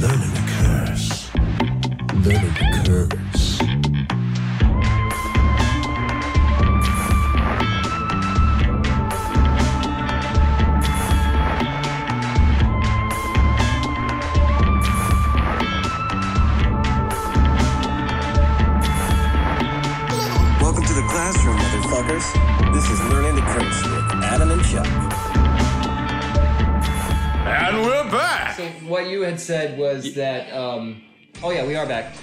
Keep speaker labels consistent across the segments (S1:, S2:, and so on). S1: Learning occurs. Learning occurs.
S2: Welcome to the classroom, motherfuckers. This is Learning to Curse with Adam and Chuck.
S3: And we're back.
S4: So what you had said was that. Um, oh yeah, we are back.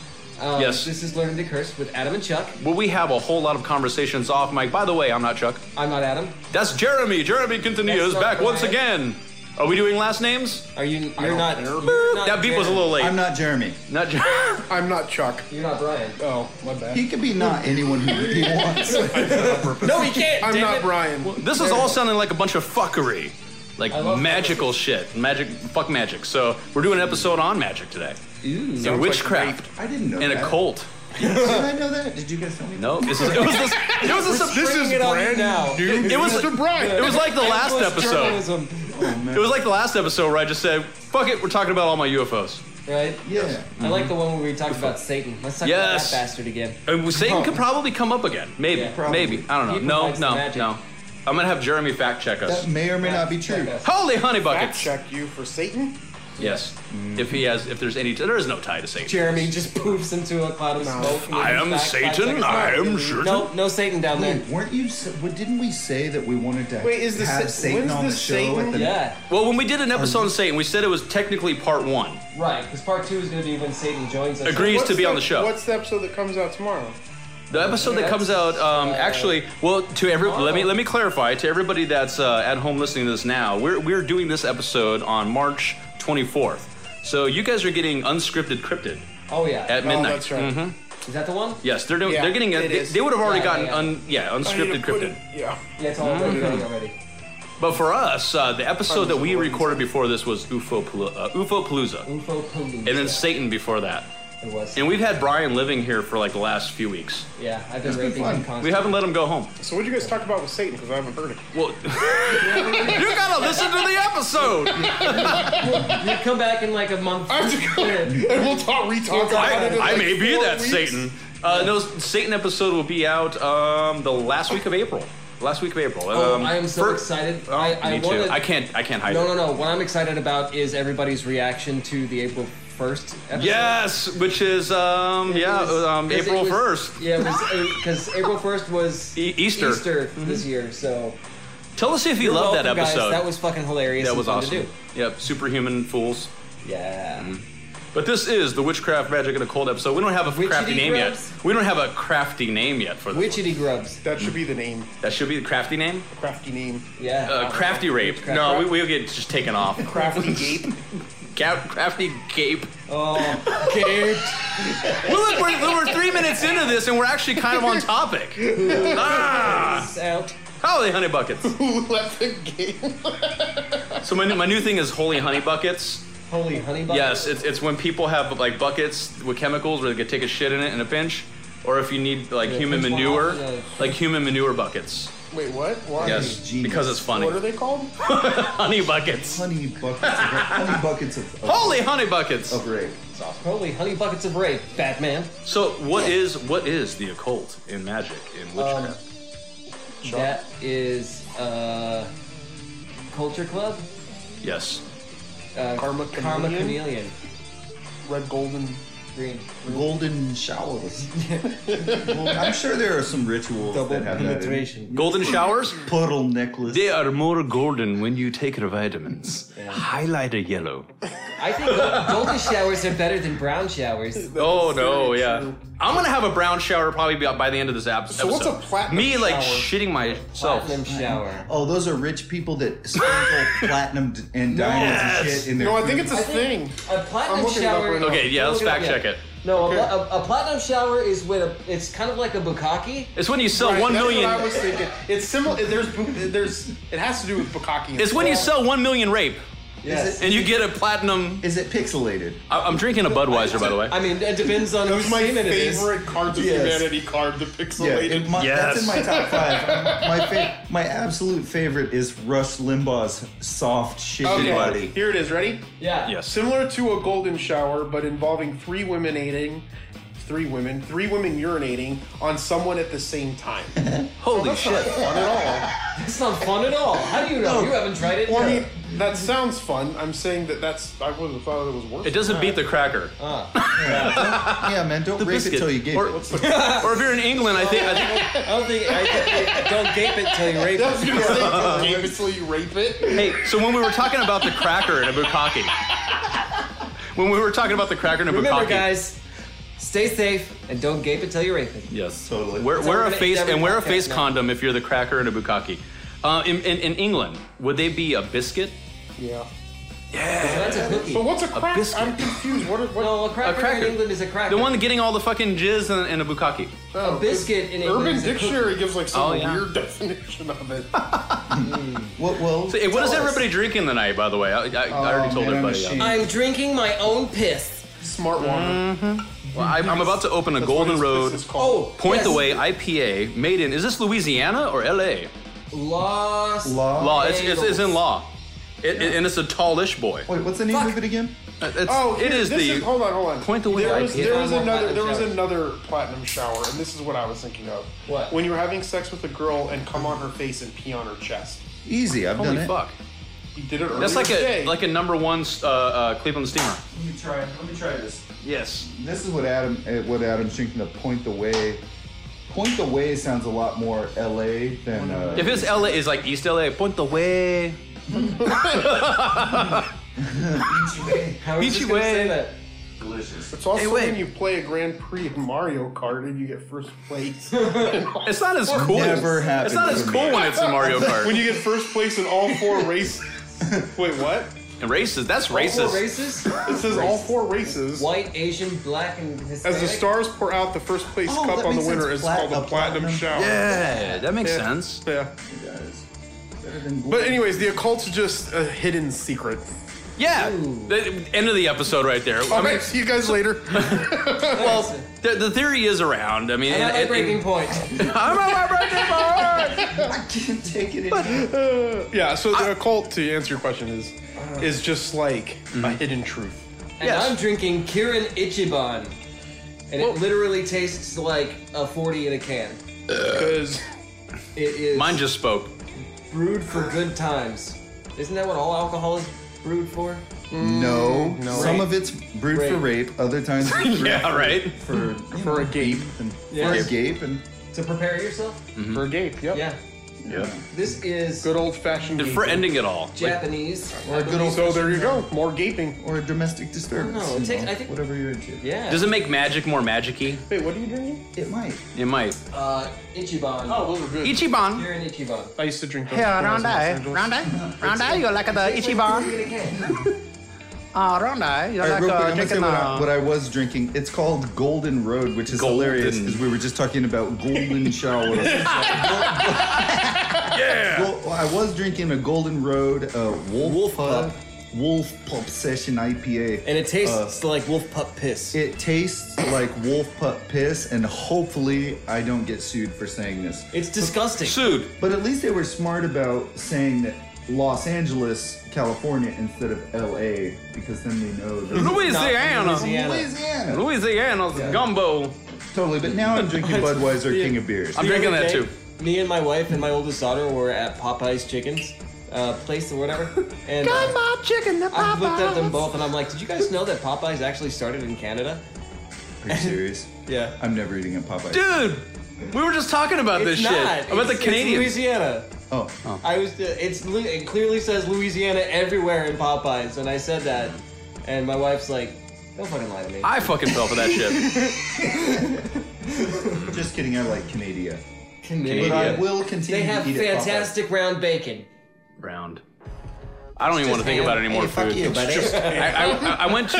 S4: Um,
S3: Yes.
S4: This is learning to curse with Adam and Chuck.
S3: Well, we have a whole lot of conversations off mic. By the way, I'm not Chuck.
S4: I'm not Adam.
S3: That's Jeremy. Jeremy Quintanilla
S4: That's
S3: is
S4: not
S3: back once
S4: Brian.
S3: again. Are we doing last names?
S4: Are you? You're not, you're not.
S3: that beat was a
S4: Jeremy.
S3: little late.
S5: I'm not Jeremy.
S3: Not Jer-
S6: I'm not Chuck.
S4: You're not Brian.
S6: Oh, my bad.
S5: He could be not anyone who he wants.
S4: No, he can't.
S6: I'm
S4: damn
S6: not
S4: it.
S6: Brian.
S3: this is all sounding like a bunch of fuckery, like
S4: I love
S3: magical shit, magic, fuck magic. So we're doing an episode on magic today,
S4: Ooh.
S3: and witchcraft,
S5: I didn't know
S3: and
S5: that.
S3: a cult.
S5: Did I know that? Did you guys tell me?
S3: No, this is, it was this. It was this.
S6: This is
S4: it on you
S6: brand
S4: now.
S6: new.
S3: It was-
S6: Mr. Brian.
S3: It was like the last
S4: Endless
S3: episode.
S4: journalism,
S3: It was like the last episode where I just said, "Fuck it, we're talking about all my UFOs."
S4: Right.
S5: Yeah.
S4: I like the one where we talked about Satan. Let's talk
S3: Yes.
S4: about that bastard again.
S3: And Satan could probably come up again. Maybe.
S4: Yeah, probably.
S3: maybe. I don't
S4: He
S3: know. No,
S4: provides the
S3: no,
S4: magic.
S3: no. I'm gonna have Jeremy fact check us.
S5: That may or may not be true.
S3: Holy honey
S6: Fact
S3: buckets.
S6: check you for Satan?
S3: Yes. If he has, if there's any, there is no tie to Satan.
S4: Jeremy just poofs into a cloud of smoke. and
S3: I
S4: then
S3: am
S4: back five
S3: Satan,
S4: seconds.
S3: I am Satan.
S4: No, no Satan down there.
S5: Wait, weren't you? s- What didn't we say that we wanted to
S6: Wait, is the
S5: have
S6: Sa-
S5: Satan
S6: when's
S5: on
S6: the
S5: the show? At
S6: Satan-
S5: the,
S4: Yeah,
S3: Well, when we did an episode on Satan, we said it was technically part one.
S4: right. Because part two is going to be when Satan joins us.
S3: Agrees
S6: What's
S3: to be on the show.
S6: What's the episode that comes out tomorrow?
S3: The episode that
S4: That's,
S3: comes out, um,
S4: uh,
S3: actually, well, to every let me let me clarify to everybody that's uh, at home listening to this now. We're we're doing this episode on March 24th, so you guys are getting unscripted cryptid
S4: Oh yeah.
S3: at midnight. Mm-hmm.
S6: Oh, that's right.
S4: is that the one?
S3: Yes, they're doing.
S6: Yeah,
S3: they're getting. A,
S6: it
S3: they,
S6: is.
S3: they would have already
S4: Yeah,
S3: gotten
S4: yeah,
S3: Un,
S6: I
S3: yeah,
S6: need to
S3: unscripted
S6: put
S3: cryptid.
S6: it- Yeah.
S4: Yeah, it's all
S3: Mm.
S4: ready ready already.
S3: But for us, uh, the episode that we recorded before this was UFO Pal- uh, UFO Palooza, and
S4: UFO Palooza.
S3: then Satan before that.
S4: It was.
S3: And we've had Brian living here for like the last few weeks.
S4: yeah, I've been
S5: been
S4: raping
S5: fun.
S4: him constantly.
S3: We haven't let him go home.
S6: So what did you guys talk about with Satan? Because I haven't heard it.
S3: Well, you gotta listen to the episode.
S4: You come back in like a month.
S6: I have to go and we'll talk, retalk about it.
S3: I,
S6: in
S3: I
S6: like
S3: may be
S6: four
S3: that
S6: weeks.
S3: Satan. Uh, no, Satan episode will be out um, the last week of April. Last week of April.
S4: Oh,
S3: Um,
S4: I am so
S3: fir-
S4: excited.
S3: Oh,
S4: I, I
S3: me too.
S4: wanted,
S3: I can't. I can't hide
S4: No,
S3: it.
S4: no, no. What I'm excited about is everybody's reaction to the April 1st episode.
S3: Yes, which is um
S4: It
S3: yeah
S4: was-
S3: um
S4: 'cause it
S3: April
S4: was-
S3: first.
S4: Yeah, it was because April 1st was
S3: E- Easter.
S4: this year. So
S3: Tell us if you love that
S4: Welcome, guys.
S3: episode.
S4: That was fucking hilarious.
S3: That
S4: and
S3: was
S4: fun
S3: awesome. Mm-hmm.
S4: To do.
S3: Yep, superhuman fools.
S4: Yeah.
S3: But this is the witchcraft, magic, and a cold episode. We don't have a
S4: Witchity
S3: crafty name
S4: grubs?
S3: yet. We don't have a crafty name yet for this. one.
S4: Witchity grubs.
S6: That should be the name.
S3: That should be the crafty name.
S6: Crafty name.
S4: Yeah.
S3: Uh, crafty rape.
S4: Witchcraft.
S3: no, we, we'll get just taken off.
S6: Crafty Gape.
S3: Ga- crafty gape.
S4: oh,
S3: Well, look, we're, we're three minutes into this and we're actually kind of on topic. ah,
S4: it's out.
S3: holy honey buckets.
S6: Who left the game?
S3: So my, new- my new thing is holy honey buckets.
S4: Holy honey butter.
S3: Yes, it's, it's when people have like buckets with chemicals where they could take a shit in it in a pinch, or if you need like
S4: Yeah,
S3: human
S4: pinch one
S3: manure,
S4: off, yeah.
S3: like human manure buckets.
S6: Wait, what? Why?
S3: Yes,
S5: genius.
S3: because it's funny.
S6: What are they called?
S3: honey buckets.
S5: Honey buckets. Of, honey buckets of. of
S3: Holy honey buckets.
S5: Of rape.
S4: Holy honey buckets of rape, Batman.
S3: So what is what is the occult in magic in witchcraft?
S4: That is uh, Culture Club.
S3: yes.
S4: Uh,
S6: Karma
S4: Karma
S6: Chameleon?
S4: Chameleon.
S6: Red, golden.
S4: Green.
S5: Golden showers. Well, I'm sure there are some rituals
S4: Double
S5: that have that. in-
S4: penetration.
S3: Golden showers?
S5: Puddle necklace.
S3: They are more golden when you take your vitamins. Highlighter yellow.
S4: I think golden showers are better than brown showers.
S3: Oh no, yeah. I'm gonna have a brown shower probably by by the end of this ep- episode.
S6: So what's a platinum
S3: Me like
S6: shower?
S3: shitting myself.
S4: Platinum shower.
S5: Oh, those are rich people that sprinkle platinum d- and diamonds and
S3: Yes.
S5: shit in their.
S6: No, I think
S5: food.
S6: it's a thing.
S4: A platinum
S6: I'm looking it up
S4: shower.
S6: right now.
S3: Okay, yeah, let's
S4: Look it up,
S3: fact check it.
S4: No, a, pla- a, a platinum shower is with a. It's kind of like a bukkake.
S3: It's when you sell one
S6: That's
S3: million.
S6: What I was thinking. It's similar. There's, bu- there's. It has to do with bukkake.
S3: It's when you sell one million rape.
S4: Yes.
S3: and you get a platinum.
S5: Is it pixelated?
S3: I, I'm drinking a Budweiser, by the way.
S4: I mean, it depends on whose
S6: It's my
S4: semen it is.
S6: favorite Cards of
S5: Yes.
S6: Humanity card, the
S5: Yeah,
S6: pixelated.
S5: it, my,
S3: Yes.
S5: that's in my top five. my fa- my absolute favorite is Rush Limbaugh's soft shitty
S6: okay,
S5: body.
S6: here it is. Ready?
S4: Yeah.
S3: Yes.
S6: Similar to a golden shower, but involving three women aiding, three women, three women urinating on someone at the same time.
S3: Holy shit.
S6: Not at
S4: It's not fun at all. How do you know? You haven't tried it.
S6: all. Well, I mean, that sounds fun. I'm saying that that's. I would have thought it was worth.
S3: It doesn't beat the cracker.
S5: Yeah, man, don't rape it
S3: Biscuit.
S5: till you get
S3: or,
S5: it.
S3: or if you're in England, I think, I think
S4: I don't think. I think don't gape it till you rape
S6: I was
S4: it.
S6: gonna say, game until you rape it.
S3: Hey, so when we were talking about the cracker and a bukkake, when we were talking about the cracker and a
S4: Remember,
S3: bukkake,
S4: guys, stay safe and don't gape it till you rape it.
S3: yes,
S5: Totally.
S3: Wear,
S4: It's
S3: wear a
S4: every-
S3: face
S4: every
S3: and wear a
S4: podcast
S3: face
S4: now.
S3: condom if you're the cracker and a bukkake. Uh, in, in, in England, would they be a biscuit?
S6: Yeah.
S4: That's a cookie.
S6: But what's a crack?
S3: biscuit.
S6: I'm confused. What? Are, what
S4: No, a cracker,
S3: cracker.
S4: in England is a cracker.
S3: The one getting all the fucking jizz and, and a bukkake.
S6: oh,
S4: a biscuit in England
S6: Urban
S4: is a cookie.
S6: Dictionary gives like some
S3: Oh, yeah.
S6: weird definition of it.
S5: Well, well,
S3: Hey, what is
S5: tell us.
S3: everybody drinking tonight, by the way? I, I, I already
S5: Oh,
S3: told
S5: man, I'm
S3: everybody.
S5: ashamed.
S3: yeah.
S4: I'm drinking my own piss.
S6: Smart water.
S3: Well, I'm, I'm about to open a
S6: That's what
S3: Mm, Golden
S6: his
S3: Road
S6: business is called.
S3: Oh, Point the
S4: yes.
S3: Way IPA made in, is this Louisiana or LA?
S4: Lost.
S5: Law.
S3: Law. It's, it's, it's in law. It, it- and it's a tallish boy.
S5: Wait, what's the name
S4: Fuck.
S5: of it again?
S3: It's,
S6: Oh,
S3: it is
S6: this
S3: the.
S6: Is, hold on, hold on.
S3: Point the way
S6: There
S3: I
S6: was,
S3: did.
S6: there
S4: I
S6: was
S4: want
S6: another.
S4: platinum
S6: There was
S4: shower.
S6: another platinum shower, and this is what I was thinking of.
S4: What?
S6: When you were having sex with a girl and come on her face and pee on her chest.
S5: Easy, I've
S3: Holy
S5: done
S3: fuck.
S6: You did it earlier
S3: That's like
S6: today.
S3: a like a number one uh, uh, Cleveland steamer.
S5: it. Let me try. Let me try this.
S3: Yes.
S5: This is what Adam, uh, what Adam's drinking. The point the way. Point the way sounds a lot more L.A. than. Uh,
S3: If it's LA, is like East LA. Point the way.
S4: I was just
S3: Beachy
S4: gonna
S3: way.
S4: say that.
S5: delicious.
S6: It's also
S3: Hey, wait.
S6: when you play a Grand Prix in Mario Kart and you get first place.
S3: It's not as cool.
S5: Never happened.
S3: it's not
S5: to
S3: as
S5: me.
S3: cool when it's in Mario
S6: when
S3: Kart.
S6: you get first place in all four races. Wait, what?
S3: And racist. That's
S5: Oh,
S4: All
S3: racist.
S4: four races?
S6: It says all four races.
S4: White, Asian, black, and Hispanic.
S6: As the stars pour out the first place
S5: Oh,
S6: cup
S5: that
S6: on the
S5: makes
S6: winner,
S5: sense.
S6: it's called the
S5: Plat- a
S6: platinum,
S5: platinum.
S6: shower.
S3: Yeah, that makes
S6: Yeah.
S3: sense.
S6: yeah.
S5: Guys, better than
S6: But
S5: gold.
S6: anyways, the occult's just a hidden secret.
S3: Yeah.
S4: Ooh.
S3: The- end of the episode right there. I
S5: Oh,
S6: All
S3: mean,
S6: right, see you guys later.
S3: well, the, the theory is around. I mean,
S4: I'm
S3: and-
S4: at my
S3: and-
S4: breaking point.
S3: I'm at my breaking point.
S5: I can't take it anymore.
S6: yeah, so the occult, to answer your question, is is just like
S3: Mm-hmm.
S6: a hidden truth.
S4: And
S3: Yes.
S4: I'm drinking Kirin Ichiban. And it literally tastes like a 40 in a can.
S3: Uh,
S6: Because
S4: It is
S3: Mine just spoke.
S4: brewed for good times. Isn't that what all alcohol is brewed for?
S3: Mm,
S5: No, some
S4: Rape.
S5: of it's brewed for
S4: Rape.
S5: rape. Other times, it's brewed
S3: Yeah, right.
S5: for for, you
S6: For
S5: know,
S6: a gape.
S5: and for
S4: Yes.
S5: a gape and
S4: To prepare yourself?
S6: for a gape, yep.
S4: Yeah.
S3: Yeah.
S4: This is
S6: Good old fashioned
S3: And for ending it all.
S4: Japanese.
S5: or a good old
S6: So there you go, more gaping.
S5: or a domestic disturbance.
S4: No, it
S5: you
S4: takes-
S5: know,
S4: I think-
S5: whatever you're into.
S4: Yeah.
S3: Does it make magic more magicy?
S6: Wait, what are you drinking?
S5: It might.
S3: It might.
S4: uh, Ichiban.
S3: Oh.
S6: those are good.
S3: Ichiban.
S4: Kirin Ichiban.
S6: I used to drink those. Yeah,
S3: uh, Rondai, you like the
S4: in a can.
S3: Uh, Rondai, you
S5: All right, real quick, I'm gonna say what I, what I was drinking. It's called Golden Road, which is
S3: Golden.
S5: hilarious because we were just talking about golden shower. yeah. Well, I was drinking a Golden Road uh, Wolf,
S4: Wolf
S5: Pup,
S4: Pup.
S5: Wolf Pup Session IPA.
S4: And it tastes
S3: Uh.
S4: like wolf pup piss.
S5: It tastes like wolf pup piss, and hopefully I don't get sued for saying this.
S4: it's disgusting.
S3: Sued.
S5: But at least they were smart about saying that Los Angeles, California, instead of LA, because then they know that
S3: Louisiana.
S4: Louisiana.
S5: Louisiana.
S3: Louisiana's gumbo.
S5: Totally, but now I'm drinking Budweiser, King of Beers.
S3: I'm
S4: The
S3: drinking
S4: other
S3: that
S4: day,
S3: too.
S4: Me and my wife and my oldest daughter were at Popeye's Chickens uh, place or whatever. And uh,
S3: chicken the
S4: I looked at them both and I'm like, did you guys know that Popeye's actually started in Canada?
S5: Are you serious?
S4: Yeah.
S5: I'm never eating a Popeye.
S3: Dude, we were just talking about this
S4: It's not.
S3: shit. About
S4: It's-
S3: the
S4: It's
S3: Canadians.
S4: Louisiana.
S5: Oh, oh.
S4: I was. It's lu- it clearly says Louisiana everywhere in Popeyes, and I said that, and my wife's like, "Don't fucking lie to me."
S3: I fucking fell for that shit.
S5: just kidding. I like Canada. But
S4: Canadian.
S5: I will continue
S4: They have
S5: to eat at Popeyes.
S4: fantastic round bacon.
S3: Round. I don't even want to think
S4: ham.
S3: about any more
S4: Hey,
S3: food.
S4: fuck you, buddy.
S3: I, I, I went to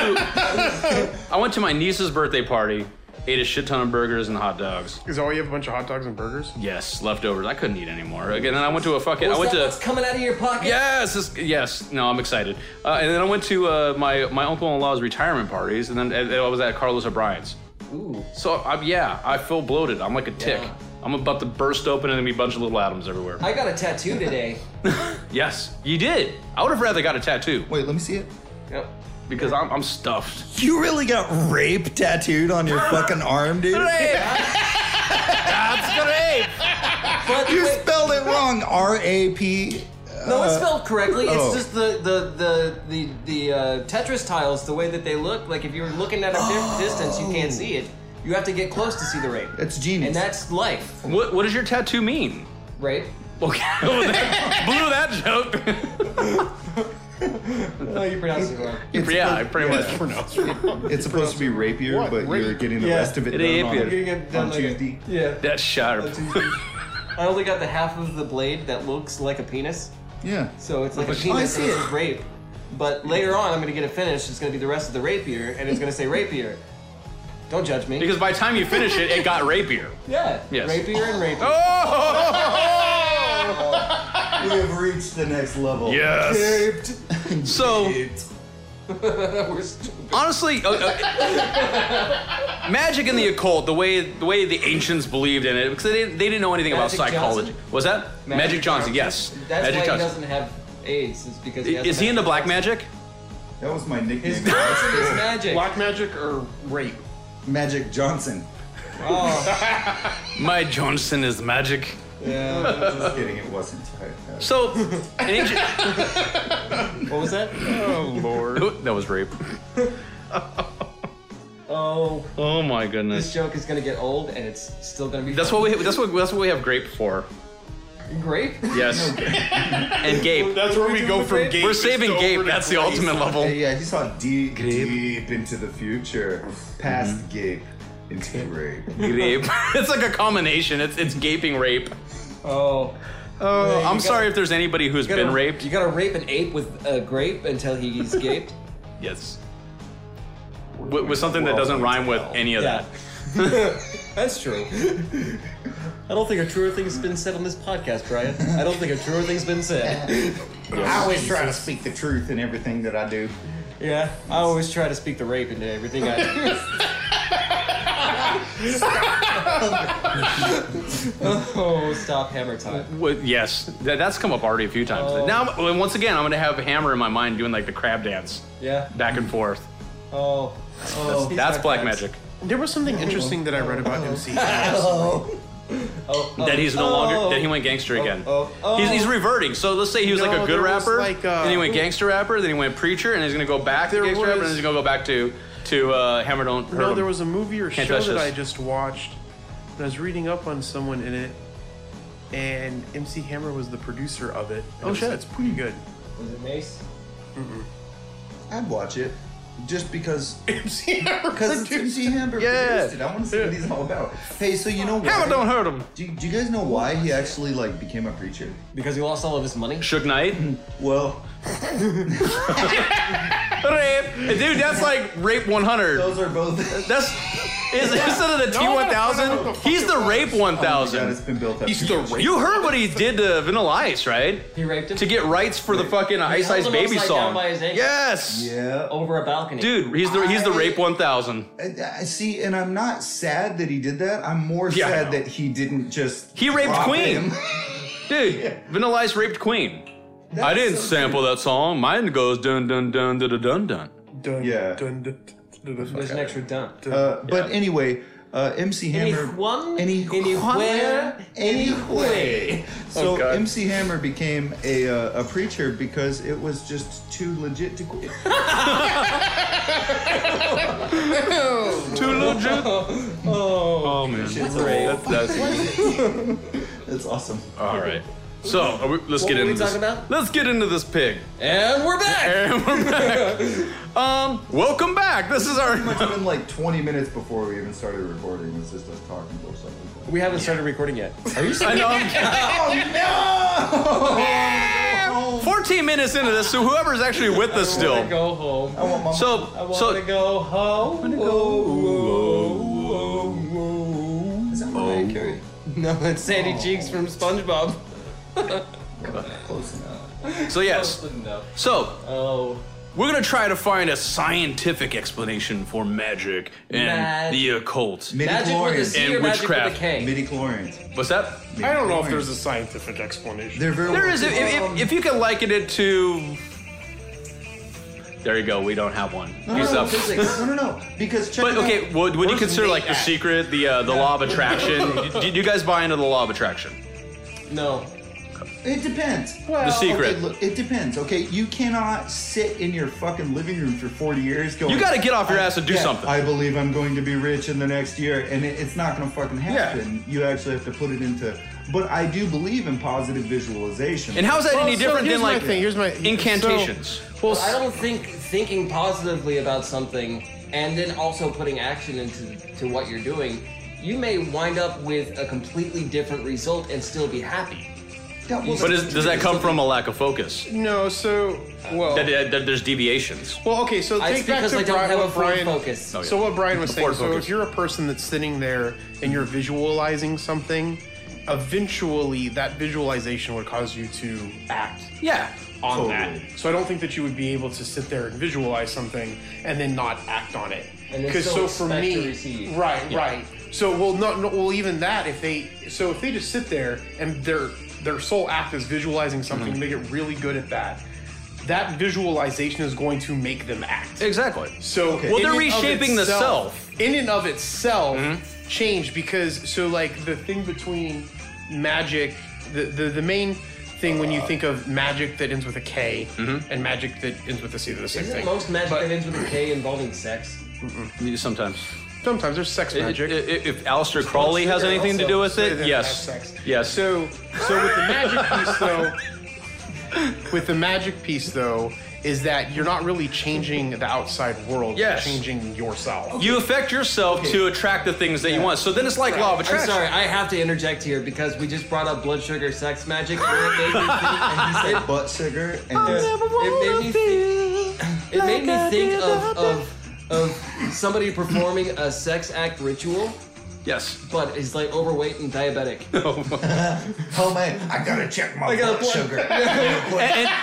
S3: I went to my niece's birthday party ate a shit ton of burgers and hot dogs.
S6: Is all you have a bunch of hot dogs and burgers?
S3: Yes, leftovers. I couldn't eat anymore. Again, and I went to a fucking.
S4: Was
S3: I went
S4: that
S3: to.
S4: what's coming out of your pocket?
S3: Yes, this, yes. No, I'm excited. Uh, and then I went to uh, my my uncle-in-law's retirement parties, and then and I was at Carlos O'Brien's.
S4: Ooh.
S3: So I'm, yeah, I feel bloated. I'm like a tick.
S4: Yeah.
S3: I'm about to burst open and be a bunch of little atoms everywhere.
S4: I got a tattoo today.
S3: yes, you did. I would have rather got a tattoo
S7: Wait, let me see it.
S4: yep.
S3: because I'm, I'm stuffed.
S7: You really got rape tattooed on your fucking arm, dude?
S3: That's great.
S4: But
S7: You
S4: wait,
S7: spelled it wrong. R A P.
S4: no, it's spelled correctly.
S7: oh.
S4: It's just the the the the, the uh, Tetris tiles, the way that they look. Like if you're looking at a di- distance, you can't see it. You have to get close to see the rape.
S7: That's genius.
S4: And that's life,
S3: What what does your tattoo mean?
S4: right?
S3: Okay, well, that- blew that joke.
S4: Oh, you pronounced it wrong.
S5: It's
S3: yeah, I
S5: supposed-
S3: pretty much.
S6: Pronounced wrong.
S5: It's supposed to be rapier,
S6: What?
S5: but
S6: Rape-
S5: you're getting the
S4: Yeah.
S5: rest of it,
S3: It
S5: done
S3: ain't
S5: on-
S3: rapier.
S4: You're gonna get done
S5: on
S4: like a-
S5: Tuesday.
S4: Yeah.
S3: That's sharp.
S4: I only got the half of the blade that looks like a penis,
S5: Yeah.
S4: so it's like a
S3: Oh, I
S4: penis
S7: see
S4: and it's
S7: it.
S4: rape. But later on, I'm gonna get it finished. It's gonna be the rest of the rapier, and it's gonna say rapier. Don't judge me.
S3: Because by the time you finish it, it got rapier.
S4: yeah,
S3: Yes.
S4: rapier and rapier.
S3: Oh!
S5: uh, We have reached the next level.
S3: Yes.
S7: Raped.
S3: So
S4: We're stupid.
S3: honestly, uh, uh, magic and the occult, the way the way the ancients believed in it, because they didn't, they didn't know anything
S4: Magic
S3: about psychology.
S4: Johnson?
S3: Was that Magic, Johnson? Yes.
S4: That's
S3: Magic
S4: why
S3: Johnson.
S4: he doesn't have AIDS. Is because he
S3: I-
S4: hasn't
S3: Is he
S4: had-
S3: into black magic?
S5: That was my nickname.
S4: His magic is magic.
S6: Black magic or rape?
S7: Magic Johnson.
S4: Oh,
S3: My Johnson is magic.
S4: yeah.
S5: Just kidding, it wasn't. I- I-
S3: So, an ancient.
S4: What was that?
S6: Oh lord.
S3: that was rape.
S4: Oh,
S3: Oh my
S4: this
S3: goodness.
S4: joke is gonna get old, and it's still gonna be.
S3: That's
S4: funny.
S3: what we. That's what. That's what we have grape for.
S4: Grape.
S3: Yes. and gape.
S6: That's where we go from game.
S3: We're saving gape. That's the ultimate
S5: Hey,
S3: level.
S5: yeah, he saw deep,
S3: Gabe. Mm-hmm.
S5: deep into the future, past Gabe, into rape.
S3: Grape. it's like a combination. It's it's gaping rape.
S4: Oh.
S3: Oh,
S4: you
S3: I'm
S4: gotta-
S3: sorry if there's anybody who's
S4: You gotta-
S3: been raped.
S4: You gotta rape an ape with a grape until he's gaped.
S3: Yes. With, with something that doesn't rhyme with any of that.
S4: That's true. I don't think a truer thing's been said on this podcast, Brian. I don't think a truer thing's been said.
S5: I always try to speak the truth in everything that I do.
S4: Yeah, I always try to speak the rape into everything I do. oh, stop hammer time.
S3: Well, yes, that, that's come up already a few times.
S6: Oh.
S3: Now, I'm- well, once again, I'm gonna have Hammer in my mind doing like the crab dance,
S4: Yeah.
S3: back and forth.
S4: Oh. oh he's
S3: That's
S4: got
S3: black
S4: crabs.
S3: magic.
S6: There was something interesting that I read about MC.
S4: Oh, oh,
S3: That he's no
S4: oh,
S3: longer. That he went gangster again.
S4: oh, oh.
S3: He's, he's reverting. So let's say he was like
S6: No,
S3: a good
S6: there was,
S3: rapper,
S6: like, uh,
S3: then he went gangster rapper, then he went preacher, and he's gonna go back to
S6: There
S3: gangster rapper, and
S6: was-
S3: then he's gonna go back to to uh, Hammer don't hurt
S6: No,
S3: him.
S6: there was a movie or
S3: Can't
S6: show
S3: touch
S6: that
S3: this.
S6: I just watched. And I was reading up on someone in it, and MC Hammer was the producer of it. and
S3: Oh,
S6: it was-
S3: shit.
S6: It's pretty good.
S4: Was it Mace?
S5: I'd watch it just because
S6: MC Hammer
S5: because it's
S6: produced
S5: MC Hamburger.
S3: Yeah.
S5: produced it. I want to see what he's all about. Hey, so you know why?
S3: Hammer don't hurt him.
S5: Do, do you guys know why he actually like became a preacher?
S4: Because he lost all of his money?
S3: Suge Knight.
S5: Well,
S3: rape, dude. That's like rape 100.
S5: those are both.
S3: That's is, instead of the
S6: No, I'm gonna find out
S3: T1000,
S6: what the fuck
S3: he's
S6: it
S3: the
S6: was.
S3: Rape
S5: God, it's
S3: 1000.
S5: been built up.
S6: He's
S5: for
S6: the
S5: years.
S6: rape.
S3: you heard what he did to Vanilla Ice, right?
S4: He raped him?
S3: To get rights for the fucking Ice
S4: held
S3: Ice
S4: him
S3: Baby
S4: upside
S3: song.
S4: down by his ankle.
S3: yes.
S5: Yeah.
S4: Over a balcony.
S3: Dude, he's the he's the
S5: I-
S3: Rape 1000.
S5: I, I see, and I'm not sad that he did that. I'm more
S3: Yeah, I know.
S5: sad that he didn't just.
S3: He raped
S5: drop
S3: Queen.
S5: him.
S3: Dude, Vanilla Ice raped Queen. I didn't
S5: so
S3: sample that song. Mine goes dun dun dun dun dun dun dun.
S6: Dun,
S5: Yeah.
S6: dun, dun, dun, dun,
S4: There's an extra dump.
S5: Uh, But anyway, uh, MC Hammer.
S4: Anyone,
S5: Any-
S4: anywhere, anyway.
S5: So
S3: Oh, God.
S5: MC Hammer became a, uh, a preacher because it was just too legit to quit.
S3: Too legit. Oh, man. That's, that's,
S5: That's awesome.
S3: all right. So are we- let's get
S4: were we
S3: into this.
S4: talking about?
S3: Let's get into this pig.
S4: And we're back!
S3: And we're back. um, welcome back. This is our.
S5: It's been like 20 minutes before we even started recording. It's just us talking bullshit. Like
S4: We haven't started recording yet.
S3: I know. I'm-
S5: Oh, that.
S3: 14 minutes into this, so whoever's actually with us
S4: I
S3: still.
S4: go home.
S5: I want my
S3: So,
S4: I want to
S3: so
S4: go home. Whoa, whoa, whoa, No, it's Sandy Cheeks from SpongeBob.
S5: Close enough.
S3: So yes. So
S4: Oh.
S3: we're gonna try to find a scientific explanation for magic and
S4: Mag-
S3: the occult.
S4: Magic with a
S5: Midichlorians.
S4: C
S3: And
S4: or magic with a
S3: witchcraft.
S4: K?
S5: Midichlorians.
S3: What's that?
S6: I don't know if there's a scientific explanation.
S5: They're very.
S3: There is. If, if, if you can liken it to. There you go. We don't have one. You
S5: no,
S3: suck.
S5: no, no, no. Because check
S3: But
S5: it out.
S3: okay, would, would you
S6: Where's
S3: consider
S6: Nate
S3: like the
S6: at?
S3: secret, the uh, the law of attraction? do, do you guys buy into the law of attraction?
S4: No.
S5: It depends.
S3: the secret.
S5: Okay, look, it depends. Okay, you cannot sit in your fucking living room for 40 years going.
S3: You gotta get off your
S5: I-
S3: ass and do
S5: yeah,
S3: something.
S5: I believe I'm going to be rich in the next year, and it, it's not gonna fucking happen. You actually have to put it into. But I do believe in positive visualization.
S3: and how's that any
S6: so
S3: different
S6: here's
S3: than
S6: my
S3: like
S6: thing, here's my-
S3: incantations?
S6: well,
S4: I don't think thinking positively about something and then also putting action into to what you're doing, you may wind up with a completely different result and still be happy.
S5: Yeah, well,
S3: but is, does that come from a lack of focus?
S6: no, so well,
S3: That, that, that there's deviations.
S6: well, okay. So
S4: I-
S6: take
S4: it's
S6: back
S4: because
S6: to
S4: I don't
S6: Brian,
S4: have a
S6: what
S4: forward
S6: Brian.
S4: focus.
S3: Oh, yeah.
S6: So what Brian was
S3: The
S6: saying.
S3: forward
S6: So
S3: focus.
S6: if you're a person that's sitting there and you're visualizing something, eventually that visualization would cause you to act
S3: Yeah.
S6: on
S5: Totally.
S6: that. So I don't think that you would be able to sit there and visualize something and then not act on it.
S4: And then
S6: Because so
S4: still
S6: for
S4: expect
S6: me,
S4: to receive.
S6: right,
S4: Yeah.
S6: right. So well, not no, well even that if they so if they just sit there and their their sole act is visualizing something, they get really good at that. That visualization is going to make them act.
S3: Exactly.
S6: So
S5: Okay.
S6: in
S3: Well, they're
S6: and of
S3: reshaping the self.
S6: In and of itself, changed because so like the thing between magic, the the, the main thing when you think of magic that ends with a K and magic that ends with a C, they're the same
S4: Isn't
S6: thing.
S4: most magic
S6: But
S4: that ends with a K involving sex?
S3: Sometimes.
S6: sometimes there's sex
S3: I- I-
S6: magic.
S3: I- if Aleister Crowley has
S4: Sure,
S3: anything to
S4: also
S3: do with
S6: They
S3: it,
S6: don't
S3: yes.
S6: have sex.
S3: Yes.
S6: So so with the magic piece though, with the magic piece though, is that you're not really changing the outside world.
S3: Yes.
S6: You're changing yourself.
S3: you affect yourself to attract the things that you want. So then it's like law of
S4: I'm
S3: attraction.
S4: sorry, I have to interject here because we just brought up blood sugar sex magic. and it made me think- and he said
S5: butt sugar and it's
S4: it made me think, it made me think of, of, of somebody performing a sex act ritual
S3: Yes.
S4: but is like overweight and diabetic
S5: oh man, I gotta check my
S4: got a
S5: butt
S4: blood-
S5: sugar.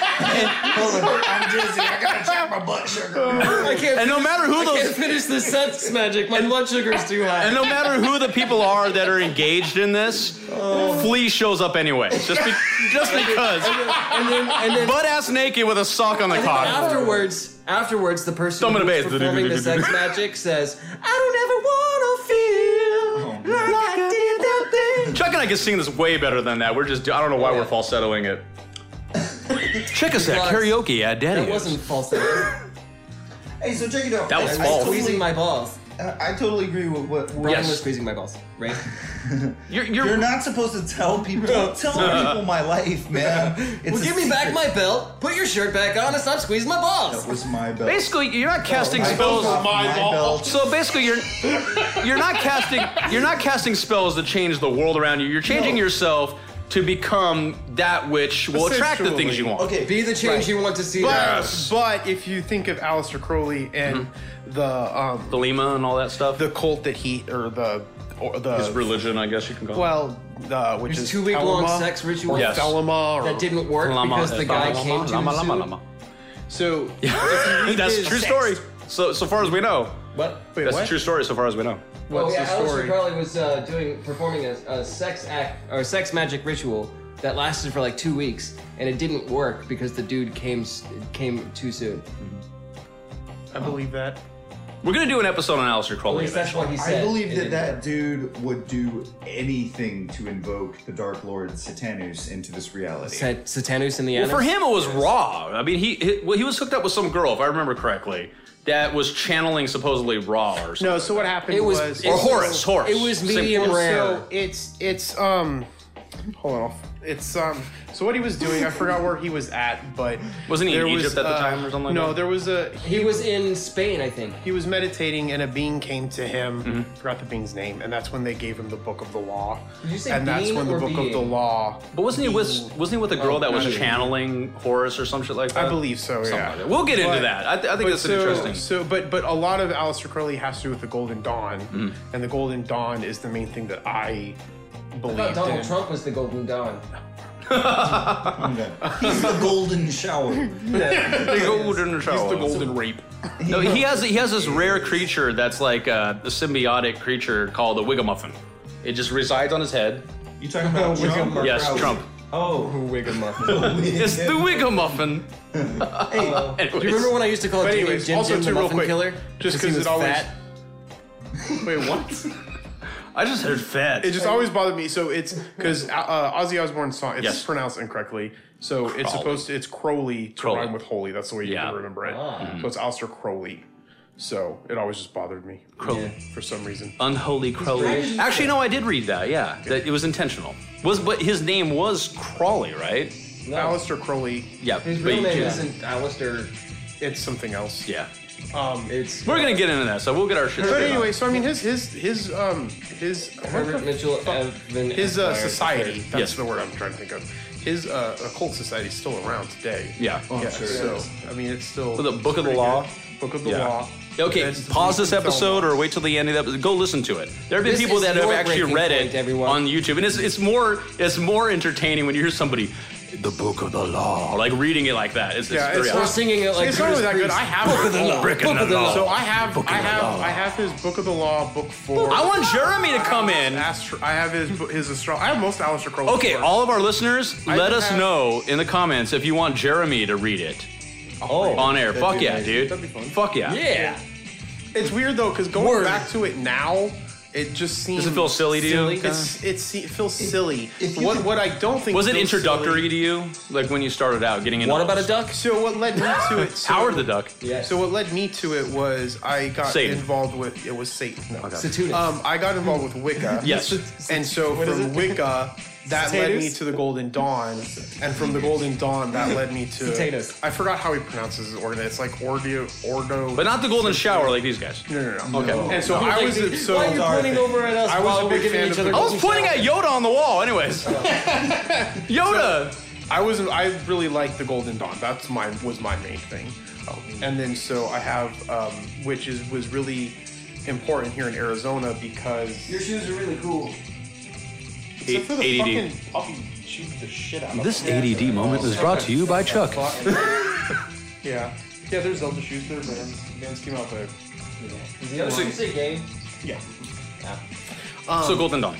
S5: Hold on, I'm dizzy. I gotta check my butt sugar.
S4: I can't
S3: And no matter who
S4: I
S3: those
S4: can't finish the sex magic my blood sugar's too high
S3: And no matter who the people are that are engaged in this,
S4: Oh.
S3: Flea shows up anyway. Just, be, just because.
S4: and then, and then
S3: Butt ass naked with a sock on the cock.
S4: afterwards afterwards the person
S3: Stomach
S4: who's
S3: bass.
S4: performing the sex magic says I
S3: Oh,
S4: don't ever wanna feel like I did that thing
S3: Chuck and I can sing this way better than that. We're just, I don't know why we're falsettoing it. Check us out. Karaoke at Daddy.
S4: that wasn't falsetto
S5: hey, so check it out.
S3: That was
S5: I- I
S3: false.
S4: squeezing
S5: Totally,
S4: my balls
S5: I I totally agree with what Ryan
S4: Brian
S3: Yes.
S4: was squeezing my balls right
S3: You're, you're,
S5: You're not supposed to tell people. Don't tell people my life, man. It's
S4: Well,
S5: a
S4: give me back
S5: secret.
S4: my belt. Put your shirt back on and stop squeezing my
S5: That
S4: balls.
S5: was my belt.
S3: basically, you're not casting
S5: Oh, My belt
S3: spells.
S5: was my belt.
S3: So basically, you're you're not casting you're not casting spells to change the world around you. You're changing
S5: No.
S3: yourself to become that which will attract the things you want.
S5: Okay,
S4: Be the change you want to see.
S6: But, but if you think of Aleister Crowley and
S3: Mm-hmm.
S6: the um,
S3: The lima and all that stuff.
S6: the cult that he or the or the
S3: His religion, I guess you can call. it.
S6: well, the which
S4: His
S6: is
S4: two-week-long
S6: Thelema
S4: sex ritual.
S6: or
S3: Yes.
S6: Thelema or
S4: That didn't work
S3: Lama, eh,
S4: because the guy
S3: lama,
S4: came
S3: lama,
S4: too
S3: lama,
S4: soon.
S3: lama.
S6: So
S3: That's a true story. So so far as we know,
S4: What?
S6: Wait,
S3: that's
S6: what?
S3: a true story. So far as we know.
S4: oh
S6: What's
S4: yeah,
S6: the story?
S4: Aleister Crowley was uh, doing performing a, a sex act or sex magic ritual that lasted for like two weeks, and it didn't work because the dude came s- came too soon.
S6: I believe that.
S3: We're gonna do an episode on Aleister
S4: At
S3: Crowley.
S4: least that's
S3: eventually.
S4: what he said.
S5: I believe
S4: It
S5: that
S4: didn't
S5: that
S4: work.
S5: dude would do anything to invoke the Dark Lord Satanus into this reality.
S4: said Satanus in the
S3: Well,
S4: anus.
S3: for him, it was raw. I mean, he he, well, he was hooked up with some girl, if I remember correctly, that was channeling supposedly raw or something.
S6: No, so what happened
S4: it was,
S6: was
S4: it was-
S3: Horus, Horus.
S4: It was
S3: Same-
S4: medium
S3: Well,
S4: rare.
S6: So it's it's um hold on. It's um so what he was doing, I forgot where he was at, but
S3: Wasn't he in
S6: there was,
S3: Egypt at the
S6: uh,
S3: time or something like
S6: No,
S3: that?
S6: there was a
S4: he was in Spain, I think.
S6: he was meditating and a being came to him,
S3: Mm-hmm.
S6: forgot the being's name, and that's when they gave him the book of the law.
S4: Did you say
S6: and that's
S4: being
S6: when the
S4: or
S6: book of the
S4: being?
S6: law
S3: But wasn't he with wasn't he with a girl that was
S6: not even.
S3: channeling Horus or some shit like that?
S6: I believe so, yeah.
S3: like that. We'll get into that. I th- I think
S6: but
S3: that's
S6: so,
S3: interesting.
S6: So, but but a lot of
S3: Mm-hmm.
S6: Aleister Crowley has to do with the Golden Dawn, and the Golden Dawn is the main thing that I
S4: I thought
S6: believed
S4: Donald
S6: in.
S4: Trump was the Golden Dawn.
S5: Okay.
S7: He's the golden shower.
S3: The golden shower.
S6: He's the golden rape.
S3: No, he has he has this rare creature that's like a, a symbiotic creature called a Wigamuffin. It just resides on his head.
S5: You talking about Trump? or
S3: Yes,
S5: Crowley?
S3: Trump.
S5: Oh,
S3: It's the Wigamuffin. Hey,
S4: Do you remember when I used to call
S6: But
S4: Jimmy
S6: anyways,
S4: Jim
S6: also
S4: Jim the
S6: too, real
S4: Muffin
S6: quick,
S4: Killer?
S6: just
S4: 'Cause he
S6: because
S4: was
S6: it always.
S4: fat?
S6: Wait, what?
S3: I just heard fat.
S6: It just always bothered me. So it's because uh, Ozzy Osbourne's song it's
S3: Yes.
S6: pronounced incorrectly. So it's supposed to it's Crowley to
S3: Crowley.
S6: rhyme with holy. That's the way you
S3: Yeah. Mm-hmm.
S6: can remember it. So it's Alistair Crowley. So it always just bothered me
S3: Crowley. Uh,
S6: for some reason.
S3: Unholy Crowley. Actually, no, I did read that. Yeah, that it was intentional. Was but his name was Crawley, right?
S6: Alistair Crowley,
S3: Yeah.
S4: His
S3: but
S4: real
S3: you
S4: name
S3: can't-
S4: isn't Alistair.
S6: it's something else.
S3: Yeah.
S6: Um,
S4: It's
S3: We're gonna get into that, so we'll get our shit.
S6: but
S3: straight
S6: anyway, so I mean his his his um his
S4: Herbert Mitchell Evan
S6: his uh,
S4: Empire.
S6: society. That's
S3: Yes.
S6: the word I'm trying to think of. His uh, occult society is still around today.
S3: Yeah. Oh, I'm
S6: yeah.
S5: sure it
S6: so
S5: is.
S6: I mean, it's still
S3: With the
S6: it's
S3: Book of the
S6: pretty
S3: Law?
S6: good. Book of the
S3: Yeah.
S6: Law.
S3: Okay,
S6: That's-
S3: pause this
S6: it's all-
S3: episode or wait till the end of the episode. Go listen to it. There have been
S4: This
S3: people
S4: is
S3: that have
S4: your
S3: actually
S4: breaking
S3: read it
S4: point, everyone.
S3: on YouTube, and it's it's more it's more entertaining when you hear somebody the Book of the Law like reading it like that. It's,
S6: Yeah,
S3: it's,
S6: it's
S3: very
S4: We're
S3: awesome.
S4: singing it like
S6: it's not really
S4: Judas
S6: that good.
S4: Priest.
S6: I have Book of the Law.
S3: Breaking the law.
S6: So I have
S3: Book of
S6: I
S3: the
S6: have
S3: law.
S6: I have his Book of the Law, Book Four.
S3: I want Jeremy to come
S6: I have
S3: in.
S6: Astro- I have his his astro. I have most Aleister Crowley.
S3: Okay,
S6: work.
S3: all of our listeners,
S6: I
S3: let
S6: do
S3: us
S6: have-
S3: know in the comments if you want Jeremy to read it
S6: Oh,
S3: on air. Fuck
S5: be
S3: yeah,
S5: amazing.
S3: dude.
S6: That'd be fun.
S3: Fuck yeah.
S4: Yeah.
S6: It's weird though, because going
S4: Word.
S6: back to it now, it just seems.
S3: Does it feel silly to you?
S6: It's, it's, it feels silly.
S5: if you
S6: what
S5: could-
S6: what I don't think
S3: Was it
S6: feels
S3: introductory
S6: silly-
S3: to you, like when you started out getting into
S4: What about a duck?
S6: So what led me to it? So,
S3: Howard the Duck?
S4: Yes.
S6: So what led me to it was I got
S3: Satan.
S6: involved with it was Satan. No.
S4: Saturnus.
S6: Um, I got involved with Wicca.
S3: Yes.
S6: And so from Wicca, that led me to the Golden Dawn, and from the Golden Dawn, that led me to.
S4: Potatoes.
S6: I forgot how he pronounces his organ. It's like Ordo, Ordo.
S3: But not the Golden Shower like these guys.
S6: No, no, no.
S3: Okay.
S6: And so I was so.
S4: Why are you pointing over at us
S6: I was a
S4: while we're
S6: big fan
S4: giving each
S6: of
S4: other?
S6: the-
S3: I was pointing at Yoda on the wall, anyways. Yoda!
S6: I was I really liked the Golden Dawn. That's my was my main thing. Um, and then so I have um, which is was really important here in Arizona because
S5: your shoes are really cool.
S6: except for the
S3: ADD.
S6: fucking puppy shoots the shit out of
S8: This
S6: him.
S8: ADD moment is brought to you by Chuck.
S6: Yeah. Yeah, there's Zelda shoes, there bands. Bands came out there.
S4: Is it gay?
S6: Yeah.
S3: so Golden Dawn.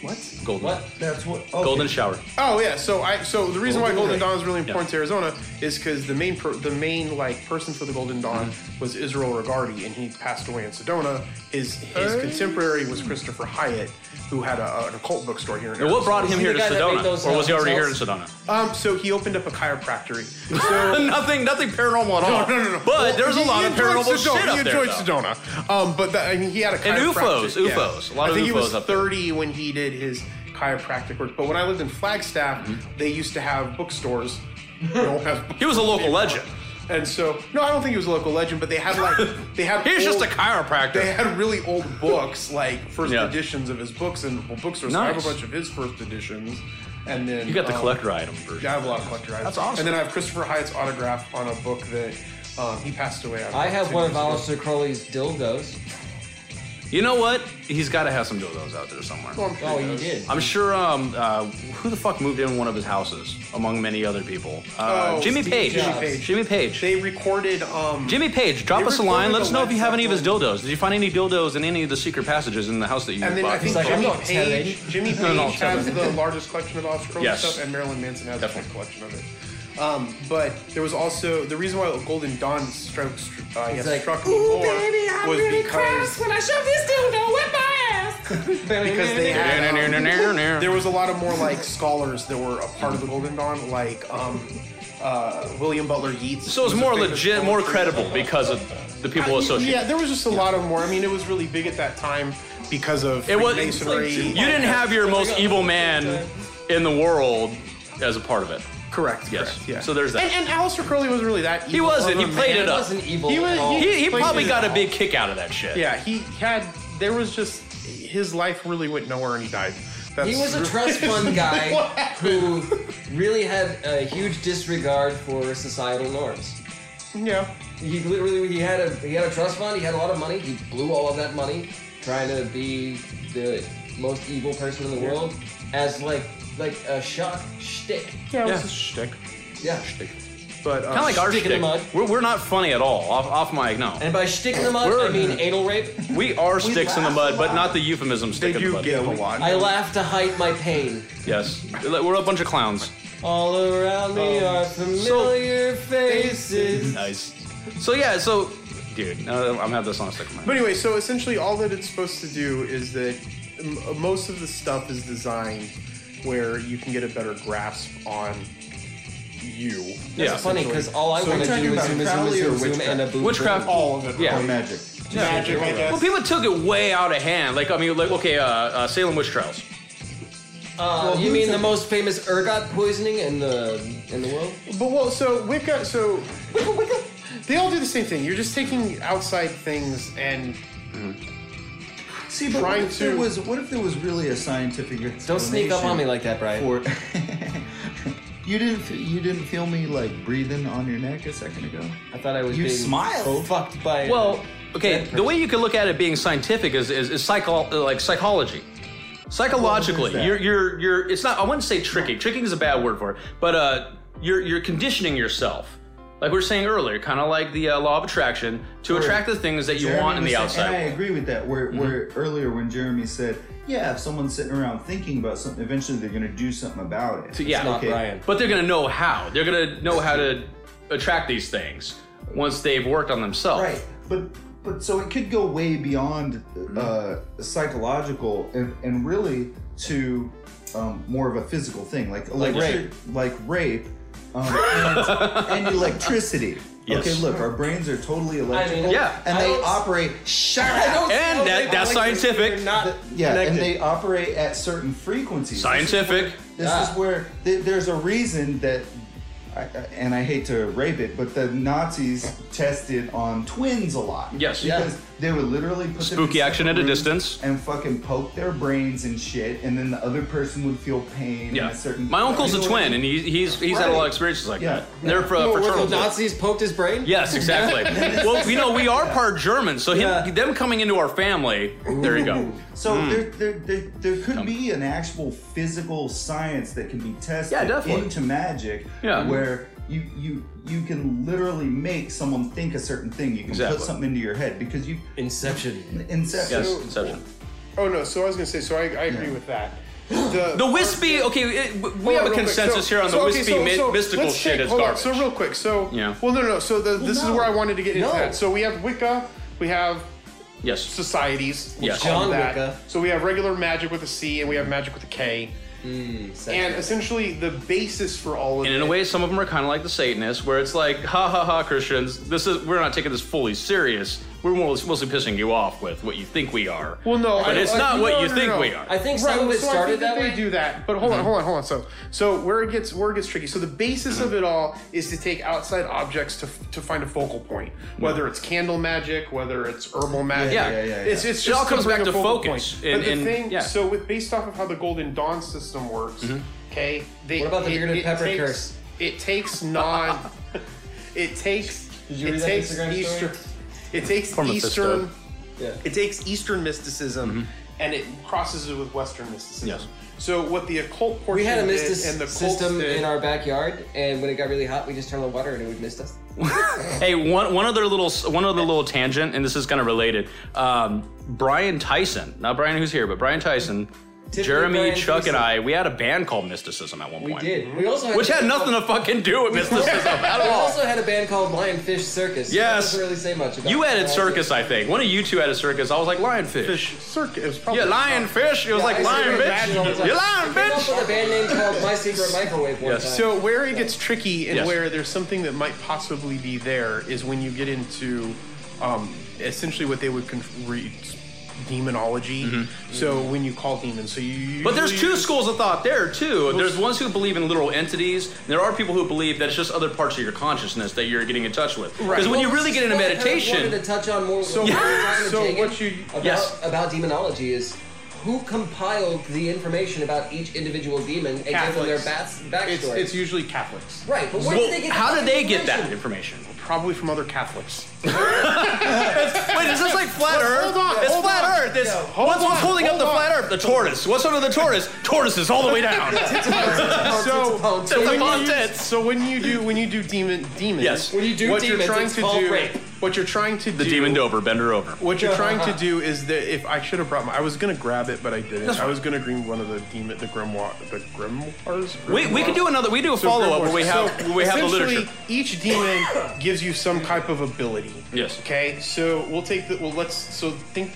S6: What?
S3: Golden.
S4: What?
S5: That's what. Okay.
S3: Golden shower.
S6: Oh yeah, so I so the
S3: Oh,
S6: reason why Golden Dawn is really important to Arizona is because the main per, the main like person for the Golden Dawn
S3: Mm-hmm.
S6: was Israel Regardi, and he passed away in Sedona. His his contemporary was Christopher Hyatt, who had a, an occult bookstore here. In
S3: Now, what brought him
S4: he
S3: here to
S4: the guy that made
S3: Sedona?
S4: those,
S3: Or was he
S4: uh,
S3: already here in
S4: hotels?
S3: Sedona?
S6: Um, so he opened up a chiropractory. So.
S3: nothing, nothing paranormal at all.
S6: No, no, no, no.
S3: But
S6: Well,
S3: there's a
S6: he-
S3: lot
S6: he
S3: of
S6: enjoyed
S3: paranormal
S6: Sedona.
S3: shit up
S6: He
S3: there.
S6: enjoyed
S3: though.
S6: Sedona, um, but that, I mean, he had a
S3: And
S6: chiropractic-
S3: UFOs, UFOs. A lot
S6: I
S3: of
S6: think he was
S3: UFOs up there.
S6: 30 when he did his chiropractic work. But when I lived in Flagstaff, they used to have bookstores. They don't have-
S3: Mm-hmm. He was a local legend.
S6: And so, no, I don't think he was a local legend, but they had like they had.
S3: He's just
S6: old-
S3: a chiropractor.
S6: They had really old books, like first
S3: Yeah.
S6: editions of his books and well, bookstores. I have
S3: Nice.
S6: a bunch of his first editions, and then
S3: you got the
S6: um,
S3: collector item version.
S6: yeah, I have a lot of collector items.
S3: That's awesome.
S6: And then I have Christopher Hyatt's autograph on a book that um, he passed away. on
S4: I have
S6: two
S4: one of
S6: years ago.
S4: Alistair Crowley's dildos.
S3: You know what? He's got to have some dildos out there somewhere.
S6: Oh, I'm pretty
S4: Oh, you
S6: close.
S4: did.
S3: I'm sure. Um, uh, who the fuck moved in one of his houses, among many other people? Uh,
S6: Oh,
S3: Jimmy
S6: Steve
S3: Page.
S6: Jobs. Jimmy Page.
S3: Jimmy Page.
S6: They recorded. Um,
S3: Jimmy Page, drop
S6: They
S3: us a line.
S6: recorded
S3: Let us
S6: the
S3: know if you
S6: Led
S3: have any of his
S6: Zeppelin.
S3: dildos. Did you find any dildos in any of the secret passages in the house that you
S6: And then
S3: bought?
S6: I think
S4: like, I'm
S6: Jimmy
S4: not
S6: Page,
S4: telling.
S6: Jimmy
S3: No, no,
S6: Page
S3: I'm
S6: has the
S3: telling.
S6: largest collection of Alistair Crowley
S3: Yes.
S6: stuff, and Marilyn Manson has
S3: Definitely.
S6: a collection of it. Um, but there was also the reason why Golden Dawn struck, uh, I guess,
S4: like,
S6: struck me more was because
S9: when I shove this dildo whip my ass.
S6: because they had um,
S3: There
S6: there was a lot of more like scholars that were a part of the Golden Dawn, like um, uh, William Butler Yeats.
S3: So it's
S6: was a
S3: more
S6: famous
S3: legit, more
S6: poet.
S3: credible because of the people associated.
S6: Yeah, there was just a lot of more. I mean, it was really big at that time because of
S3: It was
S6: Masonry.
S3: you didn't have your most evil man in the world as a part of it.
S6: correct.
S3: Yes.
S6: correct, yeah.
S3: So there's that.
S6: And, and Alistair Crowley was really that. Evil
S3: He wasn't.
S6: of
S3: He
S6: a
S3: played
S6: man.
S3: it up.
S4: wasn't evil
S6: He was-
S4: at all.
S6: he-
S3: He, he
S6: Played
S3: probably
S6: it
S3: got a
S6: up.
S3: big kick out of that shit.
S6: Yeah, he had. There was just his life really went nowhere, and he died. That's
S4: He was a
S6: really-
S4: trust fund guy
S6: What happened?
S4: who really had a huge disregard for societal norms.
S6: Yeah.
S4: He literally he had a he had a trust fund. He had a lot of money. He blew all of that money trying to be the most evil person in the world as like like a shock shtick.
S6: Yeah, it was
S3: Yeah.
S6: a shtick.
S4: Yeah.
S6: But um,
S3: Kind of like our
S4: Stick in the
S3: shtick.
S4: mud.
S3: We're, we're not funny at all. Off, off mic, no.
S4: And by shtick in the mud, I
S3: We're-
S4: mean anal rape.
S3: We are sticks in the
S5: laugh
S3: mud,
S5: a
S3: but
S5: lot.
S3: not the euphemism
S6: they
S3: stick in the
S6: do
S3: mud.
S6: give a lot.
S4: I laugh to hide my pain.
S3: Yes. We're a bunch of clowns.
S4: All around me
S5: Um,
S4: are familiar faces.
S3: Nice. So, yeah, so. Dude, no, I'm gonna have this on a stick of mine.
S6: But anyway, so essentially, all that it's supposed to do is that m- uh, most of the stuff is designed where you can get a better grasp on you.
S3: yeah.
S4: It's funny because all I
S5: So
S4: want
S5: we're
S4: to
S5: talking
S4: do is
S5: about
S4: zoom, zoom,
S5: Crowley or
S4: zoom, zoom,
S5: witchcraft?
S4: and a boob.
S3: Witchcraft.
S6: All of it.
S5: Or
S3: Yeah.
S5: magic.
S6: Magic, I guess.
S3: Well, people took it way out of hand. Like, I mean, like, okay, uh, uh, Salem witch trials.
S4: Uh, you mean the most famous ergot poisoning in the in the world?
S6: But well, so Wicca, so Wicca, Wicca, they all do the same thing. You're just taking outside things and
S5: See, but what
S6: Trying
S5: if there
S6: to-
S5: was what if there was really a scientific
S4: Don't sneak up on me
S5: explanation
S4: like that, Brian.
S5: for you didn't f- you didn't feel me like breathing on your neck a second ago.
S4: I thought I was
S5: You
S4: being
S5: smiled.
S4: fucked by.
S3: Well, okay,
S4: That
S3: the way you can look at it being scientific is is, is psycho like psychology. Psychologically,
S5: that?
S3: you're you're you're. It's not. I wouldn't say tricking. Tricking is a bad word for it. But uh, you're you're conditioning yourself, like we were saying earlier, kind of like the uh, law of attraction, to attract the things that you
S5: Jeremy
S3: want in
S5: was
S3: the
S5: saying-
S3: outside.
S5: And I
S3: world. Mm-hmm.
S5: agree with that. Where, where earlier when Jeremy said, "Yeah, if someone's sitting around thinking about something, eventually they're going to do something about it."
S3: So, yeah,
S4: not
S5: okay.
S4: Brian.
S3: but they're gonna know how. They're gonna know how to attract these things once they've worked on themselves.
S5: Right, but but so it could go way beyond uh,
S3: Mm-hmm.
S5: psychological and, and really to um, more of a physical thing, like like
S3: rape.
S5: like rape, um, and, and electricity.
S3: Yes.
S5: Okay, look, our brains are totally electrical,
S3: Yeah.
S5: and
S4: I
S5: they
S4: don't-
S5: operate. Shut
S4: I
S5: up.
S4: don't
S3: And
S4: smell
S3: that-
S4: rape.
S3: that's
S4: I like this.
S3: scientific.
S4: You're not-
S5: Yeah, and they operate at certain frequencies.
S3: Scientific.
S5: This
S4: Yeah.
S5: is where th- there's a reason that, I, I- and I hate to rape it, but the Nazis tested on twins a lot.
S3: Yes. Yeah.
S5: Because they would literally put them in
S3: Spooky action
S5: separate
S3: at a
S5: rooms
S3: distance.
S5: and fucking poke their brains and shit, and then the other person would feel pain.
S3: Yeah.
S5: And a certain.
S3: My uncle's
S5: You
S3: a
S5: know what I
S3: twin, and
S5: mean?
S3: he, he's he's had a lot of experiences like
S5: Yeah.
S3: that. They're fr-
S4: Oh, where
S3: fraternal.
S4: the Nazis poked his brain.
S3: Yes, exactly. well, you know, we are part German, so him,
S4: Yeah.
S3: them coming into our family, there you go. Mm.
S5: So there, there, there, there could be an actual physical science that can be tested
S3: Yeah, definitely.
S5: into magic,
S3: Yeah.
S5: where you you you can literally make someone think a certain thing. You can
S3: Exactly.
S5: put something into your head because you
S4: Inception.
S5: inception.
S3: Yes, Inception.
S6: oh no. So I was gonna say, so I, I agree with that. The,
S3: The wispy, okay, it, we have a consensus here on the
S6: wispy
S3: wispy mi- mystical shit is
S6: hold
S3: garbage.
S6: On, so real quick, so
S3: Yeah.
S6: Well, no, no. So the, this is where I wanted to get into
S4: No.
S6: that. So we have Wicca, we have
S3: yes.
S6: societies, we'll
S3: Yes.
S6: call it
S4: John
S6: that.
S4: Wicca.
S6: So we have regular magic with a C, and we have magic with a K. And essentially, the basis for all of
S3: And in
S6: it-
S3: a way, some of them are kind of like the Satanists, where it's like, ha ha ha, Christians, this is we're not taking this fully serious. We're more, mostly pissing you off with what you think we are.
S6: Well, no,
S3: but
S6: I-
S3: it's
S6: I-
S3: not
S6: no,
S3: what
S6: no,
S3: you
S6: no,
S3: think
S6: no.
S3: we are. Mm-hmm.
S4: I think some of it
S6: so I
S4: started
S6: think
S4: that
S6: they
S4: way.
S6: do that, but hold on, hold on, hold on. So, so where it gets where it gets tricky. So the basis of it all is to take outside objects to to find a focal point,
S3: Mm-hmm.
S6: whether it's candle magic, whether it's herbal magic.
S3: yeah, yeah, yeah.
S6: It's, it's
S3: It all
S6: just
S3: comes
S6: bring
S3: back
S6: a
S3: to
S6: focal
S3: focus
S6: point.
S3: and-
S6: but the
S3: and-
S6: thing,
S3: yeah.
S6: so with based off of how the Golden Dawn system works,
S3: Mm-hmm.
S6: okay, they,
S4: What about the
S6: it-
S4: bearded
S6: it
S4: pepper
S6: takes-
S4: curse?
S6: It takes non. it takes.
S4: you read
S6: it
S4: that
S6: takes
S4: Instagram story?
S6: Eastern. It takes
S3: From Mephisto.
S6: Eastern.
S4: Yeah.
S6: It takes Eastern mysticism and it crosses it with Western mysticism.
S3: Mm-hmm. Yes.
S6: So what the occult portion
S4: We had a
S6: did
S4: mystic
S6: and the
S4: system
S6: cults did,
S4: in our backyard, and when it got really hot, we just turned on water and it would mist us.
S3: Hey, one one other little one other little tangent, and this is kind of related. Um, Brian Tyson, not Brian who's here, but Brian Tyson, Jeremy,
S4: Brian
S3: Chuck,
S4: Tyson.
S3: and I, we had a band called Mysticism at one
S4: We
S3: point.
S4: did. We also had
S3: Which had nothing to fucking do with mysticism at
S4: We
S3: all.
S4: also had a band called Lionfish Circus.
S3: Yes.
S4: That doesn't really say much about
S3: You
S4: it.
S3: added circus, I think. One of you two added circus. I was like lionfish.
S6: fish circuit. It was probably
S3: Yeah, lionfish. It was like
S4: I
S3: lion
S4: started
S3: bitch.
S4: imagining, I was like,
S3: You lion
S4: I came up
S3: bitch.
S4: with a band name called My Secret Microwave one
S3: Yes.
S4: time.
S6: So where it gets tricky and
S3: Yes.
S6: where there's something that might possibly be there is when you get into um, essentially what they would con- re- demonology.
S3: Mm-hmm.
S6: So when you call demons, so you
S3: But there's
S6: usually
S3: two
S6: use-
S3: schools of thought there too. There's ones who believe in literal entities. And there are people who believe that it's just other parts of your consciousness that you're getting in touch with. Because when you really get into
S4: Well, I kind of
S3: meditation,
S4: wanted to touch on more.
S6: So-
S4: we were talking to
S6: so
S4: Tegan
S6: what you-
S4: about,
S3: Yes.
S4: about demonology is who compiled the information about each individual demon and gave them their
S6: Catholics.
S4: bats,
S6: It's,
S4: backstory.
S6: it's usually Catholics,
S4: right, but where
S3: Well,
S4: did they get
S3: how
S4: the
S3: did they get that
S4: information?
S3: information?
S6: probably from other Catholics.
S3: Wait, is this like flat
S6: Well,
S3: Earth?
S6: hold on,
S3: It's
S6: hold
S3: flat
S6: on.
S3: Earth. It's,
S6: No, hold
S3: what's
S6: on,
S3: pulling up
S6: hold
S3: the
S6: on.
S3: flat Earth? The tortoise. What's under the tortoise? Tortoises all the way down.
S6: so,
S3: That's the
S6: when you-
S3: contents.
S6: so when you do when you do demon demons,
S3: Yes. When
S4: you do
S6: what
S4: demons,
S6: you're trying
S4: it's
S6: to
S4: called
S6: do,
S4: rape.
S6: what you're trying to
S3: The
S6: do,
S3: demon Dover, bend her over.
S6: What you're trying to do is that if I should have brought my, I was gonna grab it, but I didn't. I was gonna green one of the demon, the grimoire, the grimoires.
S3: We, we could do another. We do a
S6: So
S3: follow up
S6: grimoires.
S3: where we have
S6: So
S3: where we have the
S6: essentially,
S3: literature.
S6: Each demon gives you some type of ability.
S3: Yes.
S6: Okay. So we'll take the. Well, let's. So think.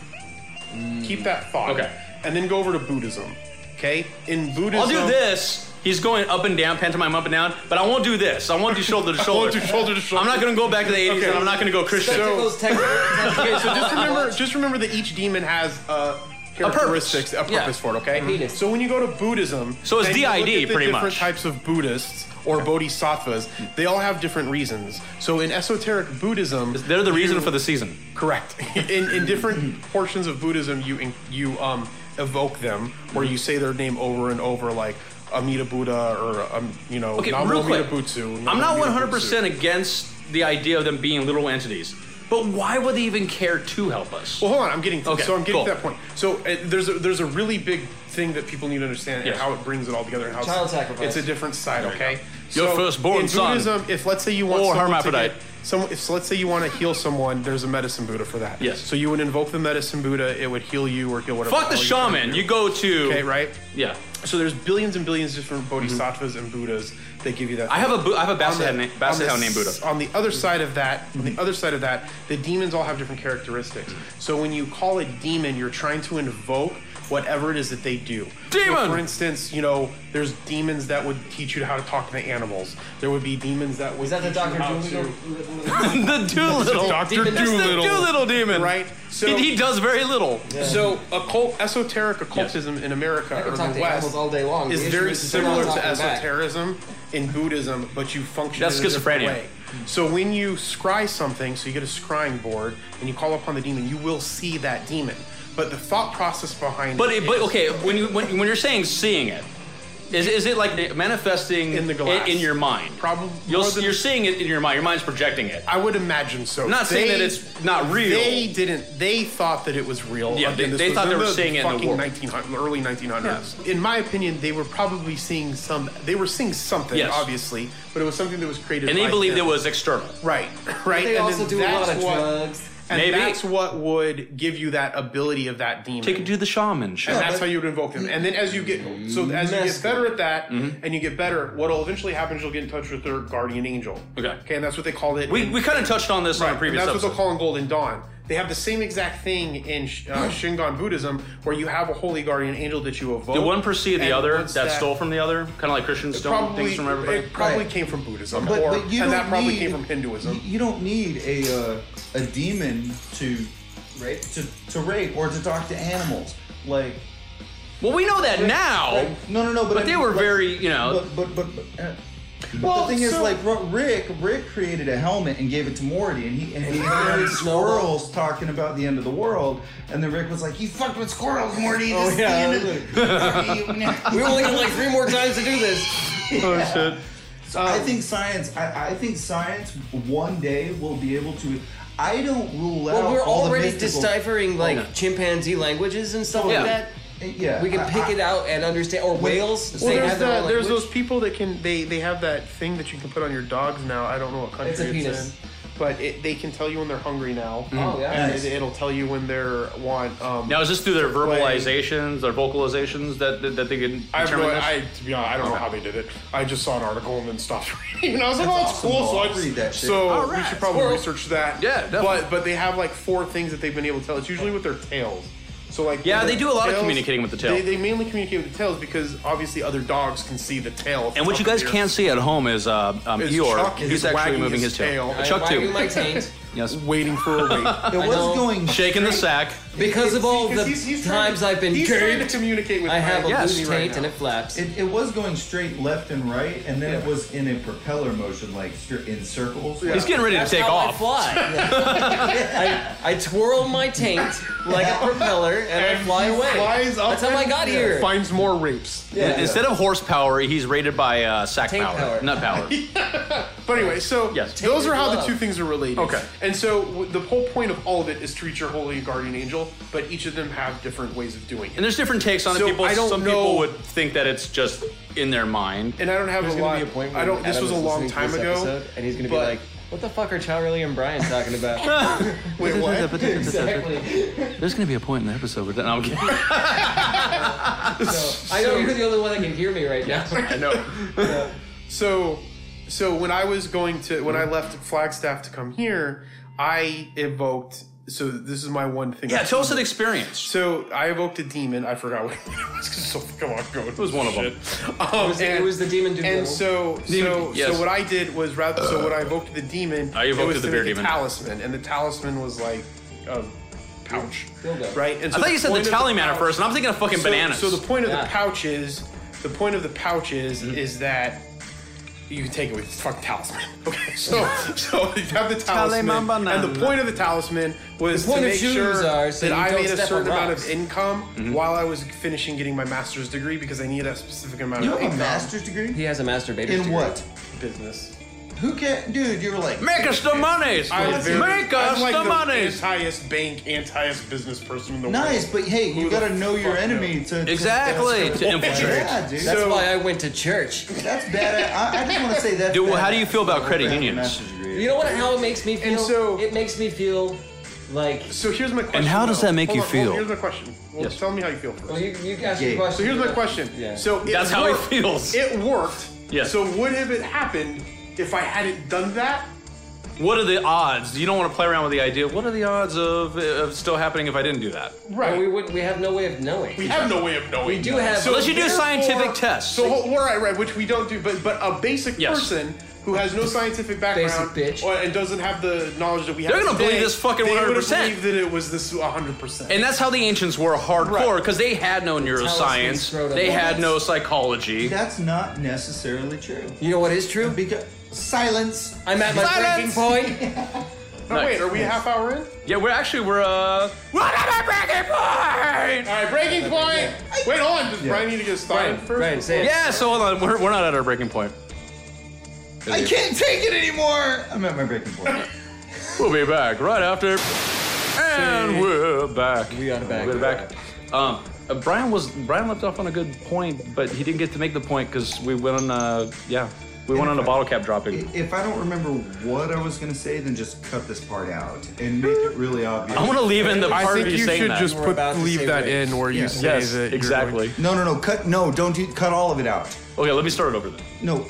S6: Keep that thought.
S3: Okay.
S6: And then go over to Buddhism. Okay. In Buddhism.
S3: I'll do this. He's going up and down, pantomime up and down, but I won't do this. I won't do shoulder to shoulder.
S6: do shoulder to shoulder.
S3: I'm not going to go back to the 80s
S6: Okay.
S3: and I'm not going to go Christian.
S4: Spectacles, tech-
S6: Okay, so just remember, just remember that each demon has uh, characteristics, a purpose,
S3: Yeah.
S6: for it. Okay.
S4: Penis.
S6: So when you go to Buddhism,
S3: So it's
S6: and you look
S3: DID
S6: at the
S3: pretty
S6: different
S3: much.
S6: types of Buddhists or bodhisattvas, they all have different reasons. So in esoteric Buddhism,
S3: They're the reason
S6: you-
S3: for the season.
S6: Correct. In, in different portions of Buddhism, you you um, evoke them, or you say their name over and over, like Amida Buddha, or um, you know,
S3: Okay,
S6: Namo
S3: real
S6: Amida
S3: quick.
S6: Butsu.
S3: I'm
S6: Namo
S3: not
S6: Amida
S3: 100 percent
S6: Butsu.
S3: against the idea of them being literal entities, but why would they even care to help us?
S6: Well, hold on. I'm getting to,
S3: Okay,
S6: so I'm getting
S3: cool.
S6: to that point. So uh, there's a, there's a really big thing that people need to understand
S3: Yes.
S6: and how it brings it all together. And how
S4: Child
S6: it's,
S4: sacrifice.
S6: It's a different side. Okay.
S3: Your firstborn
S6: in
S3: son.
S6: Buddhism, if let's say you want
S3: Or
S6: someone to
S3: hermaphrodite.
S6: get- some, if let's say you want to heal someone, there's a medicine Buddha for that.
S3: Yes.
S6: So you would invoke the medicine Buddha. It would heal Oh, you or heal whatever.
S3: Fuck the
S6: hell you're trying to
S3: shaman.
S6: do.
S3: You go to
S6: Okay, right?
S3: Yeah,
S6: So there's billions and billions of different bodhisattvas and Buddhas that give you that.
S3: I have a
S6: thing.
S3: Bu- I have a basset
S6: On
S3: hound na- basset
S6: on
S3: hound named Buddha. Mm-hmm.
S6: On the other side of that, on the other side of that, the demons all have different characteristics.
S3: Mm-hmm.
S6: So when you call a demon, you're trying to invoke whatever it is that they do. So
S3: Demon!
S6: for instance, you know, there's demons that would teach you how to talk to animals. There would be demons that would.
S4: Was that the
S6: teach you
S4: Dr.
S6: how
S4: Doolittle?
S6: to-
S3: the Doolittle.
S6: Dr.
S3: That's the
S6: Doolittle.
S3: Doolittle demon,
S6: Right? So-
S3: he, he does very little.
S6: So occult, esoteric occultism in America
S4: can
S6: or
S4: talk
S6: the
S4: to
S6: West
S4: animals all day long.
S6: is
S4: The issue
S6: very
S4: is that they're not
S6: similar to
S4: talking back.
S6: esotericism in Buddhism, but you function
S3: That's
S6: in a different
S3: schizophrenia.
S6: way. So when you scry something, so you get a scrying board and you call upon the demon, you will see that demon. But the thought process behind
S3: But
S6: it
S3: it, but
S6: is-
S3: okay, when you when, when you're saying seeing it, is, is it like manifesting
S6: In the glass.
S3: in, your mind?
S6: Probably
S3: You'll,
S6: more than-
S3: you're seeing it in your mind. Your mind's projecting it.
S6: I would imagine so.
S3: not saying that it's not real.
S6: They didn't. They thought that it was real.
S3: Yeah, they-
S6: this
S3: they
S6: was
S3: thought
S6: in
S3: they were
S6: the
S3: seeing it in the
S6: fucking
S3: world.
S6: 1900 early 1900s. In my opinion, they were probably seeing some. They were seeing something,
S3: Yes.
S6: obviously, but it was something that was created.
S3: and they
S6: by
S3: believed
S6: them.
S3: it was external.
S6: Right, right.
S4: They
S6: and
S4: also
S6: then
S4: do a lot
S6: that's
S4: of
S6: what-
S4: drugs.
S6: And
S3: Maybe.
S6: that's what would give you that ability of that demon.
S3: Take it to the shaman.
S6: and
S3: shaman.
S6: that's how you would invoke them. And then as you get so as you get better at that,
S3: Mm-hmm.
S6: and you get better, what'll eventually happen is you'll get in touch with their guardian angel.
S3: Okay.
S6: Okay, and that's what they called it.
S3: We,
S6: in-
S3: we kind of touched on this
S6: Right,
S3: on a
S6: and
S3: previous
S6: that's
S3: episode.
S6: what they'll call in Golden Dawn. They have the same exact thing in Sh-
S3: Hmm.
S6: uh, Shingon Buddhism, where you have a holy guardian angel that you evoke.
S3: Did one precede the
S6: and
S3: other that,
S6: once that-
S3: stole from the other? Kind of like Christians stole
S6: Probably,
S3: things from everybody?
S6: it probably
S5: Right.
S6: came from Buddhism,
S5: But,
S6: or,
S5: but you don't
S6: and that probably
S5: need-
S6: came from Hinduism.
S5: You don't need a uh, a demon to rape to, to rape or to talk to animals. Like
S3: well, we know that
S6: Oh.
S3: now.
S5: like- no, no, no. But,
S3: But
S5: I
S3: they
S5: mean,
S3: were
S5: like-
S3: very, you know-
S5: But but but. but uh, but the thing is, like Ro- Rick, Rick created a helmet and gave it to Morty, and he and he heard squirrels talking about the end of the world, and then Rick was like, "You fucked with squirrels, Morty.
S3: Oh,
S5: This is
S4: yeah,
S5: the end of the
S4: We only got like three more times to do this.
S3: Oh,
S5: I think science. I, I think science one day will be able to. I don't rule out.
S4: Well, we're
S5: all the
S4: already
S5: mystical-
S4: deciphering like chimpanzee languages and stuff
S3: Yeah.
S4: like that.
S5: Uh, Yeah,
S4: We can
S5: I-
S4: pick
S5: I-
S4: it out and understand. Or whales.
S5: Well,
S6: Well,
S4: they
S6: there's
S4: have their
S6: that.
S4: own
S6: There's
S4: language.
S6: those people that can. They they have that thing that you can put on your dogs now. I don't know what country
S4: It's a penis.
S6: in, but it, they can tell you when they're hungry now.
S3: Hmm.
S4: Oh, yeah.
S6: And
S5: Nice.
S6: it, it'll tell you when they're want. Um,
S3: Now, is this through their
S6: play-
S3: verbalizations, their vocalizations that that, that they can
S6: I, have
S3: determine
S6: no-
S3: this?
S6: I to be honest, I don't know how they did it. I just saw an article and then stopped reading. And I was like,
S5: That's
S6: oh, it's
S5: awesome,
S6: cool.
S5: though.
S6: So I
S5: I'll read that shit.
S6: So
S3: All
S6: we
S3: right,
S6: should probably
S3: squirrel.
S6: research that.
S3: Yeah, definitely.
S6: But but they have like four things that they've been able to tell. It's usually with their tails. So like
S3: Yeah,
S6: with
S3: they
S6: their
S3: do a lot of communicating with the tail.
S6: They, they mainly communicate with the tails because obviously other dogs can see the tail.
S3: and what you guys can't see at home is uh, um,
S6: Is
S3: Eeyore.
S6: Chuck
S3: he's
S6: is
S3: actually
S6: wagging
S3: moving his,
S6: his
S3: tail.
S6: tail.
S3: Chuck
S4: I'm wagging
S3: too.
S4: my taint
S3: yes.
S6: waiting for a wait.
S5: It
S4: I
S5: was
S4: know.
S5: going
S3: Shaking the sack.
S4: because of all the
S6: Because he's- he's trying
S4: times
S6: to-
S4: I've been
S6: he's trying to
S4: gaped.
S6: communicate with
S4: I have a
S6: Mike.
S3: Yes.
S4: loose
S6: Right
S4: taint
S6: now.
S4: and it flaps.
S5: It, it was going straight left and right, and then it was in a propeller motion, like stri- in circles.
S3: He's getting ready
S4: That's
S3: to take
S4: how
S3: off.
S4: I fly. I, I twirl my taint like a propeller and, I
S6: And
S4: fly
S6: he
S4: away.
S6: flies up
S4: That's how I
S6: and
S4: got here.
S6: Finds more rapes.
S4: Yeah.
S3: Instead of horsepower, he's rated by uh, sack
S4: Tank
S3: power,
S4: power.
S3: nut power.
S6: But anyway, so
S3: Yes.
S6: those are how the
S4: Love.
S6: two things are related.
S3: Okay.
S6: And so w- the whole point of all of it is to reach your holy guardian angel, but each of them have different ways of doing
S3: And
S6: it.
S3: there's different takes on
S6: So,
S3: it. People,
S6: I don't
S3: some
S6: know-
S3: people would think that it's just in their mind.
S6: And I don't have
S4: There's
S6: a
S4: gonna
S6: lot.
S4: be a point where
S6: I don't. This
S4: Adam
S6: was a
S4: is
S6: long
S4: listening to
S6: time
S4: this
S6: ago,
S4: episode, and he's gonna be
S6: but-
S4: like, "What the fuck are Charlie and Brian talking about?"
S6: Wait, what?
S4: exactly.
S3: There's going to be a point in the episode where that. No, I'm kidding.
S4: I know you're the only one that can hear me right now.
S6: I know. So, so when I was going to when I left Flagstaff to come here, I evoked. So this is my one thing.
S3: yeah, tell us an experience.
S6: So I evoked a demon. I forgot what it was. 'cause so come on, go. It
S3: was one of them.
S6: Um,
S4: was- it was the demon Doolittle.
S6: And so, so,
S3: Demon- yes.
S6: so what I did was rather. So what I evoked the demon.
S3: I
S6: it
S3: evoked
S6: was
S3: the
S6: to
S3: beer
S6: make a
S3: demon.
S6: talisman, and the talisman was like a pouch,
S4: Dildo.
S6: right? And so
S3: I thought
S6: the
S3: you said the
S6: point of
S3: tally man at
S6: pouch-
S3: first, and I'm thinking of fucking
S6: so,
S3: bananas.
S6: So the point of
S4: Yeah.
S6: the pouch is, the point of the pouch is,
S3: Mm-hmm.
S6: is that you can take it with fuck talisman. Okay, so so you have the talisman,
S3: Talisman
S6: and the point of the talisman was
S4: The point
S6: to
S4: of
S6: make
S4: shoes
S6: sure
S4: are so
S6: that
S4: you
S6: I
S4: don't
S6: made a
S4: step
S6: certain
S4: on
S6: amount
S4: rocks.
S6: of income
S3: Mm-hmm.
S6: while I was finishing getting my master's degree because I needed a specific amount
S5: You
S6: of
S5: have a
S6: income.
S5: master's degree?
S4: He has a masturbator.
S5: In what?
S6: business.
S5: Who can, dude? You were like,
S3: Make us the monies!
S6: I'm very-
S3: Make
S6: I'm
S3: us
S6: like
S3: the,
S6: the
S3: monies!
S6: Antiest bank, antiest business person in the world.
S5: nice, but hey, you
S6: Who
S5: gotta
S6: the
S5: know your
S6: fuck
S5: enemy
S6: knows?
S5: to to-
S3: Exactly, to infiltrate.
S5: Yeah, dude,
S4: That's
S6: So-
S4: why I went to church.
S5: that's bad. I, I just want to say that.
S3: Dude, well, how do you feel about credit unions?
S4: You know what? How it makes me feel?
S6: And so-
S4: it makes me feel like.
S6: So here's my question.
S8: how does
S6: though.
S8: that make
S6: Hold
S8: you
S6: on, hold on,
S8: feel?
S6: Here's my question. Well,
S3: Yes.
S6: tell me how you feel first.
S4: Well, you, you asked your
S5: Yeah.
S4: question.
S6: So here's my question.
S4: Yeah.
S6: So it
S3: That's how he
S6: worked.
S3: feels.
S6: It worked.
S3: Yes.
S6: So would have it happened if I hadn't done that?
S3: What are the odds? You don't want to play around with the idea. What are the odds of, of still happening if I didn't do that?
S4: Well, we would. We have no way of knowing.
S6: We have no way of knowing. We
S4: do have-
S3: Unless you do scientific tests.
S6: So hold- all right, right, which we don't do, but but a basic
S3: Yes.
S6: person who has no scientific background
S4: bitch.
S6: Or, and doesn't have the knowledge that we have.
S3: They're gonna
S6: today,
S3: believe this fucking
S6: they would have
S3: 100%.
S6: believed that it was this 100. percent
S3: And that's how the ancients were hardcore
S6: Right.
S3: because they had no neuroscience,
S4: scrotum.
S3: they had no psychology.
S5: That's not necessarily true.
S4: You know what is true?
S5: Because silence.
S4: I'm at my
S3: Silence!
S4: breaking point.
S6: No, wait, are we a half hour in?
S3: Yeah, we're actually we're uh. We're at a breaking point.
S6: All right, breaking point. Wait, hold on. Does Brian need to get started
S4: Brian,
S6: first?
S4: Brian, say it.
S3: Yeah, so hold on, we're, we're not at our breaking point.
S5: I can't take it anymore. I'm at my breaking point.
S3: We'll be back right after, and we're back.
S4: We are back.
S3: We're back. Um, uh, Brian was Brian left off on a good point, but he didn't get to make the point because we went on. Uh, yeah, we went on a bottle cap dropping.
S5: If I don't remember what I was gonna say, then just cut this part out and make it really obvious.
S3: I want to leave in the part of you saying that.
S4: We're about to say rape.
S6: where you
S5: Yeah.
S3: yes, exactly.
S5: No, no, no. Cut. No, don't do. Cut all of it out.
S3: Okay, let me start it over then.
S5: No.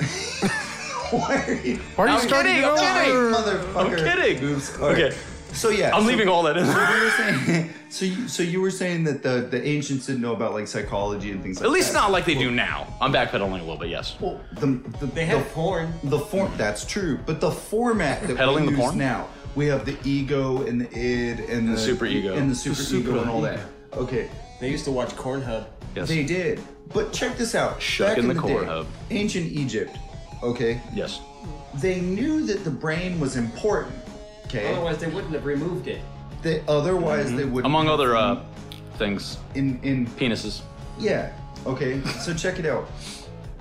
S5: Why are you?
S6: Why
S3: I'm kidding. I'm kidding.
S5: Motherfucker.
S3: I'm kidding.
S5: Oops. All right.
S3: Okay,
S5: So yeah.
S3: I'm
S5: so-
S3: leaving all that in.
S5: So you were saying, so you, so you were saying that the, the ancients didn't know about like psychology and things like
S3: At least
S5: that.
S3: not like they do now. I'm backpedaling a little bit, yes.
S5: Well, the, the,
S4: They
S5: the,
S4: have porn.
S5: the form that's true, but the format that
S3: Peddling
S5: we
S3: the
S5: use
S3: porn?
S5: now, we have the ego and the id and the, e-,
S3: superego.
S5: and the super, ego and all that. Okay,
S4: They used to watch Cornhub.
S3: Yes.
S5: they did, but check this out.
S3: Shuck
S5: Back
S3: in the
S5: the
S3: corn
S5: day,
S3: hub.
S5: Ancient Egypt. Okay,
S3: Yes.
S5: they knew that the brain was important. Okay,
S4: Otherwise, they wouldn't have removed it.
S5: that otherwise they would
S3: Among other uh, things,
S5: in in
S3: penises.
S5: Yeah. Okay. So check it out.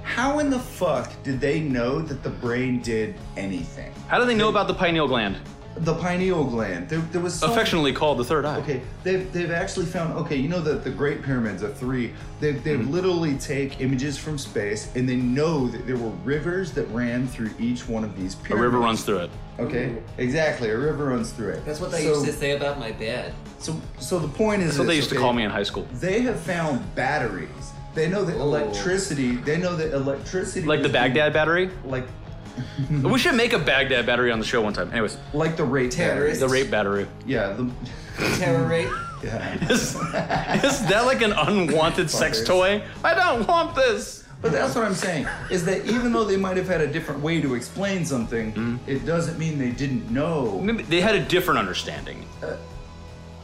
S5: How in the fuck did they know that the brain did anything?
S3: How do they know about the pineal gland,
S5: The pineal gland. There, there was some,
S3: affectionately called the third eye?
S5: Okay. They've they've actually found. Okay. You know that the Great Pyramids of three. They've
S3: Mm-hmm.
S5: they've literally take images from space and they know that there were rivers that ran through each one of these
S3: A
S5: pyramids.
S3: river runs through it.
S5: Okay. Exactly. A river runs through it.
S4: That's what they
S5: so,
S4: used to say about my bed.
S5: So so the point is.
S3: So they
S5: this,
S3: used to
S5: okay?
S3: call me in high school.
S5: They have found batteries. They know that electricity. They know that electricity.
S3: Like the
S5: is-
S3: Baghdad battery?
S5: Like Mm-hmm.
S3: We should make a Baghdad battery on the show one time. Anyways,
S5: like the rape
S4: Terrorists.
S3: the rape battery.
S5: battery. Yeah, the,
S4: Terror rape.
S5: yeah.
S3: Is, is that like an unwanted sex toy? I don't want this.
S5: But that's what I'm saying is that even though they might have had a different way to explain something,
S3: Hmm?
S5: it doesn't mean they didn't know
S3: Maybe They had a different understanding.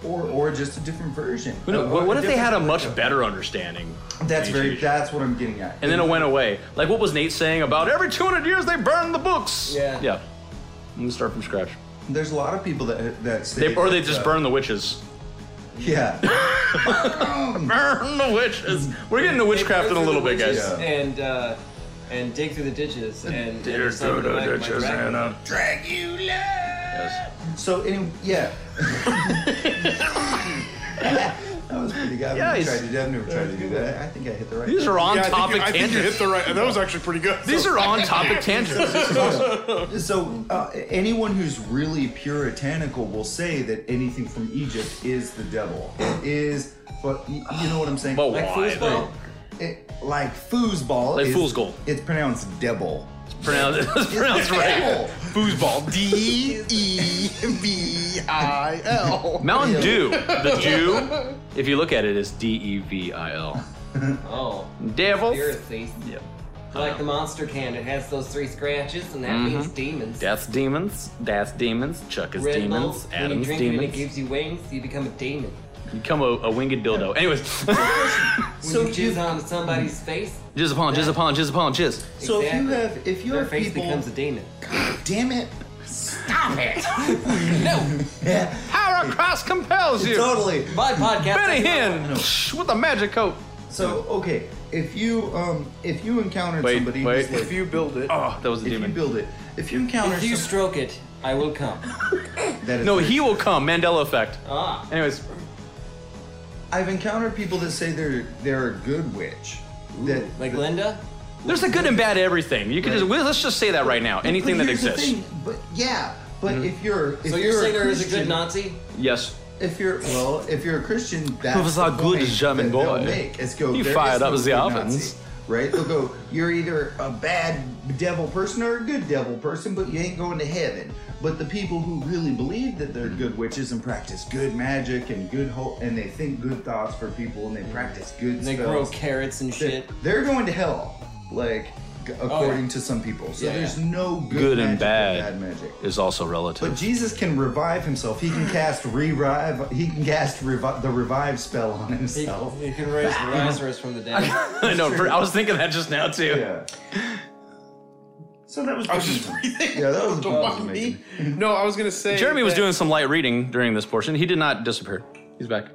S5: or or just a different version.
S3: Who kno-
S5: Or
S3: what, what if they had a
S5: different-
S3: much better understanding?
S5: That's very.
S3: Jeez.
S5: That's what I'm getting at.
S3: And then it went away. Like what was Nate saying about every 200 years they burn the books?
S4: Yeah.
S3: Yeah. I'm gonna start from scratch.
S5: There's a lot of people that that say
S3: They, or they
S5: that,
S3: just
S5: uh,
S3: burn the witches.
S5: Yeah,
S3: Burn the witches. We're getting to witchcraft in a little bit, guys.
S5: witches. Yeah.
S4: And uh, and dig through the ditches and. and
S3: Dig
S4: suck
S3: through
S4: the
S3: the
S4: back of my
S3: ditches
S4: dragon.
S3: and, uh, Yes.
S5: So anyway, yeah. that was pretty good. I've,
S3: Yeah,
S5: never
S3: he's-
S5: tried to do, I've never tried to do that. I think I hit the right.
S3: These are on
S6: Yeah, I think, you,
S3: topic
S6: I think you
S3: tangents.
S6: hit the right. That was actually pretty good.
S3: These are on topic tangents. This is awesome.
S5: So uh, anyone who's really puritanical will say that anything from Egypt is the devil. It is, but y- you know what I'm saying.
S3: But
S5: like
S3: why,
S5: foosball, it, like foosball,
S3: Like
S5: is-
S3: fool's gold.
S5: It's pronounced devil.
S3: Pronounce, it's pronounced right.
S5: Devil.
S3: Foosball.
S6: D E V I L.
S3: Mountain Dew. The Dew, if you look at it, is D E V I L.
S4: Oh,
S3: Devil.
S4: you're a thief.
S3: Yep.
S4: Like the monster can, it has those three scratches, and that means demons.
S3: Death's demons. Death's demons. Chuck Mm-hmm. is
S4: Red Bull,
S3: demons.
S4: when you
S3: Adam's
S4: drink it and it
S3: demons. You
S4: gives you wings, you become a demon.
S3: become a, a winged dildo. Anyways,
S4: When you jizz on somebody's face,
S3: jizz upon, jizz upon, jizz upon, jizz.
S5: So if you
S4: Exactly.
S5: have, if you
S4: their
S5: have
S4: face
S5: people,
S4: becomes a demon.
S5: damn it,
S3: Power cross compels you.
S5: totally.
S4: My podcast.
S3: Benny
S5: No.
S3: Hinn psh, with a magic coat.
S5: So okay, if you um if you encountered
S3: Wait,
S5: somebody
S3: wait.
S5: who's like,
S6: If you build it,
S3: Oh, that was a
S5: if you
S3: demon.
S5: build it, if you encounter
S4: If you
S5: some-
S4: stroke it, I will come.
S5: that is
S3: No,
S5: very
S3: he will come. Mandela effect.
S4: Ah,
S3: Anyways,
S5: I've encountered people that say they're they're a good witch. that
S4: like
S5: that-
S4: Linda.
S3: there's a good and bad everything. You can just well, let's just say that right now. Anything
S5: But
S3: that
S5: here's the
S3: exists.
S5: thing, But yeah, but if you're if
S4: So you're, saying there is a
S5: Christian-
S4: good Nazi?
S3: Yes.
S5: If you're well, if you're a Christian, that's
S3: was
S5: the
S3: a good
S5: point
S3: German
S5: that they'll
S3: boy.
S5: Make. It's go.
S3: He
S5: there
S3: fired
S5: is
S3: up
S5: no
S3: the
S5: good
S3: ovens.
S5: Nazi, right? They'll go. You're either a bad devil person or a good devil person, but you ain't going to heaven. But the people who really believe that they're good witches and practice good magic and good hope, and they think good thoughts for people and they practice good.
S4: And they grow
S5: spells,
S4: carrots and
S5: that
S4: shit.
S5: They're going to hell, like g- according to some people. So
S4: Yeah, yeah.
S5: there's no
S3: Good
S5: good, magic
S3: and bad
S5: bad magic.
S3: is also
S5: But
S3: relative.
S5: Jesus can revive himself. He can cast revive. He can cast revi- the revive spell on
S4: You
S5: himself.
S4: you can raise Lazarus from the dead.
S3: I know. for- I was thinking that just now too.
S5: Yeah. So that was.
S6: I was just breathing.
S5: Yeah, that was the
S6: Don't
S5: point I was
S6: mind me.
S5: making.
S6: No, I was gonna say
S3: Jeremy was
S6: that-
S3: doing some light reading during this portion. He did not disappear. He's back.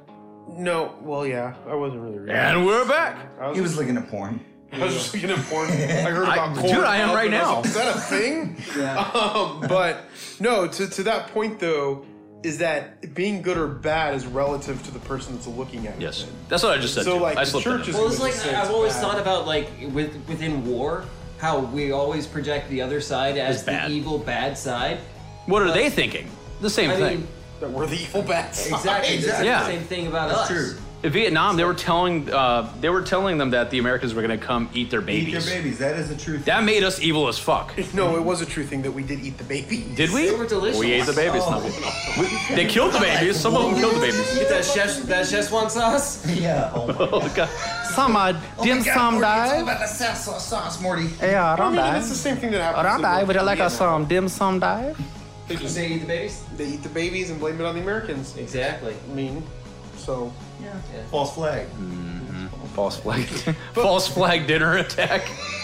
S6: No, well, yeah, I wasn't really. Reading.
S3: And we're back.
S5: He was looking at porn.
S6: I was just looking at porn. I heard about
S3: I-
S6: corn.
S3: dude, I am
S6: up,
S3: right
S6: and I was
S3: now.
S6: like, Is that a thing? Um, but no, to, to that point though, is that being good or bad is relative to the person that's looking at
S3: Yes,
S6: it.
S3: that's what I just said.
S6: So,
S3: too.
S6: like,
S3: I
S6: the
S3: slipped that
S6: church
S3: in.
S6: is-
S4: Well, it's like
S6: It's
S4: I've always
S6: bad.
S4: thought about like with within war, how we always project the other side as
S3: As bad.
S4: the evil, bad side.
S3: What are they thinking? The same
S4: I
S3: thing.
S4: mean,
S6: That we're the evil bats.
S4: exactly. It's like
S3: Yeah.
S4: the same thing about us.
S5: True.
S3: In Vietnam, they were telling uh, they were telling them that the Americans were going to come eat their
S5: Eat
S3: babies.
S5: your babies. That is the truth.
S3: That made us evil as fuck.
S6: No, it was a true thing that we did eat the baby.
S3: Did we?
S4: They were delicious.
S3: We ate the babies. No, we- we- they killed the babies. Some of them killed the babies.
S4: Get that chef, that Szechuan sauce.
S5: yeah. Oh my
S3: Oh god. Some uh, dim
S5: God, Morty, It's all about the sauce, sauce, sauce, Morty.
S8: Yeah,
S6: I mean, that's the same thing that happens. in
S8: would you like
S6: Vietnam.
S8: us some dim sum dive?
S6: They just
S4: They eat the babies.
S6: they eat the babies and blame it on the Americans.
S4: Exactly.
S6: I mean, so
S5: False flag.
S3: False flag. False flag dinner attack.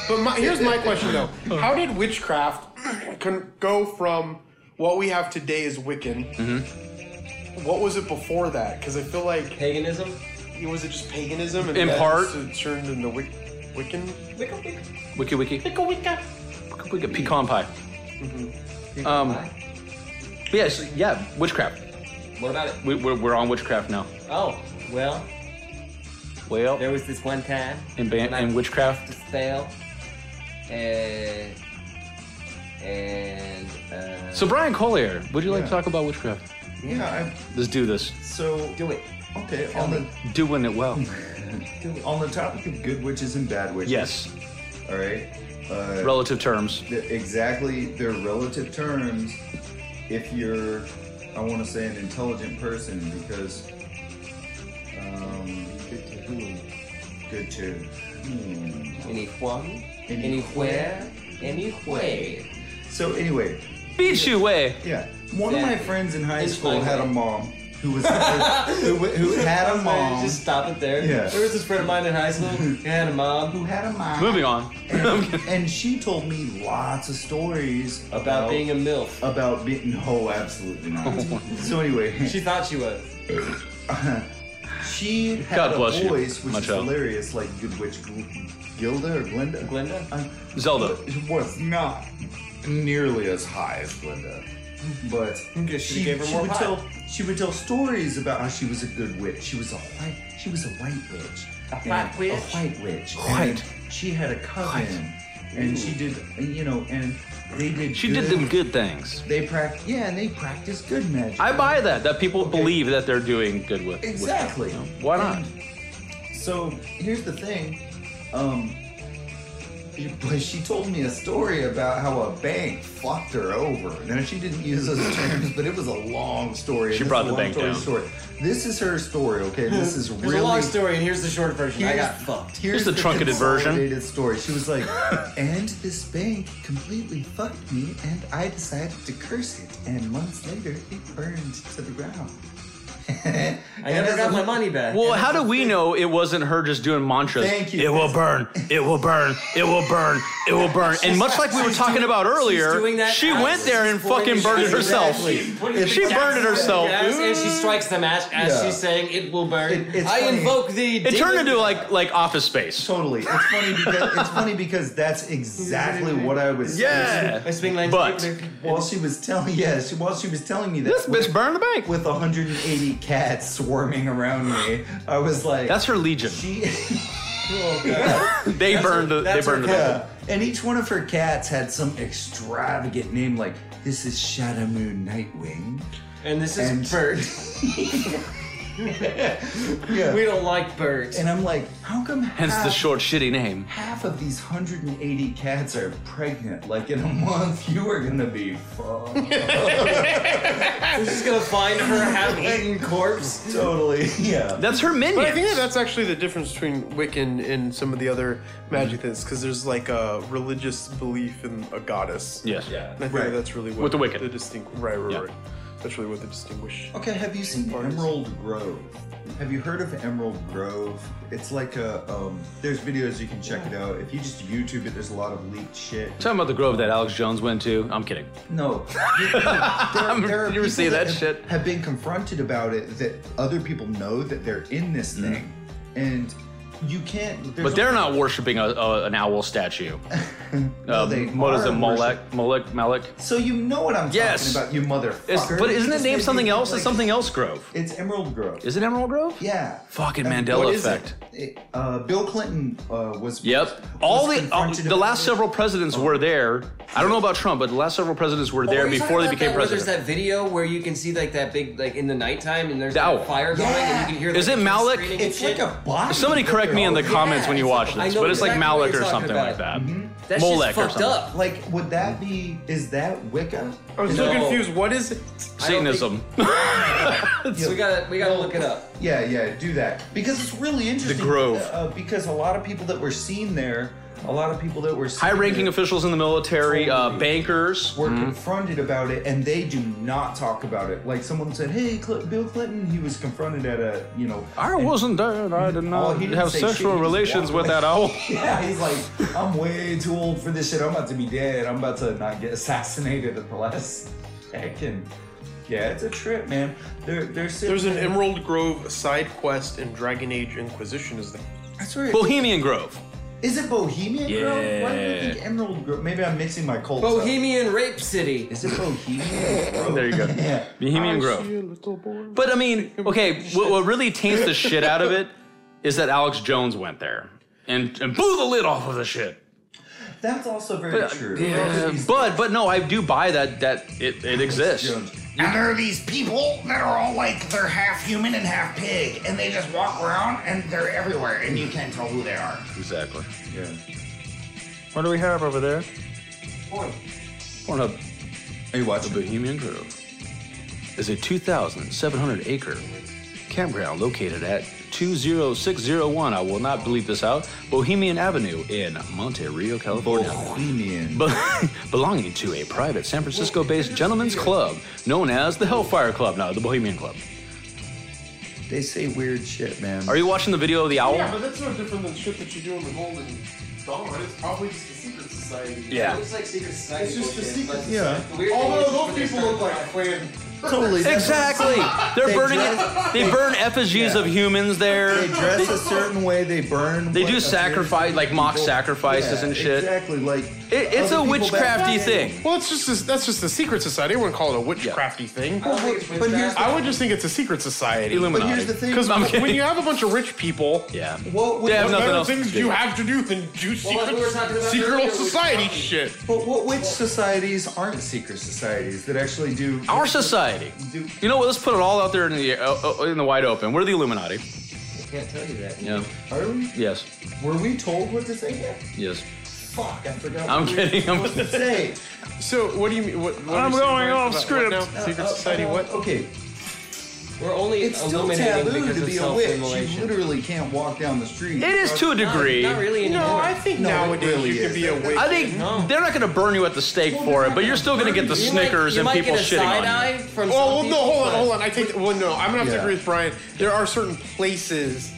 S6: But my, here's my question though: How did witchcraft con- go from what we have today as Wiccan?
S3: Mm-hmm.
S6: What was it before that? Because I feel like
S4: Paganism.
S6: was it just paganism? And
S3: In
S6: then
S3: part.
S6: it turned into Wic- Wiccan.
S3: Wiki wiki. Wicca wicca. Wicca pecan pie. Um. but yeah, so- yeah. Witchcraft.
S4: What about it?
S3: We, we're, we're on witchcraft now.
S4: Oh, well,
S3: Well,
S4: there was this one time
S3: in ban-
S4: when I
S3: in
S4: cast
S3: witchcraft.
S4: a spell, and and uh,
S3: So Brian Collier, would you like to
S5: Yeah.
S3: talk about witchcraft?
S5: Yeah.
S3: Let's do this.
S5: I, so
S4: do it.
S5: okay. On the
S3: Doing it well.
S5: on the topic of good witches and bad witches.
S3: Yes.
S5: All right. Uh,
S3: Relative terms.
S5: the- exactly their relative terms if you're i want to say an intelligent person because um, good to who good to hmm.
S4: Anyone,
S5: Anywhere.
S4: anywhere, anywhere.
S5: so anyway
S3: Beat you way.
S5: yeah one of my
S4: Exactly.
S5: friends in high
S4: It's
S5: school
S4: fine,
S5: had a
S4: right?
S5: mom who was who, who had a mom
S4: Just stop it there.
S5: Yeah.
S4: There was this friend of mine in high school. He had a mom
S5: who had a mom
S3: Moving on.
S5: and, and she told me lots of stories
S4: about being a milf.
S5: about being no absolutely not so anyway
S4: She thought she was.
S5: She had
S3: God
S5: a
S3: bless you,
S5: voice
S3: my
S5: which is
S3: child.
S5: hilarious, like Good Witch Gl- Gilda or Glinda.
S4: Glinda?
S5: Uh,
S3: Zelda.
S5: It was not nearly as high as Glinda. But
S6: Guess she gave her more
S5: would
S6: pie.
S5: tell she would tell stories about how she was a good witch. She was a white she was a white witch. A
S4: white witch?
S5: A white witch.
S8: White.
S5: And she had a coven. And she did you know, and they did
S3: She did
S5: good-
S3: them good things.
S5: They practice yeah, and they practiced good magic.
S3: I buy that that people believe that they're doing good with with-
S5: Exactly.
S3: Why not?
S5: And so here's the thing. Um, but she told me a story about how a bank fucked her over. Now she didn't use those terms, but it was a long story.
S3: She
S5: This
S3: brought the
S5: long
S3: bank
S5: story-
S3: down.
S5: Story. This is her story. Okay, this is
S4: There's
S5: really
S4: a long story, and here's the short version. I
S5: Here's-
S4: got fucked.
S5: Here's
S3: the truncated version.
S5: consolidated story. She was like, and this bank completely fucked me, and I decided to curse it. And months later, it burned to the ground.
S4: I never got my money back.
S3: Well, how do we know it wasn't her just doing mantras?
S5: Thank you.
S3: It will burn. It will burn. It will burn. It will burn. And much like we were talking about
S4: doing
S3: earlier,
S4: that
S3: she
S4: as
S3: went there and
S4: she's pouring
S3: fucking
S4: the
S3: burned it
S4: shit.
S3: herself.
S4: Exactly.
S3: She burned it herself.
S4: Yes, and she strikes the match as
S5: Yeah.
S4: she's saying, "It will burn."
S5: It- it's
S4: I
S5: funny.
S4: invoke the.
S3: It turned into like like office space.
S5: Totally. It's funny because it's funny because that's exactly what I was.
S4: I
S3: Yeah.
S4: swing like
S3: But-
S5: While she was telling, yeah, she, while she was telling me that
S3: This bitch burned the bank.
S5: with 180 cats swarming around me, I was like,
S3: That's her legion.
S5: she.
S4: Oh,
S3: They burned the they
S4: that's
S3: burned the
S4: her
S3: bank.
S5: yeah. And each one of her cats had some extravagant name, like this is Shadow Moon Nightwing.
S4: and this
S5: And-
S4: is Bert.
S5: Yeah.
S4: We don't like Bert.
S5: and I'm like, how come?
S3: Hence the
S5: half-
S3: short shitty name.
S5: Half of these 180 cats are pregnant. Like in a month, you are gonna be fucked.
S4: I'm just gonna find her half-eaten corpse.
S5: totally. Yeah.
S3: That's her minions.
S6: But I think that that's actually the difference between Wiccan and some of the other
S3: Mm-hmm.
S6: magic things, because there's like a religious belief in a goddess.
S3: yes.
S6: And I think
S5: Right.
S6: that's really what
S3: With the Wiccan.
S6: distinct, right, right,
S3: Yeah.
S6: right. That's really what they distinguish.
S5: Okay, have you seen Emerald Grove? Have you heard of Emerald Grove? It's like a um, there's videos you can check it out. If you just YouTube it, there's a lot of leaked shit.
S3: Talking about the grove that Alex Jones went to. I'm kidding.
S5: No, there, there
S3: You ever
S5: people
S3: see that
S5: have,
S3: shit?
S5: Have been confronted about it that other people know that they're in this thing, and you can't. there's
S3: Mm. But they're
S5: only-
S3: not worshiping a, a, an owl statue.
S5: No,
S3: Uh,
S5: they
S3: what is
S5: are
S3: it, Molek?
S5: worship-
S3: Molek? Malek?
S5: So you know what I'm
S3: Yes.
S5: talking about, you motherfucker.
S3: It's, but
S5: You
S3: isn't it
S5: just
S3: named
S5: made
S3: something
S5: me,
S3: else?
S5: like-
S3: It's something else Grove.
S5: It's Emerald Grove.
S3: Is it Emerald Grove?
S5: Yeah.
S3: Fucking
S5: And
S3: Mandela
S5: what is
S3: effect.
S5: it? It- uh, Bill Clinton uh, was.
S3: Yep.
S5: was
S3: All the all,
S5: confronted
S3: the
S5: about
S3: last
S5: it.
S3: several presidents were there. I don't know about Trump, but the last several presidents were there
S4: Were you talking
S3: before they
S4: about
S3: became
S4: that, where There's
S3: president.
S4: that video where you can see like that big like in the nighttime and there's
S3: The
S4: like,
S3: owl.
S4: fire going and
S5: Yeah.
S4: you can hear. Like,
S3: Is it
S4: kids
S3: Malik?
S4: screaming and
S5: It's like
S4: shit.
S5: a body.
S3: Somebody correct me in the comments when you
S4: it's
S3: watch
S4: like- I
S3: this,
S4: know
S3: but it's like
S4: exactly what
S3: Malik
S4: you're
S3: or
S4: talking
S3: something
S4: about.
S3: like that.
S4: That
S3: Molek
S4: shit's
S3: or
S4: fucked
S3: something.
S4: up.
S5: Like, would that be? Is that Wicca?
S6: I was
S4: No.
S6: so confused. What is it?
S3: Satanism.
S4: So we gotta we gotta look it up.
S5: Yeah, yeah, do that because it's really interesting.
S3: Grove.
S5: Uh, because a lot of people that were seen there, a lot of people that were seen
S3: High-ranking
S5: there
S3: officials in the military, uh, bankers.
S5: were confronted about it, and they do not talk about it. Like someone said, "Hey, Cl- Bill Clinton," he was confronted at a, you know,
S3: I
S5: and-
S3: wasn't there. and I did
S5: Oh,
S3: not
S5: he didn't
S3: have
S5: say shit,
S3: sexual
S5: he just
S3: relations
S5: walked
S3: with
S5: away.
S3: that owl.
S5: Yeah, he's like, I'm way too old for this shit. I'm about to be dead. I'm about to not get assassinated at the last second. Yeah, it's a trip, man. They're they're sitting
S6: There's an
S5: there-
S6: Emerald Grove side quest in Dragon Age Inquisition. Is that?
S5: That's right.
S3: Bohemian Grove.
S5: Is it Bohemian Grove? Why do
S3: Yeah.
S5: I think Emerald Grove? Maybe I'm mixing my cults up.
S4: Bohemian Rape City.
S5: Is it Bohemian Grove?
S3: There you go.
S5: yeah.
S3: Bohemian Grove. But I mean, okay, what, what really taints the shit out of it is that Alex Jones went there and, and blew the lid off of the shit.
S5: That's also very true.
S3: But but no, I do buy that that it, it exists.
S5: Jones.
S10: And there are these people that are all like they're half human and half pig, and they just walk around and they're everywhere, and you can't tell who they are.
S3: Exactly.
S5: Yeah.
S8: What do we have over there?
S3: Pornhub
S5: Are you watching?
S3: Bohemian Grove is a 2,700 acre campground located at 20601. I will not bleep this out. Bohemian Avenue in Monterey, California.
S5: Bohemian.
S3: be- belonging to a private San Francisco based gentlemen's club known as the Hellfire Club, now the Bohemian Club.
S5: They say weird shit, man.
S3: Are you watching the video of the owl?
S11: Yeah, but that's no different than shit that you do in the Golden Dawn. It's probably just a secret society.
S3: Yeah.
S4: It looks like secret society.
S11: It's just a
S4: bullshit,
S11: secret-
S4: but
S5: yeah.
S4: the weird thing
S11: Although
S4: is when
S11: those
S4: they
S11: people
S4: start
S11: look like
S4: talking-
S11: clan
S5: Totally.
S3: Exactly. They're
S5: They
S3: burning
S5: dress-
S3: it. They burn effigies of humans there.
S5: They dress a certain way. They burn.
S3: They
S5: what
S3: do
S5: appears to
S3: sacrifice-
S5: be
S3: like mock
S5: people.
S3: sacrifices
S5: Yeah,
S3: and shit.
S5: Exactly. Like
S3: It- it's
S5: other
S3: a
S5: people back
S3: witchcrafty
S5: then-
S3: thing.
S6: Well, it's just this, that's just the secret society. I wouldn't call it a witchcrafty thing.
S4: don't think it's
S6: but here's
S4: witchcraft.
S6: I would just think it's a secret society.
S3: Illuminati.
S5: But here's the thing.
S6: Because
S3: I'm
S6: when
S3: kidding.
S6: you have a bunch of rich people,
S3: Yeah.
S5: What would,
S3: They have
S6: what
S3: nothing
S6: better
S3: else to
S6: things
S3: do.
S6: do you have to do than do secret,
S4: like we were talking about
S6: secret
S4: earlier
S6: old
S4: with
S6: society
S4: Buffy.
S6: shit?
S5: But what which societies aren't secret societies that actually do?
S3: Our society.
S5: Do-
S3: You know what? Let's put it all out there in the uh, uh, in the wide open. We're the Illuminati.
S4: I can't tell you that.
S3: Yeah.
S5: Are we?
S3: Yes.
S5: Were we told what to say here?
S3: Yes.
S5: Fuck, I forgot.
S3: I'm
S5: what we
S3: kidding.
S5: We're supposed to say.
S6: So what do you mean? What, what
S8: I'm
S6: are you saying,
S8: going
S6: Ryan,
S8: off
S6: about what
S8: script.
S6: now?
S5: Uh,
S6: Secret
S5: uh,
S6: society.
S5: uh,
S6: What?
S5: Okay,
S4: We're only
S5: it's still
S4: illuminating
S5: taboo
S4: because
S5: to
S4: of
S5: be a witch. You
S4: self-immolation.
S5: literally can't walk down the street.
S3: It is to a
S4: Not-
S3: degree.
S4: Not, really anymore.
S6: No, I think
S5: No, it
S6: nowadays
S5: really
S6: you can
S5: is.
S6: be a witch.
S3: I think
S4: No.
S3: they're not going to burn you at the stake for it, but you're still going to get the
S4: You might-
S3: snickers
S4: you
S3: and
S4: might
S3: people
S4: get a
S3: shitting on
S4: side
S3: you.
S4: eye from some
S6: Oh well, no,
S4: people,
S6: hold on,
S4: but-
S6: hold on. I think well, no, I'm gonna have to
S5: Yeah.
S6: agree with Brian. There are certain places,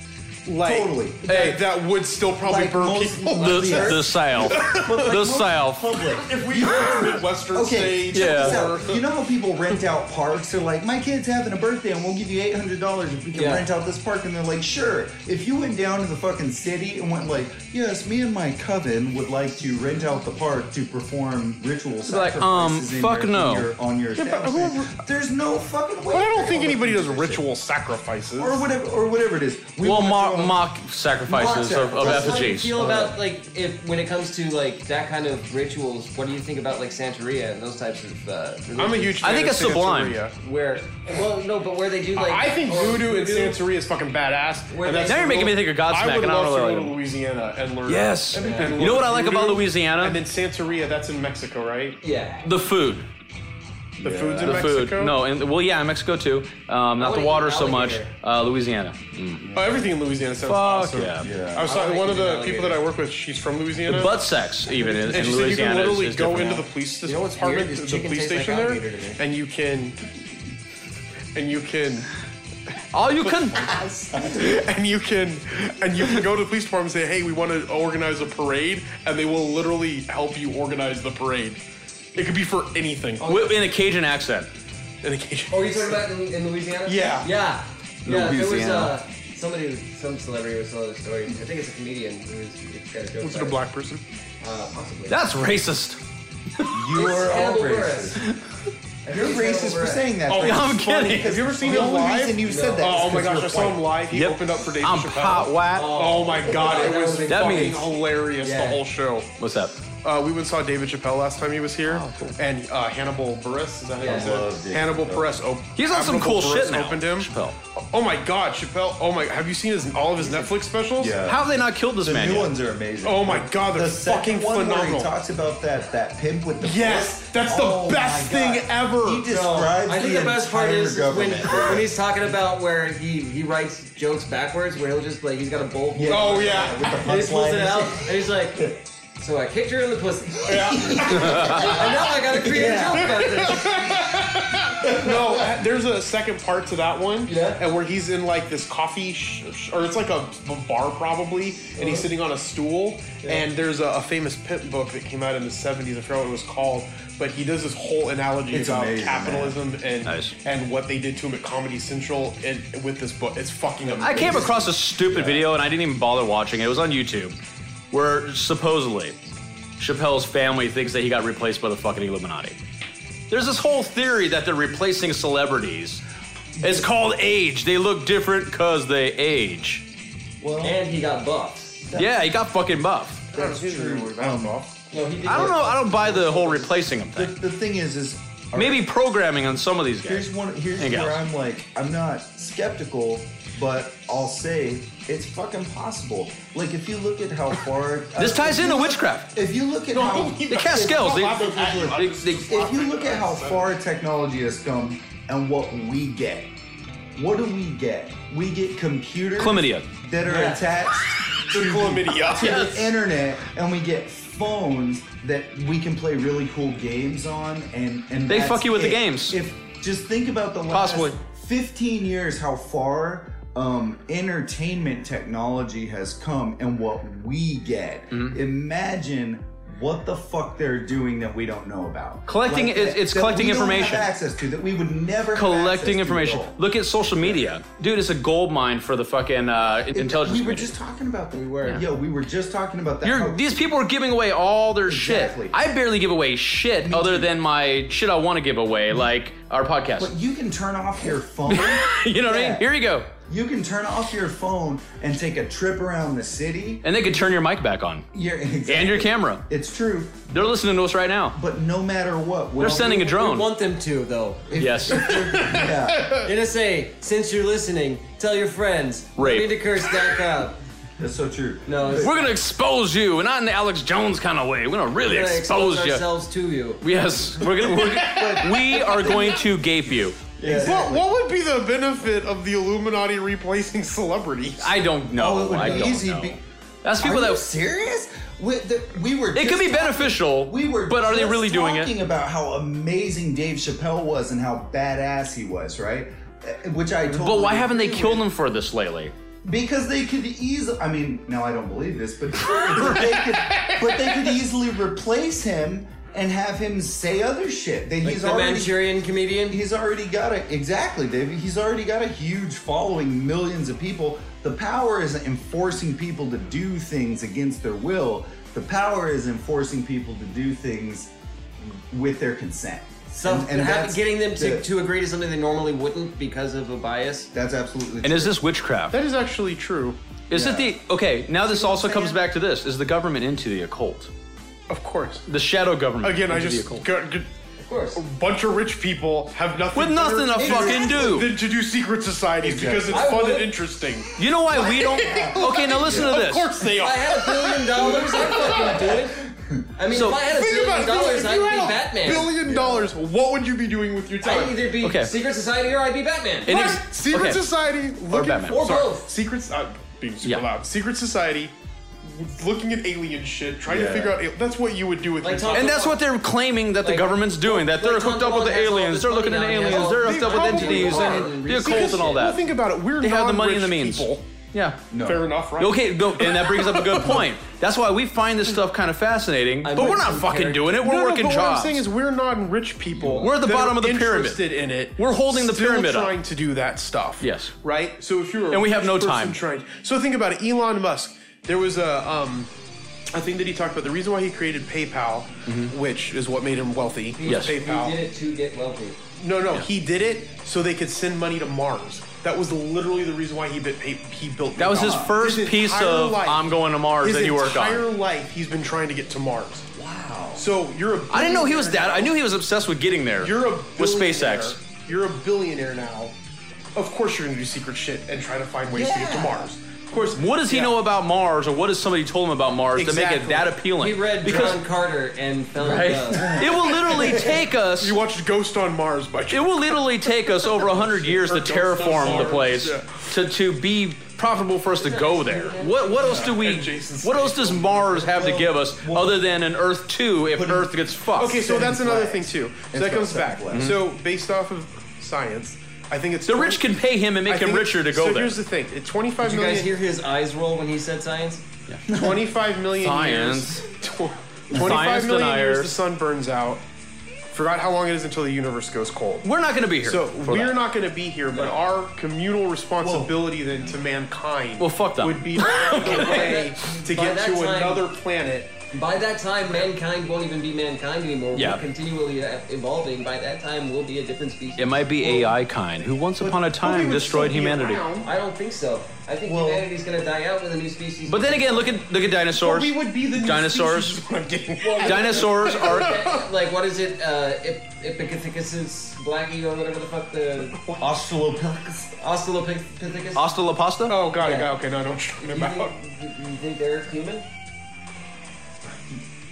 S6: like
S5: Totally.
S6: that, that would still probably
S5: Like
S6: burn
S5: most-
S6: people.
S3: The,
S5: Yeah.
S3: the South. the South.
S5: public.
S6: if we were in Western
S5: Okay,
S6: stage,
S5: check
S3: Yeah.
S5: this out. You know how people rent out parks? They're like, my kid's having a birthday and we'll give you eight hundred dollars if we can
S4: Yeah.
S5: rent out this park. And they're like, sure. If you went down to the fucking city and went like, yes, me and my coven would like to rent out the park to perform ritual
S3: like,
S5: sacrifices
S3: um,
S5: in
S3: fuck
S5: your, in
S3: no.
S5: your- on your establishment. There's no fucking way.
S6: But I don't
S5: they're
S6: think
S5: gonna
S6: anybody
S5: let
S6: does
S5: you do this shit.
S6: ritual sacrifices.
S5: or whatever or whatever it is. We
S3: Well,
S5: want
S3: mock,
S5: to-
S6: uh,
S3: mock sacrifices
S5: Mock
S3: of, of
S5: sacrifices.
S4: How do you
S3: effigies.
S4: feel about like if when it comes to like that kind of rituals? What do you think about like Santeria and those types of? Uh,
S6: I'm a huge.
S3: I
S6: fan
S3: think
S6: of
S3: it's sublime.
S6: Santeria.
S4: where well no, but where they do like
S6: I think
S4: or
S6: voodoo and Santeria is fucking badass.
S4: Where
S6: and
S4: they-
S6: that's
S4: Now
S3: you're
S6: the
S3: making
S6: real-
S3: me think of Godsmack,
S6: I would
S3: and I
S6: love
S3: don't really
S6: to go
S3: like
S6: to
S3: it.
S6: Louisiana and learn.
S3: Yes.
S6: and-
S3: You
S6: and
S3: know what I
S6: learn
S3: like about
S6: voodoo.
S3: Louisiana?
S6: And then Santeria, that's in Mexico, right?
S4: Yeah.
S3: The food.
S6: The food's in
S3: The
S6: Mexico.
S3: food. No, and well, yeah, in Mexico too. Um, not
S4: wanna
S3: the
S4: eat
S3: water so much.
S4: alligator.
S3: Uh, Louisiana.
S6: Oh, everything in Louisiana sounds
S3: Fuck
S6: awesome.
S3: yeah.
S5: Yeah.
S6: I was
S4: I
S6: talking
S4: like
S6: one of the
S4: alligators.
S6: people that I work with. She's from Louisiana.
S3: Butt sex, even in,
S6: and
S3: in
S6: she said you can
S3: Louisiana. is-
S6: literally
S3: is
S6: go
S3: different.
S6: into the police
S4: You know what's
S6: department,
S4: weird is
S6: the
S4: chicken
S6: police
S4: tastes like
S6: station
S4: alligator to
S6: there,
S4: me.
S6: and you can, and you can,
S3: All Oh, you can.
S6: and you can, and you can go to the police department and say, "Hey, we want to organize a parade," and they will literally help you organize the parade. It could be for anything.
S3: Wi- in a Cajun accent.
S6: An occasion.
S4: Oh, are you talking about in, in Louisiana? Yeah.
S6: Yeah.
S4: Yeah. There was
S7: Louisiana.
S4: uh, somebody, some celebrity was telling a story. I think it's a comedian. Who was, it's got a joke
S6: Was it
S4: about
S6: a black person?
S4: Uh, possibly.
S3: That's racist.
S5: You
S4: It's
S5: are all
S4: Hannibal
S5: racist.
S4: Buress.
S5: You're racist for saying that.
S6: Oh,
S5: but it's
S3: I'm
S5: funny
S3: kidding.
S5: because
S6: Have you ever seen
S5: the
S6: him
S5: only
S6: live?
S5: reason you said that?
S6: Oh
S5: is
S6: my
S5: 'cause
S6: gosh, I
S5: you're
S6: saw
S5: white.
S6: him live. He
S3: Yep.
S6: opened up for Dave
S3: I'm
S6: Chappelle.
S3: pot white.
S6: Oh my god, it was
S4: That
S6: fucking
S3: means-
S6: hilarious
S4: Yeah.
S6: the whole show.
S3: What's up?
S6: Uh, we went and saw David Chappelle last time he was here,
S3: Oh,
S6: and uh, Hannibal Buress. Is that how
S4: Yeah.
S6: you said? it? Hannibal Buress. Oh,
S3: He's on some cool shit now.
S6: Opened him.
S3: Chappelle.
S6: Oh my God, Chappelle. Oh my. Have you seen his all of his Netflix specials?
S5: Yeah.
S3: How have they not killed this
S5: The
S3: man
S5: new
S3: yet?
S5: ones are amazing.
S6: Oh my God, they're
S5: the
S6: fucking
S5: second one Where
S6: phenomenal.
S5: he talks about that that pimp with the
S6: Yes,
S5: foot.
S6: that's the
S5: Oh my God.
S6: best thing ever.
S5: He describes.
S4: I think the best part
S5: entire
S4: is when,
S5: government.
S4: when he's talking about where he, he writes jokes backwards, where he'll just like he's got a bowl.
S5: Yeah.
S6: Oh yeah.
S4: And he just pulls it
S5: punchline.
S4: out, and he's like, "So I kicked her in the pussy." and now I gotta create a joke about this.
S6: no, there's a second part to that one.
S4: Yeah.
S6: And where he's in like this coffee, sh- sh- or it's like a, a bar probably, and
S5: Uh-huh.
S6: he's sitting on a stool. And there's a, a famous pimp book that came out in the 70s. I forgot what it was called, but he does this whole analogy
S5: It's
S6: about
S5: amazing,
S6: capitalism and
S3: Nice.
S6: and what they did to him at Comedy Central and with this book. It's fucking amazing.
S3: I came across a stupid video and I didn't even bother watching it. It was on YouTube, where supposedly Chappelle's family thinks that he got replaced by the fucking Illuminati. There's this whole theory that they're replacing celebrities. It's called age. They look different because they age.
S5: Well,
S4: And he got buffed.
S3: Yeah, he got fucking buff.
S5: that's true. Um,
S4: No, he did.
S3: I don't know. I don't buy the whole replacing him
S5: the,
S3: thing.
S5: the thing is, is
S3: Maybe programming on some of these
S5: Here's
S3: guys.
S5: one. Here's
S3: Hang
S5: where
S3: out.
S5: I'm like, I'm not skeptical, but I'll say it's fucking possible. Like if you look at how far
S3: This
S5: uh,
S3: ties
S5: if
S3: into
S5: you-
S3: witchcraft.
S5: If you look at how
S3: They cast skills. They, they, they,
S5: if you look at how far technology has come and what we get, what do we get? We get computers
S3: Chlamydia.
S5: that are
S4: Yeah.
S5: attached to
S6: chlamydia.
S5: to
S3: Yes.
S5: the internet, and we get phones that we can play really cool games on, and and
S3: They
S5: that's
S3: fuck you with the
S5: it.
S3: games.
S5: If just think about the last
S3: Possibly.
S5: 15 years, how far. Um,
S3: Mm-hmm.
S5: entertainment technology has come and what we get. Imagine what the fuck they're doing that we don't know about.
S3: Collecting-
S5: Like,
S3: it's- it's
S5: that
S3: collecting
S5: we don't have
S3: information.
S5: access to that we would never have access
S3: collecting
S5: to
S3: information.
S5: at all.
S3: Look at social media, dude. It's a gold mine for the fucking uh,
S5: It-
S3: intelligence.
S5: We were
S3: community.
S5: just talking about that. We were. Yeah, we were just talking about that.
S3: You're, these people are giving away all their shit. I barely give away shit other than my shit I want to give away, like our podcast.
S5: But you can turn off your phone.
S3: you know what I mean? Here you go.
S5: You can turn off your phone and take a trip around the city.
S3: And they could turn your mic back on
S5: You're,
S3: and your camera.
S5: It's true.
S3: They're listening to us right now.
S5: But no matter what,
S3: they're sending a drone.
S4: We want them to, though.
S3: yes.
S4: NSA, since you're listening, tell your friends.
S3: Rape.
S4: Readthecurse.com.
S5: That's so true.
S4: No, it's-
S3: We're gonna expose you, and not in the Alex Jones kind of way. We're gonna really
S4: We're gonna
S3: expose,
S4: expose
S3: you.
S4: ourselves to you.
S3: Yes, we're gonna. We're, we are going to gape you.
S6: What, what would be the benefit of the Illuminati replacing celebrities?
S3: I don't know.
S6: Oh, it would
S3: I
S6: be
S3: don't
S6: easy
S3: know.
S6: be-
S3: That's people
S5: Are
S3: that
S5: you serious? We, the, we were.
S3: It could
S5: just
S3: be
S5: talking-
S3: beneficial,
S5: We were.
S3: but are they
S5: just
S3: really doing it?
S5: Talking about how amazing Dave Chappelle was and how badass he was, right? Uh, Which I. Totally
S3: But why haven't they
S5: agree
S3: killed them
S5: with.
S3: for this lately?
S5: Because they could easily. I mean, no, I don't believe this, but but they could, but they could easily replace him and have him say other shit. That
S4: Like
S5: he's
S4: the
S5: already
S4: Manchurian comedian.
S5: He's already got a exactly. Dave, he's already got a huge following, millions of people. The power isn't enforcing people to do things against their will. The power is enforcing people to do things with their consent.
S4: Some, and,
S5: that's
S4: getting them to,
S5: the-
S4: to agree to something they normally wouldn't because of a bias.
S5: That's absolutely.
S3: And is this witchcraft?
S6: That is actually true.
S3: Is it the okay? Now this also comes back to this: is the government into the occult?
S6: Of course.
S3: The shadow government.
S6: Again, I
S3: into the
S6: just
S3: occult.
S6: got, got-
S4: course.
S6: a bunch of rich people have nothing
S3: With nothing to
S6: better
S3: fucking do.
S6: than to do secret societies because it's
S4: I
S6: fun
S4: would-
S6: and interesting.
S3: You know why we don't? Okay, now listen to this.
S6: Of course they
S4: If I
S6: are.
S4: had a billion dollars, I'd fucking do it. I mean,
S3: So,
S4: if I had a
S6: Think about
S4: billion
S6: it.
S4: dollars,
S6: If you- if
S4: I'd
S6: you
S4: be
S6: had a
S4: Batman.
S6: billion dollars, what would you be doing with your time?
S4: I'd either be
S3: Okay.
S4: Secret Society or I'd be Batman.
S3: And
S6: Right.
S3: it's-
S6: Secret
S3: okay.
S6: Society looking
S3: Batman.
S6: for
S4: Or
S6: sorry,
S4: both.
S6: Secrets uh, being super
S3: Yeah.
S6: loud. Secret Society looking at alien shit, trying to
S5: Yeah.
S6: figure out al- that's what you would do with
S4: Like
S6: your
S4: Tom-
S6: time.
S3: And that's what they're claiming that the
S4: Like-
S3: government's doing. That
S4: like
S3: they're
S4: Tom
S3: hooked up with the
S4: Holland has all
S3: aliens.
S4: this
S3: They're looking at
S4: money now, he has
S3: aliens.
S4: all
S3: They're
S4: this
S3: hooked up with
S6: money.
S3: entities
S4: They
S3: and
S4: probably
S3: the
S4: are.
S3: occult and all
S6: Well,
S3: that.
S6: think about it. We're
S3: They have the money and the
S6: non-rich
S3: means.
S6: people.
S3: Yeah.
S6: Fair enough, right?
S3: Okay, no, and that brings up a good point. That's why we find this stuff kind of fascinating,
S4: I
S3: but we're
S4: like
S3: not
S4: some
S3: fucking
S4: character-
S3: doing it. We're
S6: No, no,
S3: working
S6: but What I'm
S3: jobs.
S6: saying is, we're non-rich people.
S3: We're at the
S6: that
S3: bottom
S6: are
S3: of the pyramid.
S6: Interested in it.
S3: We're holding the
S6: still
S3: pyramid up.
S6: Trying to do that stuff.
S3: Yes.
S6: Right. So if you're a
S3: And we
S6: rich
S3: have no
S6: person
S3: time.
S6: Trying. So think about it. Elon Musk. There was a um, a thing that he talked about. The reason why he created PayPal, which is what made him wealthy. was
S3: Mm-hmm. Yes.
S6: PayPal.
S4: You did it to get wealthy.
S6: No, no, he did it so they could send money to Mars. That was literally the reason why he bit, he, he built.
S3: That was his
S6: PayPal.
S3: first
S6: His
S3: piece
S6: entire
S3: of, "I'm going to Mars,"
S6: His
S3: that he worked on.
S6: entire life, he's been trying to get to Mars. Wow. So you're a.
S3: I didn't know he was
S6: billionaire
S3: that. I
S6: now.
S3: knew he was obsessed with getting there.
S6: You're a
S3: with
S6: billionaire.
S3: SpaceX.
S6: You're a billionaire now. Of course, you're gonna do secret shit and try to find ways to get to Mars. Of course.
S3: What does he
S6: Yeah.
S3: know about Mars, or what has somebody told him about Mars to make it
S6: Exactly.
S3: that appealing?
S4: We read
S3: because
S4: John Carter and fell in love.
S3: it will literally take us.
S6: You watched Ghost on Mars by
S3: It will literally take us over hundred years to terraform the place
S6: Yeah.
S3: to, to be profitable for us to go there. What what else do we?
S6: And Jason
S3: What else does Mars have to give us other than an Earth two if Earth gets fucked?
S6: Okay, so that's another thing too. So that
S5: got
S6: comes
S5: seven
S6: back.
S5: flags.
S6: So based off of science, I think it's
S3: the rich can pay him and
S6: I
S3: make him
S6: think
S3: richer to
S6: it's-
S3: go
S6: so
S3: there.
S6: here's the thing: at 25
S4: Did you guys
S6: million,
S4: hear his eyes roll when he said science?
S6: 25 million
S3: Science.
S6: years, tw- 25
S3: Science
S6: million years,
S3: deniers.
S6: the sun burns out. Forgot how long it is until the universe goes cold.
S3: We're not going to be here.
S6: So
S3: for
S6: we're
S3: that.
S6: not going to be here, but our communal responsibility then to mankind
S3: Well, fuck them.
S6: would be to find a way to
S4: By
S6: get
S4: that
S6: to
S4: time-
S6: another planet.
S4: By that time, mankind won't even be mankind anymore.
S3: Yeah.
S4: We're continually uh, evolving. By that time, we'll be a different species.
S3: It might be AI kind who once upon a
S6: But we
S3: time
S6: would
S3: destroyed
S6: still be
S3: humanity.
S6: around.
S4: I don't think so. I think
S5: Well-
S4: humanity's gonna die out with a new species.
S3: But then again, look at look at dinosaurs.
S6: We would be the new
S3: Dinosaurs.
S6: species, is what I'm getting at.
S3: Dinosaurs are
S4: like, what is it? Uh, Ip- Ipithecus blackie or whatever the fuck the
S5: Australopithecus.
S4: Australopithecus.
S3: Australopasta.
S6: Oh god,
S4: Yeah.
S6: god, okay, no, I know what you're
S4: you,
S6: talking about.
S4: think, you- you think they're human?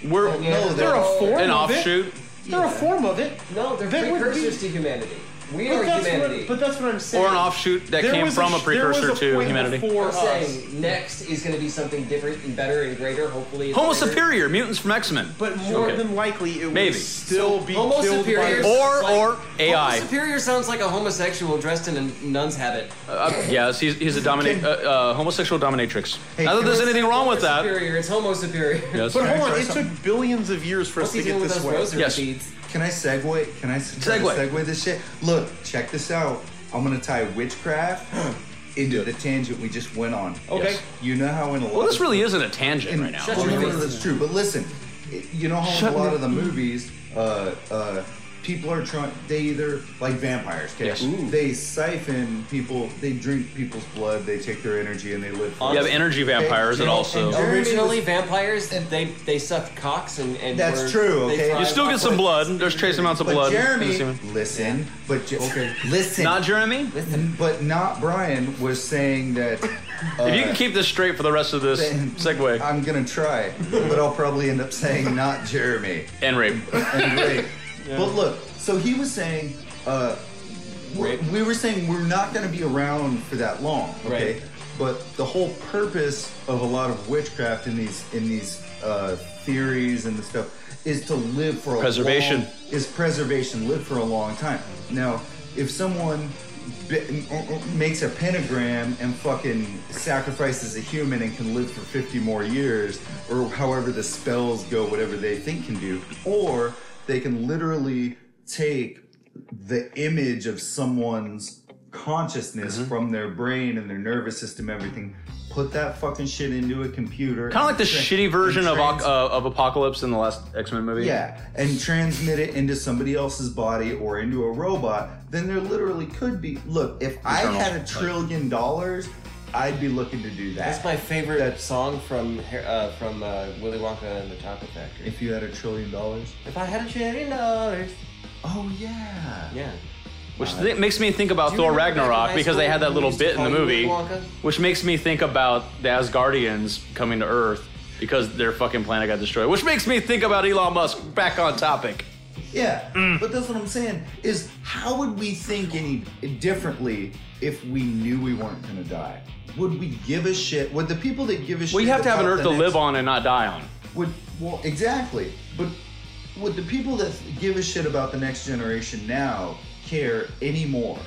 S3: We're
S4: Yeah.
S5: they're a
S4: Oh,
S5: form
S3: an
S6: of it.
S3: offshoot.
S6: They're a form of it.
S4: No, they're
S6: That would be-
S4: precursors to humanity. We
S6: But
S4: are
S6: that's what-
S4: humanity.
S6: but that's what I'm saying.
S3: Or an offshoot that
S6: There
S3: came
S6: was
S3: from a
S6: sh- there was
S3: precursor to
S6: point
S3: humanity.
S6: before
S4: I'm
S6: us.
S4: saying next is going to be something different and better and greater. Hopefully, it's
S3: Homo
S4: greater.
S3: superior, mutants from X Men.
S6: But more
S3: Okay.
S6: than likely, it would
S3: Maybe.
S6: still be
S4: Homo
S6: killed
S4: superior
S6: by.
S3: Or-
S4: sounds
S3: or AI.
S4: Homo superior sounds like a homosexual dressed in a nun's habit.
S3: Uh, yes, he's, he's a dominate, uh, uh, homosexual dominatrix.
S5: Hey,
S3: Not that
S5: can
S3: there's
S5: we-
S3: anything wrong with that.
S4: Superior, it's Homo superior.
S3: Yes.
S6: But
S5: Can
S6: hold
S5: I
S6: on,
S5: try
S6: it
S5: something?
S6: took billions of years for us
S4: What's
S6: to
S4: he
S6: get
S4: doing with
S6: this
S4: those
S6: way.
S4: rosary
S3: Yes.
S4: beads?
S5: Can I segue? Can I s- try to
S3: Segue.
S5: segue this shit? Look, check this out. I'm gonna tie witchcraft into the tangent we just went on.
S3: Okay.
S5: You know how in a lot
S3: Well, this
S5: of-
S3: really isn't a tangent
S5: in-
S3: right now.
S4: Shut
S5: well,
S4: your
S5: no, no,
S4: face.
S5: that's true. But listen, it- you know how in a lot of the movies, uh, uh, people are trying. They either like vampires. Okay.
S3: Yes.
S5: They siphon people. They drink people's blood. They take their energy and they live.
S3: You have energy vampires that
S5: Okay.
S3: also.
S5: And-
S4: Originally, vampires and they they sucked cocks and, and
S5: That's
S4: were-
S5: true,
S4: they
S5: okay?
S4: thrived
S5: You
S3: You still get
S4: off
S3: some
S4: of-
S3: blood. There's trace amounts of
S5: But
S3: blood. in the
S5: Jeremy,
S3: semen.
S5: listen. But Je- okay, listen.
S3: Not Jeremy.
S5: but not Brian was saying that. Uh,
S3: If you can keep this straight for the rest of this
S5: then-
S3: segue
S5: I'm gonna try, but I'll probably end up saying not Jeremy.
S3: and rape,
S5: And rape. But look, so he was saying, uh, we
S4: Rape.
S5: we were saying we're not gonna be around for that long, okay?
S4: Right.
S5: But the whole purpose of a lot of witchcraft in these in these uh, theories and the stuff is to live for a
S3: Preservation.
S5: long- is preservation live for a long time. Now, if someone bi- makes a pentagram and fucking sacrifices a human and can live for 50 more years, or however the spells go, whatever they think can do, or they can literally take the image of someone's consciousness
S3: Mm-hmm.
S5: from their brain and their nervous system, everything, put that fucking shit into a computer.
S3: kind of like the shitty version of
S5: Oc.
S3: Oc- uh, of Apocalypse in the last X Men movie.
S5: Yeah, and transmit it into somebody else's body or into a robot, then there literally could be. Look, if I
S3: Eternal.
S5: had a trillion dollars, I'd be looking to do that.
S4: That's my favorite
S5: That-
S4: song from Har- uh, from uh, Willy Wonka and the Chocolate Factory.
S5: If you had a trillion dollars.
S4: If I had a trillion dollars,
S5: Oh yeah.
S4: yeah.
S3: Which th- makes me think about
S4: Do you
S3: Thor
S4: remember back in
S3: Ragnarok
S4: high
S3: because they
S4: school
S3: had that
S4: when
S3: little
S4: we used to
S3: bit in the
S4: call you
S3: movie,
S4: Willy Wonka?
S3: which makes me think about the Asgardians coming to Earth because their fucking planet got destroyed. Which makes me think about Elon Musk. Back on topic.
S5: Yeah.
S3: Mm.
S5: But that's what I'm saying is how would we think any differently if we knew we weren't gonna die? Would we give a shit? Would the people that give a shit?
S3: Well, you have to have an
S5: about
S3: Earth
S5: the
S3: to live
S5: next-
S3: on and not die on.
S5: Would well exactly, but would the people that give a shit about the next generation now care anymore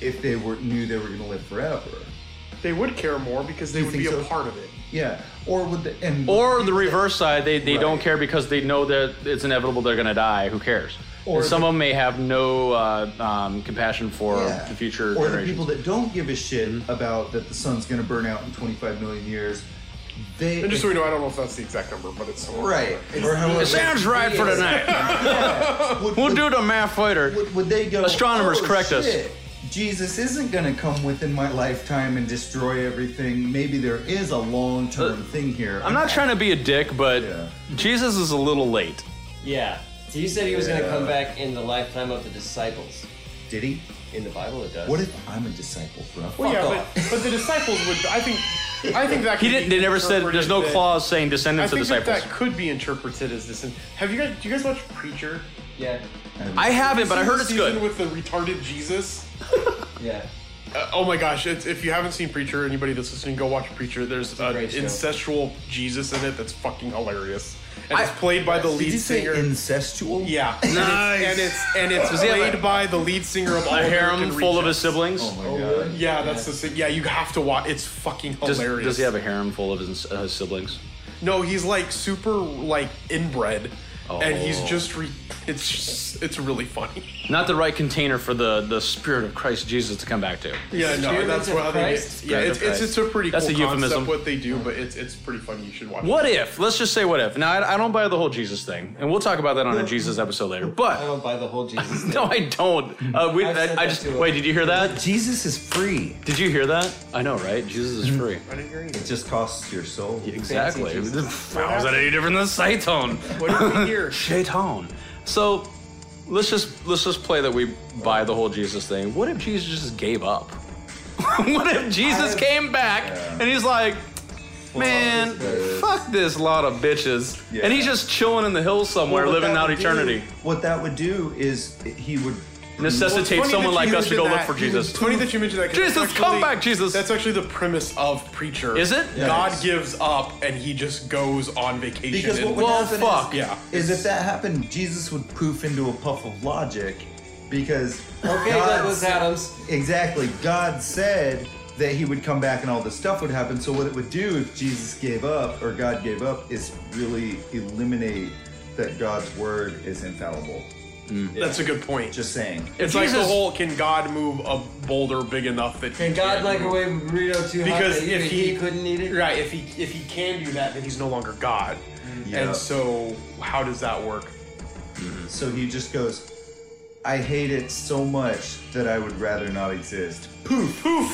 S5: if they were knew they were going to live forever?
S6: They would care more because they
S5: You
S6: would
S5: think
S6: be a
S5: so?
S6: part of it.
S5: Yeah, or would the and
S3: Or the reverse side, they, they don't
S5: Right.
S3: care because they know that it's inevitable they're going to die. Who cares?
S5: Or
S3: and some
S5: the-
S3: of them may have no uh, um, compassion for
S5: yeah.
S3: the future
S5: or the
S3: generations. Mm-hmm.
S5: people that don't give a shit about that the sun's going to burn out in 25 million years. They
S6: And just so we know, I don't know if that's the exact number, but it's somewhere.
S5: right or
S3: it
S5: however
S3: sounds right for tonight.
S5: would-
S3: we'll
S5: would-
S3: do the math later.
S5: would, would they go?
S3: Astronomers,
S5: "Oh,
S3: correct us."
S5: shit, Jesus isn't going to come within my lifetime and destroy everything. Maybe there is a long-term thing here.
S3: Uh, I'm not trying to be a dick, but
S5: Yeah.
S3: Jesus is a little late.
S4: Yeah. So you said he was going to
S5: Yeah.
S4: come back in the lifetime of the disciples.
S5: Did he?
S4: In the Bible, it does.
S5: What if I'm a disciple, bro?
S6: Well,
S4: Fuck
S6: yeah,
S4: off.
S6: but, but the disciples would. I think. I think that
S3: He
S6: could
S3: didn't.
S6: be
S3: They never said. There's no
S6: interpreted
S3: clause saying
S6: that- I
S3: descendants of
S6: think that,
S3: disciples.
S6: that could be interpreted as this. And have you guys? Do you guys watch Preacher?
S4: Yeah.
S3: I haven't, but I
S6: Seen
S3: heard
S6: the
S3: it's
S6: season
S3: good.
S6: With the retarded Jesus.
S4: Yeah.
S6: Uh, oh my gosh! It's, if you haven't seen Preacher, anybody that's listening, go watch Preacher. There's an
S4: great show.
S6: incestual Jesus in it that's fucking hilarious, and it's played by the
S5: Did
S6: lead
S5: you say
S6: singer.
S5: incestual?
S6: yeah, and it's and it's, and it's
S3: he have a-
S6: played by the lead singer of All
S3: A harem
S6: American
S3: full of his
S6: Rejects.
S3: siblings.
S5: Oh my god.
S6: Yeah, that's the thing. Yeah, you have to watch. It's fucking
S3: does,
S6: hilarious.
S3: does he have a harem full of his, uh, his siblings?
S6: No, he's like super like inbred, and he's
S3: Oh.
S6: just re- it's just, it's really funny.
S3: Not the right container for the the spirit of Christ Jesus to come back to.
S6: Yeah, no,
S4: Experiments
S6: that's
S4: of
S6: what they
S4: Christ?
S6: yeah, it's, it's it's a pretty
S3: That's
S6: cool
S3: a euphemism.
S6: concept what they do, but it's it's pretty funny. You should watch.
S3: What if? Let's just say what if. Now I, I don't buy the whole Jesus thing, and we'll talk about that on a Jesus episode later.
S4: I
S3: But
S4: don't buy the whole Jesus thing.
S3: no, I don't. Uh, we,
S4: I've said
S3: I, I
S4: that
S3: just
S4: to him.
S3: wait. Did you hear that?
S7: Jesus is free.
S3: Did you hear that? I know, right? Jesus is free.
S5: It just costs your soul.
S3: Exactly. How is that any different than Satan?
S6: What if we hear?
S3: Shaitan. So let's just let's just play that we buy the whole Jesus thing. What if Jesus just gave up? what if Jesus came back and he's like, Man, fuck this lot of bitches. And he's just chilling in the hills somewhere,
S5: Well, what
S3: living
S5: that
S3: out
S5: would do-
S3: eternity.
S5: what that would do is he would
S3: Necessitate
S6: Well, it's funny
S3: someone
S6: that
S3: like
S6: you
S3: us to go
S6: mentioned
S3: look for
S6: that.
S3: Jesus.
S6: It's funny that you mentioned that. 'cause
S3: Jesus,
S6: that's
S3: come back, Jesus.
S6: That's actually the premise of Preacher.
S3: Is it? Yeah.
S6: God gives up and he just goes on vacation.
S5: Because what
S6: and-
S5: would happen
S6: fuck,
S5: is,
S6: yeah.
S5: is if that happened, Jesus would poof into a puff of logic because
S4: Okay, Douglas
S5: said-
S4: Adams.
S5: Exactly. God said that he would come back and all this stuff would happen. So what it would do if Jesus gave up or God gave up is really eliminate that God's word is infallible.
S6: That's a good point.
S5: Just saying.
S6: It's like the whole can God move a boulder big enough that
S4: Can
S6: he
S4: God
S6: can't
S4: microwave
S6: move?
S4: burrito too hot
S6: because
S4: that even
S6: if he,
S4: he couldn't eat it?
S6: right? If he if he can do that, then he's no longer God.
S5: Mm. Yeah.
S6: And so, how does that work?
S5: So he just goes, I hate it so much that I would rather not exist. Poof. Poof.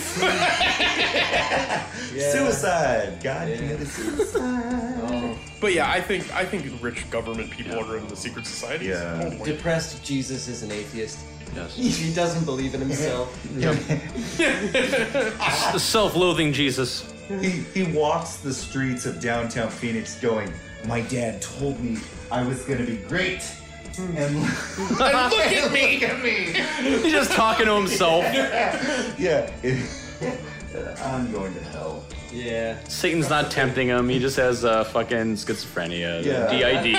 S5: Suicide. God committed suicide.
S6: But yeah, I think I think rich government people are in the secret societies. Oh
S5: Yeah.
S6: Totally.
S4: Depressed Jesus is an atheist.
S3: Yes.
S4: He doesn't believe in himself.
S3: The self-loathing Jesus.
S5: He, he walks the streets of downtown Phoenix going, My dad told me I was going to be great.
S3: Hmm.
S5: And
S6: And look at me.
S3: He's just talking to himself.
S5: yeah, it- I'm going to hell.
S4: yeah.
S3: Satan's not tempting him. He just has uh, fucking schizophrenia,
S5: Yeah.
S3: DID.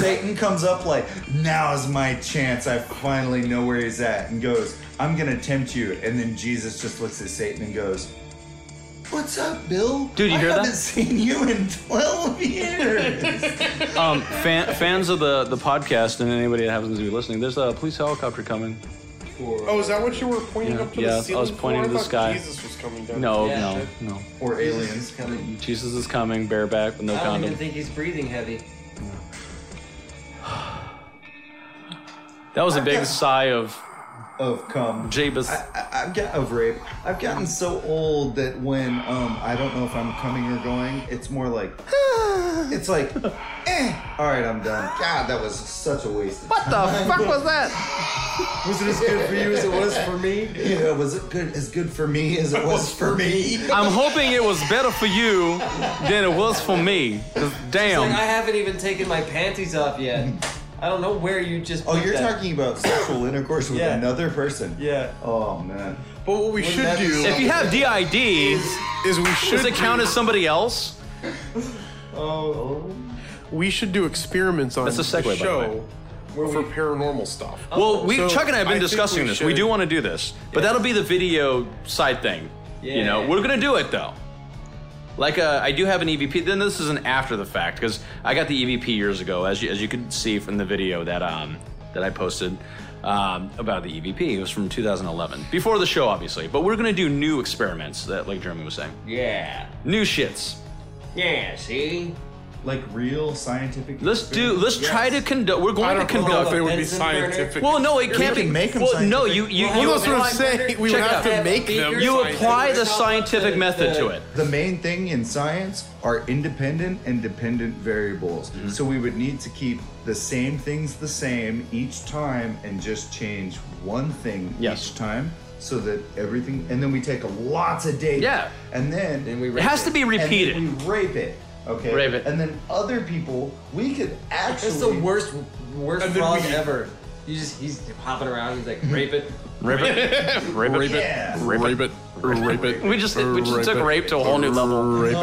S5: Satan comes up like, Now's my chance. I finally know where he's at. And goes, I'm going to tempt you. And then Jesus just looks at Satan and goes, What's up, Bill?
S3: Dude, you
S5: I
S3: hear that?
S5: haven't seen you in 12 years.
S3: um, fan, fans of the, the podcast and anybody that happens to be listening, there's a police helicopter coming.
S6: Oh, is that what you were pointing
S3: Yeah.
S6: up to
S3: Yeah, I
S6: the
S3: was
S6: ceiling
S3: pointing
S6: for?
S3: to the
S6: I thought
S3: sky.
S6: Jesus was coming down.
S3: No,
S4: Yeah.
S3: no, no.
S5: or aliens.
S4: He's coming.
S3: Jesus is coming, bareback with no
S4: I don't even
S3: condom.
S4: think he's breathing heavy.
S3: That was a big sigh of
S5: Of come.
S3: Jabez.
S5: I, I've got of rape. I've gotten so old that when um I don't know if I'm coming or going, it's more like it's like eh. All right, I'm done. God, that was such a waste. Of time.
S3: fuck was that?
S5: Was it as good for you as it was for me? Yeah, was it good as good for me as it was for me?
S3: I'm hoping it was better for you than it was for me. 'Cause
S4: Like, I
S3: Damn.
S4: haven't even taken my panties off yet. I don't know where you just.
S5: Oh,
S4: put
S5: you're
S4: that.
S5: talking about sexual intercourse with
S4: Yeah.
S5: another person.
S4: Yeah.
S5: Oh man.
S6: But what we should
S5: that be
S6: do
S3: If you have DID,
S6: is we should
S3: does it count as somebody else?
S5: Oh.
S6: we should do experiments on
S3: That's a segue, by
S6: the
S3: the
S6: show
S3: way.
S6: for paranormal stuff.
S3: Well, we
S6: So,
S3: Chuck and I have
S6: I
S3: been
S6: think
S3: discussing
S6: we
S3: this.
S6: should-
S3: We do want to do this, but that'll be the video side thing. You know,
S4: Yeah.
S3: we're gonna do it though. Like, uh, I do have an EVP. Then this is an after the fact because I got the EVP years ago, as you, as you could see from the video that um that I posted um, about the EVP. It was from 2011, before the show, obviously. But we're gonna do new experiments that, like Jeremy was saying,
S4: Yeah.
S3: new shits.
S4: Yeah. See.
S5: Like real scientific.
S3: Let's do.
S5: Mm,
S3: Let's try to conduct. We're
S6: I
S3: going to
S6: don't know if
S3: conduct.
S6: they would be
S4: Benson burner?
S6: scientific.
S3: Well, no, it can't
S5: can
S3: be.
S5: make 'em
S3: well, no, you
S5: scientific.
S3: you
S4: Well,
S3: you
S4: that's what I'm
S3: apply-
S4: saying.
S6: We would
S3: Check it
S6: have
S3: out.
S6: to make them.
S3: You
S6: scientific.
S3: apply the
S4: It's not like
S3: scientific
S4: the-
S3: method
S4: the-
S3: to it.
S5: The main thing in science are independent and dependent variables.
S3: Mm-hmm.
S5: So we would need to keep the same things the same each time and just change one thing
S3: Yes.
S5: each time so that everything and then we take lots of data.
S3: Yeah.
S5: And then
S4: Then we
S3: It has to be
S5: And
S3: repeated.
S5: then we rape it. Okay.
S3: Rape it.
S5: And then other people we could actually
S4: That's the worst, worst
S6: And then
S4: frog
S6: we-
S4: ever. You just he's hopping around. He's like rape it.
S3: Rape it. Rape it.
S5: Yeah.
S6: Rape it. Rape it.
S3: We just we just took rape to a whole new level.
S6: Rape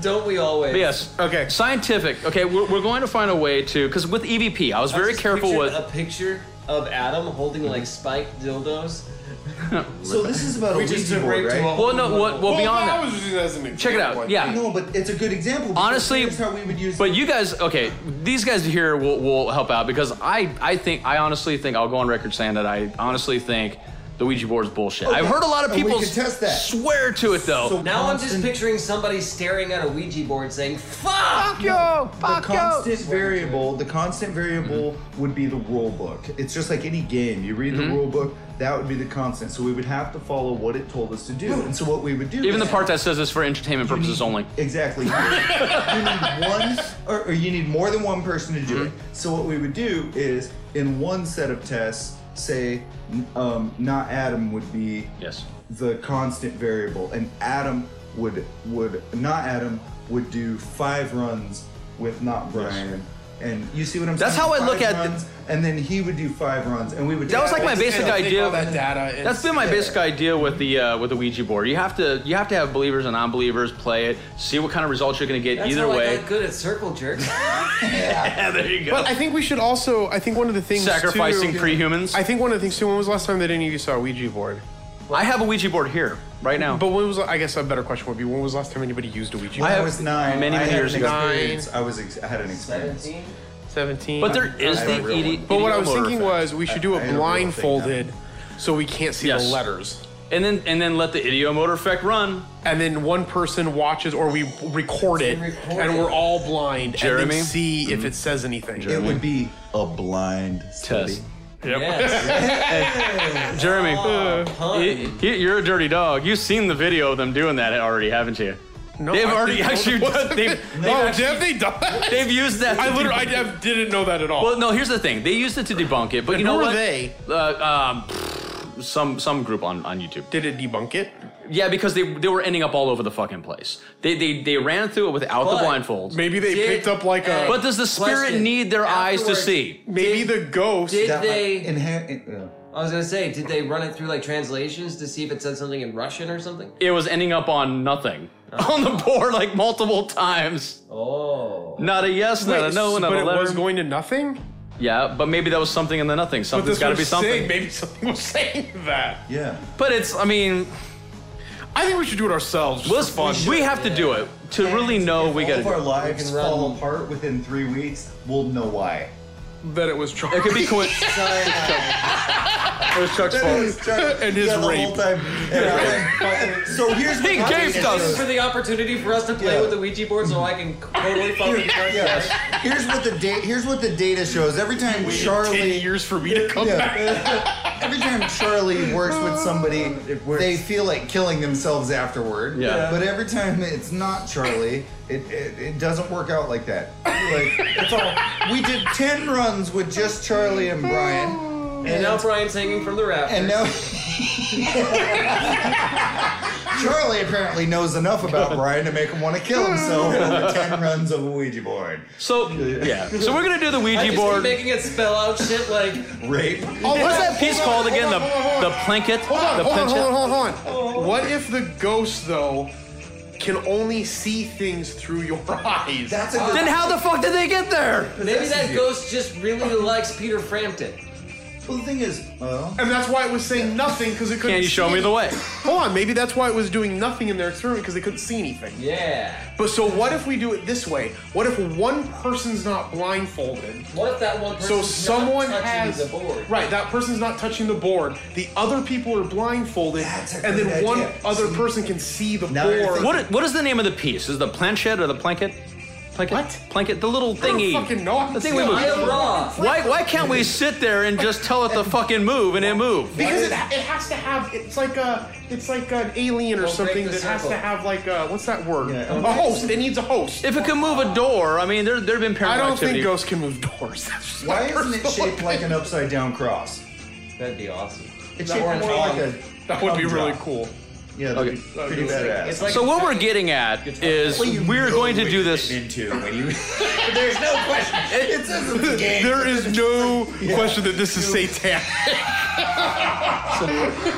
S4: Don't we always?
S3: But yes.
S6: Okay.
S3: Scientific. Okay, we're, we're going to find a way to because with EVP, I was
S4: I
S3: very
S4: just
S3: careful
S4: pictured
S3: with.
S4: a picture of Adam holding
S5: Mm-hmm.
S4: like spiked dildos.
S5: So this is about
S4: We
S5: a
S4: just
S5: Ouija board,
S4: raped
S5: right?
S4: to a-
S3: Well, no, well, well
S6: Well,
S3: beyond
S6: that
S3: that.
S6: was just as an example.
S3: Check it out.
S6: I
S3: Yeah.
S6: think.
S5: no, but it's a good example. because
S3: Honestly,
S5: here's how we would use
S3: But you guys, okay, these guys here will, will help out because I, I think, I honestly think, I'll go on record saying that I honestly think the Ouija board is bullshit. I've heard a lot of
S5: Oh, and we
S3: people
S5: can test that.
S3: swear to it though.
S5: So-
S4: Now I'm just
S5: Constant-
S4: picturing somebody staring at a Ouija board saying, "Fuck."
S3: yo,
S5: the constant variable the constant variable would be the rule book it's just like any game you read
S3: Mm-hmm.
S5: the rule book that would be the constant so we would have to follow what it told us to do and so what we would do
S3: Even the
S5: is-
S3: part that says it's for entertainment purposes only.
S5: exactly you need, you need one or, or you need more than one person to do
S3: Mm-hmm.
S5: it so what we would do is in one set of tests say n- um, not adam would be
S3: Yes.
S5: the constant variable and adam would would not Adam would do five runs with not Brian. And you see what I'm
S3: That's
S5: saying?
S3: how I
S5: Five
S3: look at the-
S5: runs, and then he would do five runs, and we would. do
S3: That was like my
S5: five.
S3: basic idea.
S6: is-
S3: That's been my
S5: yeah.
S3: basic idea with the uh, with the Ouija board. You have to you have to have believers and non-believers play it, see what kind of results you're going to get
S4: That's
S3: either
S4: how
S3: way.
S4: I got good at circle jerks.
S3: there you
S6: But I think we should also. I think one of the things
S3: Sacrificing
S6: too,
S3: pre-humans?
S6: I think one of the things too. When was the last time that any of you saw a Ouija board?
S3: I have a Ouija board here right now.
S6: But when was? I guess a better question would be when was the last time anybody used a Ouija
S5: When
S6: board?
S5: I, was nine.
S3: many,
S5: I
S3: many
S5: had
S3: years
S5: an
S3: ago.
S5: experience. I was. Ex- I had an experience.
S6: Seventeen.
S3: But there is
S5: I
S3: the
S5: have a real
S3: ED
S5: one.
S6: But what I was
S3: EDO
S6: thinking
S3: effect.
S6: was we should do
S5: I- I
S6: it
S5: don't really think
S6: blindfolded, so we can't see the
S3: Yes.
S6: letters.
S3: and then and then let the idiomotor effect run.
S6: And then one person watches, or we record it,
S4: record
S6: and
S4: it.
S6: we're all blind, and
S3: Jeremy? Mm-hmm.
S6: then see if it says anything.
S5: It would be a blind study.
S3: Test.
S4: Yes.
S3: Jeremy,
S4: pun.
S3: you, you- you're a dirty dog. You've seen the video of them doing that already, haven't you?
S6: No,
S3: they've
S6: I
S3: already
S6: didn't know
S3: actually
S6: there was
S3: done-
S6: a
S3: they've-
S6: video.
S3: they've
S6: oh,
S3: actually-
S6: have they done?
S3: They've used that.
S6: I
S3: to
S6: literally, I
S3: debunk-
S6: def- didn't know that at all.
S3: Well, no. Here's the thing. They used it to debunk it, but
S6: And
S3: you know
S6: who are
S3: what?
S6: they?
S3: Uh, um, some some group on on YouTube.
S6: Did it debunk it?
S3: Yeah, because they they were ending up all over the fucking place. They they, they ran through it without
S4: But-
S3: the blindfolds.
S6: Maybe they
S4: Did-
S6: picked up like a.
S3: but does the spirit
S4: Question.
S3: need their eyes
S4: Afterwards-
S3: to see?
S6: maybe the ghost.
S4: Did
S5: That
S4: they?
S5: might inha- in- uh,
S4: I was gonna say, did they run it through like translations to see if it said something in Russian or something?
S3: It was ending up on nothing
S6: Oh.
S3: on the board like multiple times.
S4: Oh.
S3: Not a yes, not a no,
S6: Wait,
S3: not
S6: but
S3: a
S6: it
S3: letter.
S6: was going to nothing.
S3: yeah, but maybe that was something in the nothing.
S6: But
S3: Something's
S6: this
S3: got to
S6: was
S3: be something.
S6: Saying, maybe something was saying that.
S5: yeah.
S3: But it's I mean,
S6: I think we should do it ourselves.
S3: let's,
S6: for fun.
S3: we have to do it to really know we got
S5: All
S3: to.
S5: of our lives
S4: can run-
S5: fall apart within three weeks. We'll know why.
S6: that it was Charlie.
S3: It could be coincidence. it was Chuck's fault.
S6: and his
S5: yeah, the
S6: rape.
S5: whole time. And I went, so here's the
S3: He
S5: funny
S3: gave
S5: thing.
S3: us-
S4: Thanks for the opportunity for us to play
S5: Yeah.
S4: with the Ouija board, so I can totally fucking.
S5: Yes. Here's what the data. Here's what the data shows. Every time Charlie.
S6: Ten years for me to come back.
S5: Yeah. Every time Charlie works with somebody,
S7: works.
S5: they feel like killing themselves afterward.
S3: Yeah.
S5: But every time it's not Charlie, it, it, it doesn't work out like that. Like it's all. We did ten runs with just Charlie and Brian,
S4: And now Brian's hanging from the rafters.
S5: and now. Charlie apparently knows enough about Brian to make him want to kill himself over ten runs of a Ouija board.
S6: Oh,
S3: So yeah, so we're gonna do the
S4: I
S3: Ouija
S4: just
S3: board.
S4: keep making it spell out shit like
S5: Rape.
S3: What's that piece called again? The the planket.
S6: Oh, Hold on,
S3: the
S6: hold on,
S3: planchet?
S6: hold on, hold on. What if the ghost though can only see things through your eyes?
S5: That's a good.
S3: Then how the fuck did they get there?
S4: maybe that ghost just really likes Peter Frampton.
S5: Well, the thing is, well,
S6: and that's why it was saying nothing because it couldn't.
S3: Can you show
S6: see
S3: me the way?
S6: Hold on, maybe that's why it was doing nothing in their experiment because they couldn't see anything.
S4: Yeah.
S6: But so what if we do it this way? What if one person's not blindfolded?
S4: What if that one person?
S6: So someone
S4: not touching
S6: has
S4: the board.
S6: right. That person's not touching the board. The other people are blindfolded,
S5: That's a
S6: and then
S5: good
S6: one
S5: idea.
S6: other
S5: See?
S6: person can see the
S5: Now you're
S6: board.
S5: thinking-
S3: What i- what is the name of the piece? Is it the planchet or the planket? Planket?
S6: What?
S3: Planket? The little thingy.
S6: I don't fucking know. I'm
S3: The thing
S6: still-
S3: we
S4: I am raw.
S3: Why why can't we sit there and just tell it to fucking move and it move?
S6: Because it, it has to have it's like a it's like an alien or
S4: Don't
S6: something
S4: break the
S6: that has to
S4: circle.
S6: have like a what's that word?
S5: Yeah.
S6: a host. It needs a host.
S3: If it could move a door, I mean, there there have been
S6: I
S3: paranormal
S6: don't
S3: activity.
S6: think ghosts can move doors. That's just
S5: why
S6: my
S5: isn't it
S6: personal
S5: shaped like an upside down cross?
S4: That'd be awesome.
S5: It's
S4: Or
S5: shaped
S4: an
S5: more like
S4: arm.
S5: a.
S6: That would be
S5: thumb
S6: really
S5: drop.
S6: cool.
S5: Yeah, that'd
S3: Okay.
S5: be pretty badass.
S4: It's like
S3: so what we're getting at is we're going to do this.
S5: into when you. There's no question. It says it's a game.
S6: There is no question that this is satanic.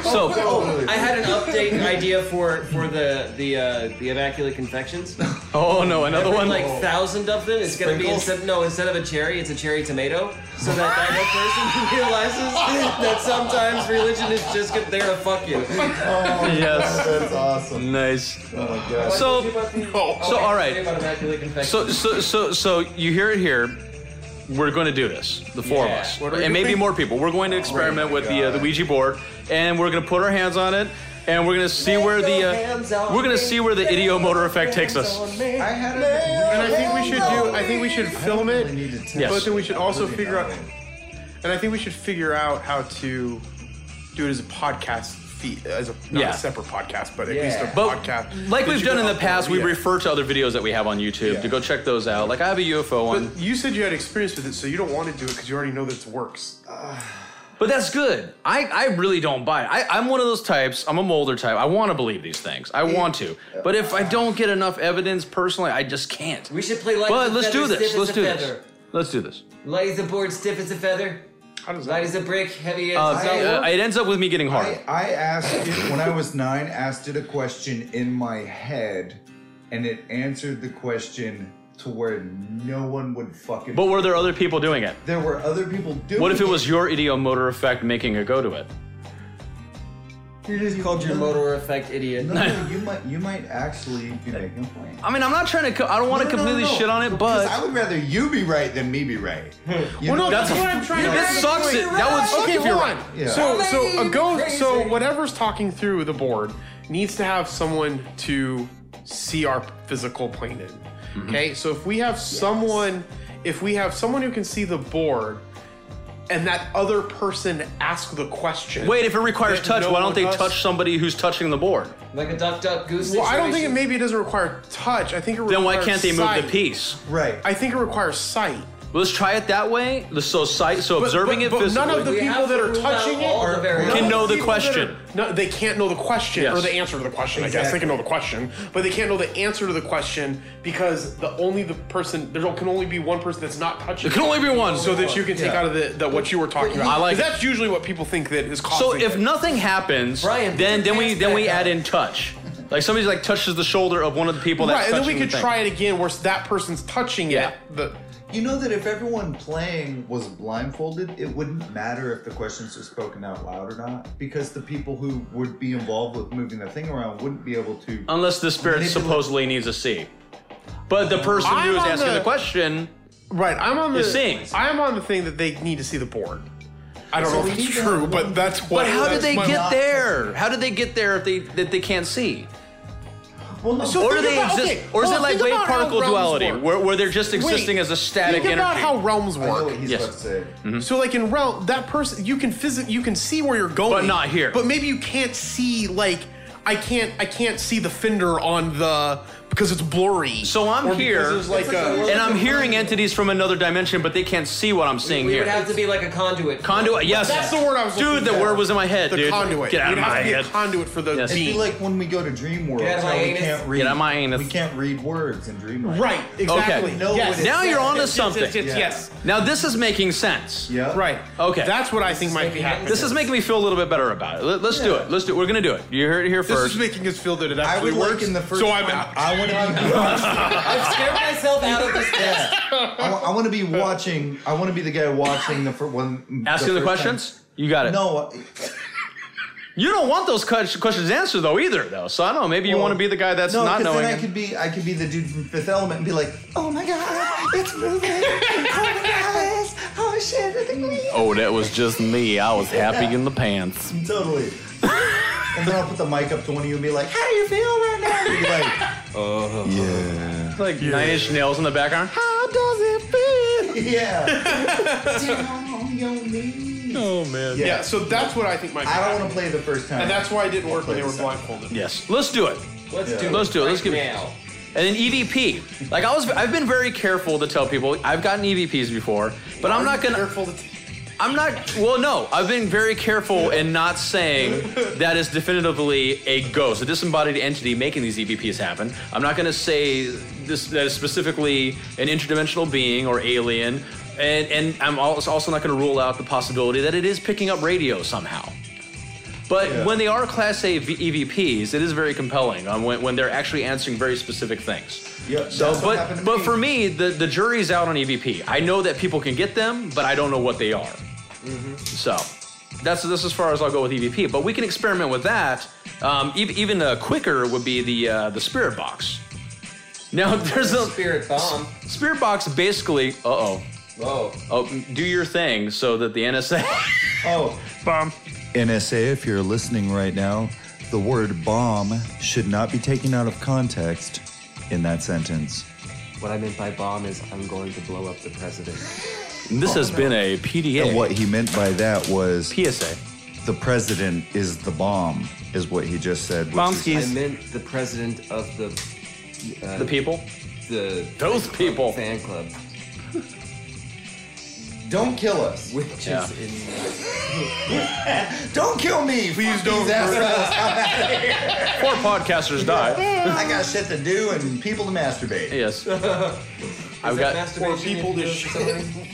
S3: So
S5: Oh
S4: I had an update idea for for the the uh, the immaculate confections.
S3: oh no, another
S4: Every,
S3: one.
S4: like thousand of them. It's gonna be
S5: Sprinkles?
S4: instead no instead of a cherry, it's a cherry tomato. So that that one person realizes that sometimes religion is just get there to fuck you.
S3: yes.
S5: Oh, That's awesome.
S3: Nice.
S5: Oh my god.
S3: So. So, all right.
S4: About immaculate confections.
S3: So, so, so, so you hear it here. We're going to do this, the four of
S4: Yeah.
S3: us, and maybe more people. We're going to experiment
S6: Oh
S3: with the uh, the Ouija board, and we're going to put our hands on it, and we're going to see where the uh, we're going to see where the idiomotor effect takes us.
S5: I had a.
S6: And I think we should do. I think we should film it.
S5: really need to test
S3: Yes.
S6: But then we should also
S5: Really
S6: figure out.
S5: not.
S6: And I think we should figure out how to do it as a podcast feed, as a not
S3: Yeah.
S6: a separate podcast, but at
S4: Yeah.
S6: least a
S3: But
S6: podcast.
S3: like
S6: that
S3: we've
S6: you
S3: done in
S6: can
S3: the
S6: upload,
S3: past, we
S6: yeah.
S3: refer to other videos that we have on YouTube to go check those out. Like I have a UFO one.
S6: But you said you had experience with it, so you don't want to do it because you already know that it works.
S3: But that's good. I, I really don't buy it. I, I'm one of those types. I'm a molder type. I want to believe these things. I want to. But if I don't get enough evidence personally, I just can't.
S4: We should play like
S3: But
S4: the
S3: let's do
S4: feather,
S3: this.
S4: stiff
S3: Let's
S4: as
S3: do
S4: a
S3: this.
S4: feather.
S3: Let's do this.
S4: Light as a board, stiff as a feather. Light as a brick, heavy as
S3: Uh,
S4: a stone.
S3: uh, it ends up with me getting hard.
S5: I, I asked it when I was nine, asked it a question in my head, and it answered the question to where no one would fucking.
S3: But were there other people doing it?
S5: there were other people doing.
S3: What if it was your idiomotor effect making a go to it?
S5: It's
S4: called your motor effect idiot.
S5: No, no, you might, you might actually be making a point.
S3: I mean, I'm not trying to. Co- I don't want to
S5: No, no,
S3: completely
S5: no.
S3: shit on it,
S5: Because
S3: but
S5: I would rather you be right than me be right. You know?
S6: well, no, that's, what I'm trying to.
S3: That
S6: say.
S3: sucks it- that would suck
S6: okay,
S3: if you're
S6: hold
S3: right.
S6: on.
S5: Yeah.
S6: So, so a go.
S4: Crazy.
S6: So whatever's talking through the board needs to have someone to see our physical plane in.
S3: Mm-hmm.
S6: Okay, so if we have someone, if we have someone who can see the board, and that other person ask the question.
S3: wait, if it requires
S6: that
S3: touch,
S6: no
S3: why don't
S6: one
S3: they
S6: does-
S3: touch somebody who's touching the board?
S4: Like a duck, duck, goose.
S6: Well, I don't think it.
S4: situation.
S6: Maybe it doesn't require touch. I think it.
S3: Then why
S6: requires
S3: can't they move the
S6: sight.
S3: piece?
S5: Right.
S6: I think it requires sight.
S3: Let's try it that way. The- So sight, so
S6: But-
S3: observing
S6: but-
S3: it
S6: but
S3: physically.
S6: None of the
S4: We
S6: people
S4: have
S6: that
S4: to
S6: are
S4: rule out
S6: touching
S4: all
S6: it
S4: the variables.
S3: Can know the
S6: people that
S3: question.
S6: are- no, they can't know the question
S3: Yes.
S6: or the answer to the question. I guess they can know the question, but they can't know the answer to the question because the only the person there can only be one person that's not touching.
S3: There can
S6: it.
S3: only be one.
S6: So that you can take
S5: Yeah.
S6: out of the, the what you were talking about.
S3: I like
S6: 'Cause that's usually what people think that is causing.
S3: So if
S6: it.
S3: nothing happens,
S4: Brian,
S3: then
S4: put your
S3: then we
S4: pants
S3: then we
S4: back
S3: add
S4: on.
S3: in touch. Like somebody like touches the shoulder of one of the people that's
S6: right, and then we
S3: touching
S6: could
S3: the thing.
S6: try it again where that person's touching
S3: Yeah.
S6: it. The,
S5: You know that if everyone playing was blindfolded, it wouldn't matter if the questions were spoken out loud or not, because the people who would be involved with moving the thing around wouldn't be able to.
S3: Unless the spirit
S5: Manipulate-
S3: supposedly needs a C. But the person
S6: I'm
S3: who is
S6: on
S3: asking the,
S6: the-
S3: question,
S6: right, I'm on the
S3: It's seeing.
S6: I'm on the thing that they need to see the board. I don't
S5: So
S6: know
S5: we
S6: if
S5: need
S6: it's
S5: to have
S6: true,
S5: one-
S6: but that's what.
S3: but how did
S6: that's
S3: they
S6: my-
S3: get there? How did they get there if they that they can't see?
S5: Well, no,
S6: So
S3: Or do
S6: think
S3: they
S6: about-
S3: exist?
S6: okay,
S3: Or is
S6: well,
S3: it like
S6: think
S3: wave
S6: about how
S3: particle
S6: realms
S3: duality,
S6: work.
S3: where, where they're just existing
S6: Wait,
S3: as a static
S6: think
S3: energy?
S6: about how realms
S5: I know
S6: work.
S5: what he's
S3: Yes.
S5: about to say.
S6: So like in realm, that person you can phys- you can see where you're going,
S3: But not here.
S6: But maybe you can't see like I can't I can't see the fender on the because it's blurry.
S3: So I'm
S6: Or because
S3: here,
S6: there's, like a-
S3: and I'm hearing entities from another dimension, but they can't see what I'm seeing
S4: We
S3: here.
S4: would have to be like a conduit.
S3: conduit. Yes,
S6: that's the word I was.
S3: Dude,
S6: looking
S3: the
S6: for.
S3: word was in my head,
S6: The
S3: dude.
S6: conduit.
S3: Get out
S6: You'd
S3: of
S6: have
S3: my
S6: to be a
S3: head.
S6: conduit for the
S3: Yes.
S5: It'd be
S6: being.
S5: like when we go to Dream World.
S4: Get out of
S5: how
S4: my
S5: we
S4: anus.
S5: can't read.
S3: Mm-hmm. out of my anus.
S5: We can't read words in Dream World.
S6: right. Exactly.
S5: Know
S6: Yes.
S5: what it
S3: Now
S5: says.
S3: you're
S6: Yes,
S3: onto
S6: yes,
S3: something.
S6: Yes. yes,
S5: Yeah.
S6: yes.
S3: Now this is making sense.
S5: Yeah.
S6: Right.
S3: Okay.
S6: That's what I think might be
S4: making-
S6: happening.
S3: This is making me feel a little bit better about it. Let, us do it. Let's do. We're gonna do it. You heard it here
S6: This
S3: first.
S6: is making us feel that it
S5: I
S6: actually
S5: would like
S6: works.
S5: in the first.
S6: so I'm
S5: one,
S6: out.
S5: I want to be.
S4: I've scared myself out of this test.
S5: I, want to be watching. I want to be the guy watching the first one.
S3: Asking the,
S5: first time.
S3: questions. You got it.
S5: No. uh,
S3: You don't want those que- questions answered though either though. So I don't know. Maybe you
S5: well,
S3: want to be the guy that's
S5: no,
S3: not
S5: 'cause
S3: knowing.
S5: Then I
S3: it.
S5: could be. I could be the dude from Fifth Element and be like, "Oh my god, it's moving! oh my eyes! Oh shit! I think we
S3: oh, that was just me. I was happy in the pants.
S5: totally." and then I'll put the mic up to one of you and be like, "How do you feel right now?" And you'd be like,
S3: Like nine inch nails in the background.
S5: How does it feel? Yeah. Down on your knees.
S3: Oh man.
S6: Yeah. So that's what I think might. Be
S5: I don't
S6: happening.
S5: want to play the first time.
S6: And that's why it didn't work when
S5: Play
S6: they were
S5: the second.
S6: blindfolded.
S3: Yes. Let's do it.
S4: Let's do it.
S3: Let's do it. Let's
S4: right
S3: give it-
S4: now.
S3: And then EVP. Like I was, I've been very careful to tell people I've gotten EVPs before, but I'm not gonna.
S6: Careful to t-
S3: I'm not. Well, no, I've been very careful in not saying that is definitively a ghost, a disembodied entity making these EVPs happen. I'm not going to say this that is specifically an interdimensional being or alien, and and I'm als- also not going to rule out the possibility that it is picking up radio somehow. But when they are Class A v- EVPs, it is very compelling on when, when they're actually answering very specific things.
S5: Yep,
S3: So,
S5: that's what happened
S3: but but
S5: to me.
S3: for me, the the jury's out on EVP. I know that people can get them, but I don't know what they are.
S5: Mm-hmm.
S3: So that's that's as far as I'll go with EVP. But we can experiment with that. Um, ev- even uh, quicker would be the uh, the spirit box. Now there's a
S4: Spirit bomb.
S3: spirit box. Basically, uh oh.
S4: Whoa.
S3: Oh, m- do your thing so that the NSA.
S5: Oh,
S8: Bomb.
S7: NSA, if you're listening right now, the word bomb should not be taken out of context in that sentence.
S2: What I meant by bomb is I'm going to blow up the president.
S3: this has been a PDA.
S7: And what he meant by that was
S3: PSA.
S7: the president is the bomb, is what he just said. which is-
S2: I meant the president of the uh,
S3: The people.
S2: the
S3: Those people.
S2: fan club.
S5: Don't kill us.
S12: Which
S3: Yeah.
S5: in. don't kill me. Please
S3: don't. Poor podcasters die.
S5: I got shit to do and people to masturbate.
S3: Yes. I've
S4: Is
S3: got
S4: that masturbation if you do it for some reason?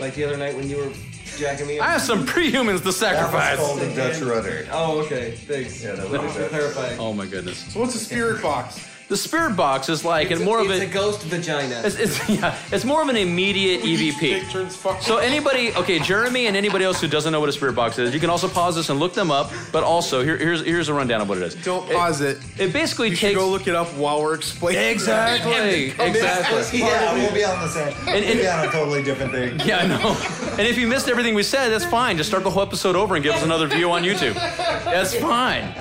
S4: like the other night when you were jacking me.
S3: I have some prehumans to sacrifice.
S5: called the Dutch rudder.
S4: Oh, okay. Thanks. Yeah, that was clarifying.
S3: Oh my goodness.
S6: So what's a spirit box?
S3: The spirit box is like and more of
S4: it's
S3: a,
S4: a ghost vagina.
S3: It's, it's, yeah, it's more of an immediate EVP. So anybody, okay, Jeremy and anybody else who doesn't know what a spirit box is, you can also pause this and look them up. But also, here, here's here's a rundown of what it is.
S6: Don't pause it.
S3: It basically
S6: you
S3: takes.
S6: Should go look it up while we're explaining.
S3: Exactly. Exactly.
S5: yeah, we'll be on the same.
S3: And-
S5: we'll
S3: and-
S5: be on a totally different thing.
S3: Yeah, I know. And if you missed everything we said, that's fine. Just start the whole episode over and give us another view on YouTube. That's fine.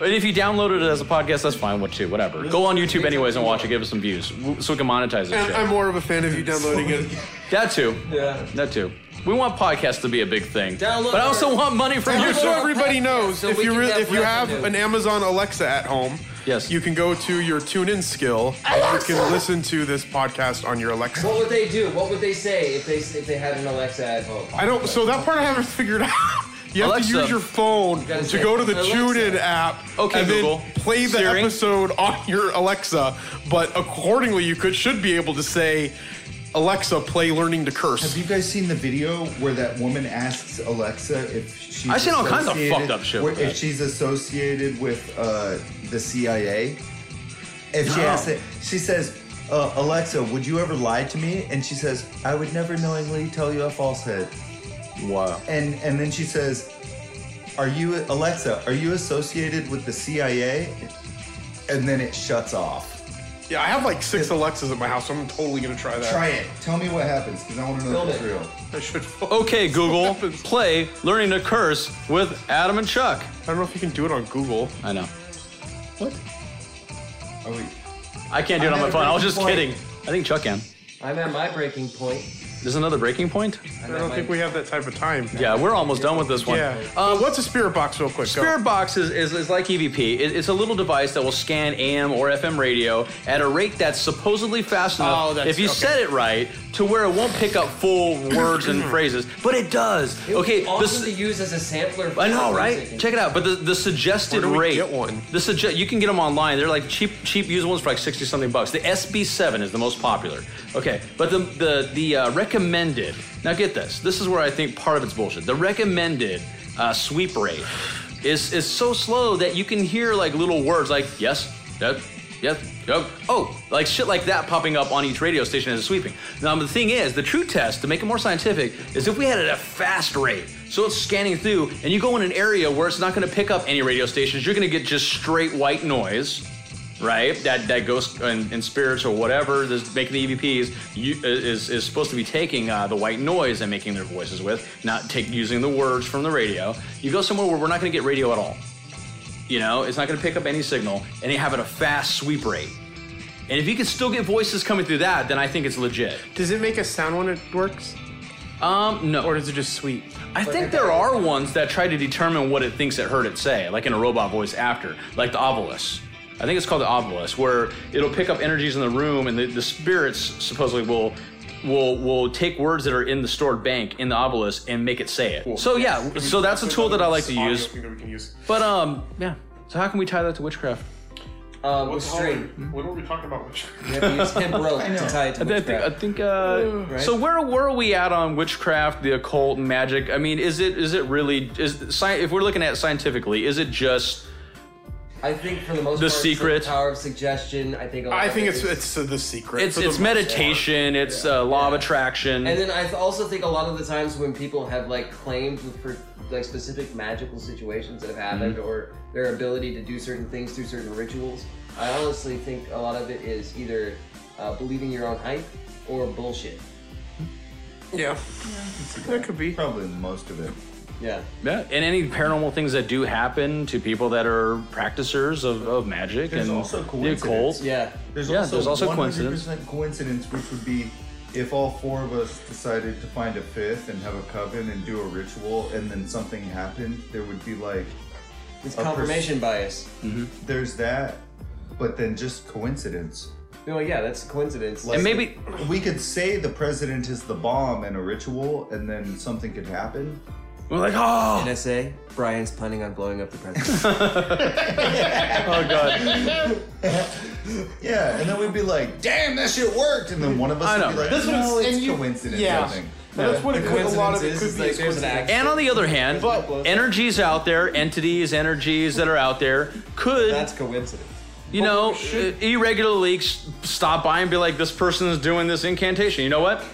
S3: And if you downloaded it as a podcast, that's fine. What too, whatever. Go on YouTube anyways and watch it. Give us some views so we can monetize this
S6: And
S3: shit.
S6: I'm more of a fan of you downloading it.
S3: That too.
S4: Yeah.
S3: That too. We want podcasts to be a big thing.
S6: Download
S3: but I also
S6: our-
S3: want money from you.
S6: Just so everybody knows,
S4: So
S6: if
S4: we
S6: you
S4: can
S6: re-
S4: have
S6: if you have
S4: revenue.
S6: an Amazon Alexa at home,
S3: yes,
S6: you can go to your tune-in skill and you can listen to this podcast on your Alexa.
S4: what would they do? What would they say if they if they had an Alexa at home?
S6: I don't. So that part I haven't figured out. You have
S4: Alexa.
S6: to use your phone
S4: gotta
S6: to
S4: say,
S6: go to the
S4: "Alexa."
S6: TuneIn app
S4: Okay,
S6: and
S4: Google.
S6: then play the
S4: Siri.
S6: episode on your Alexa. But accordingly, you could should be able to say, "Alexa, play Learning to Curse."
S5: Have you guys seen the video where that woman asks Alexa if she's
S6: I've seen all kinds of
S5: associated-
S6: fucked up shit
S5: where-
S6: with
S5: if
S6: that.
S5: she's associated with uh, the CIA? If she
S6: No.
S5: asks it, she says, uh, "Alexa, would you ever lie to me?" And she says, "I would never knowingly tell you a falsehood."
S3: Wow.
S5: And and then she says, "Are you Alexa? Are you associated with the CIA?" And then it shuts off.
S6: Yeah, I have like six Alexas at my house, so I'm totally gonna try that.
S5: Try it. Tell me what happens because I want to know
S6: Film
S5: if it's
S6: it.
S5: real.
S6: I should.
S3: Okay, Google, play Learning to Curse with Adam and Chuck.
S6: I don't know if you can do it on Google.
S3: I know.
S5: Oh, wait.
S3: I can't do it
S4: I'm
S3: on my
S4: at a
S3: phone. I was
S4: breaking
S3: just
S4: point.
S3: kidding. I think Chuck can.
S4: I'm at my breaking point.
S3: There's another breaking point?
S6: I don't think we have that type of time.
S3: Yeah, we're almost done with this one. Um,
S6: Yeah. Uh, what's a spirit box, real quick? Go.
S3: Spirit box is, is, is like EVP. It- it's a little device that will scan AM or FM radio at a rate that's supposedly fast enough,
S6: Oh, that's-
S3: if you
S6: okay.
S3: set it right, to where it won't pick up full words and phrases. But it does. okay,
S4: It's
S3: the
S4: awesome
S3: s-
S4: to use as a sampler. For
S3: I know,
S4: music
S3: right?
S4: and-
S3: Check it out. But the, the suggested
S4: Where do we
S3: rate.
S4: get one?
S3: The suggest you can get them online. They're like cheap, cheap used ones for like sixty something bucks. The SB7 is the most popular. Okay, but the the the uh, recommended. Now get this. This is where I think part of it's bullshit. The recommended uh, sweep rate is is so slow that you can hear like little words like yes, that, yes, yep, oh, like shit like that popping up on each radio station as it's sweeping. Now the thing is, the true test to make it more scientific is if we had it at a fast rate. So it's scanning through, and you go in an area where it's not going to pick up any radio stations. You're going to get just straight white noise, right? That that ghost and, and spirits or whatever that's making the EVPs you, is is supposed to be taking uh, the white noise and making their voices with, not take using the words from the radio. You go somewhere where we're not going to get radio at all. You know, it's not going to pick up any signal, and you have it a fast sweep rate. And if you can still get voices coming through that, then I think it's legit.
S6: Does it make a sound when it works?
S3: Um, no. Or
S6: does it just sweep?
S3: I think there are ones that try to determine what it thinks it heard it say, like in a robot voice after, like the ovilus. I think it's called the ovilus, where it'll pick up energies in the room, and the, the spirits supposedly will will will take words that are in the stored bank in the ovilus and make it say it. So yeah, so that's a tool that I like to
S6: Audio
S3: use.
S6: thing that we can use.
S3: But um, yeah. So how can we tie that to witchcraft?
S4: Um,
S6: What's all-
S4: string.
S6: What are we talking about? Which
S4: You have to use hemp rope to tie it to
S3: I think, I
S4: witchcraft.
S3: think uh,
S4: Right?
S3: so. Where where are we at on witchcraft, the occult, and magic? I mean, is it is it really is sci- if we're looking at it scientifically, is it just
S4: I think for the most
S3: The
S4: part, it's
S3: secret.
S4: the power of suggestion. I think. a lot
S6: I
S4: of
S6: think
S4: it
S6: it's
S4: is-
S6: it's uh, the secret.
S3: it's
S6: for the
S3: it's
S6: most
S3: meditation, it's uh, law of attraction,
S4: And then I th- also think a lot of the times when people have like claimed for like specific magical situations that have happened or their ability to do certain things through certain rituals, I honestly think a lot of it is either uh, believing your own hype or bullshit.
S6: part. Yeah. That could be
S5: probably most of it.
S4: Yeah.
S3: yeah, and any paranormal things that do happen to people that are practicers of, of magic
S5: There's
S3: and
S5: also
S3: the occult.
S5: coincidence. There's
S3: yeah,
S5: also
S3: there's also
S5: 100%
S3: coincidence.
S5: coincidence, which would be if all four of us decided to find a fifth and have a coven and do a ritual, and then something happened, there would be like
S4: It's
S5: a pers-
S4: confirmation bias.
S5: There's that, but then just coincidence.
S4: They're like, yeah, that's a coincidence.
S5: Like, we could say the president is the bomb in a ritual, and then something could happen.
S3: We're like, oh.
S4: NSA, Brian's planning on blowing up the president.
S5: oh god. yeah, and then we'd be like, damn, that shit worked, and then one of us
S3: I know.
S5: would be like,
S3: That's what
S5: no,
S3: it's-
S5: it's
S3: and you-
S5: coincidence.
S3: yeah.
S5: I think.
S3: Yeah. That's what it
S5: The
S3: could- a lot
S5: coincidence
S3: of it
S5: is,
S3: could
S5: is
S3: be
S5: like
S3: is
S5: there's an accident.
S3: And on the other hand, energies out there, entities, energies that are out there could. That's
S4: coincidence.
S3: You know, uh, irregular leaks stop by and be like, this person is doing this incantation. You know what?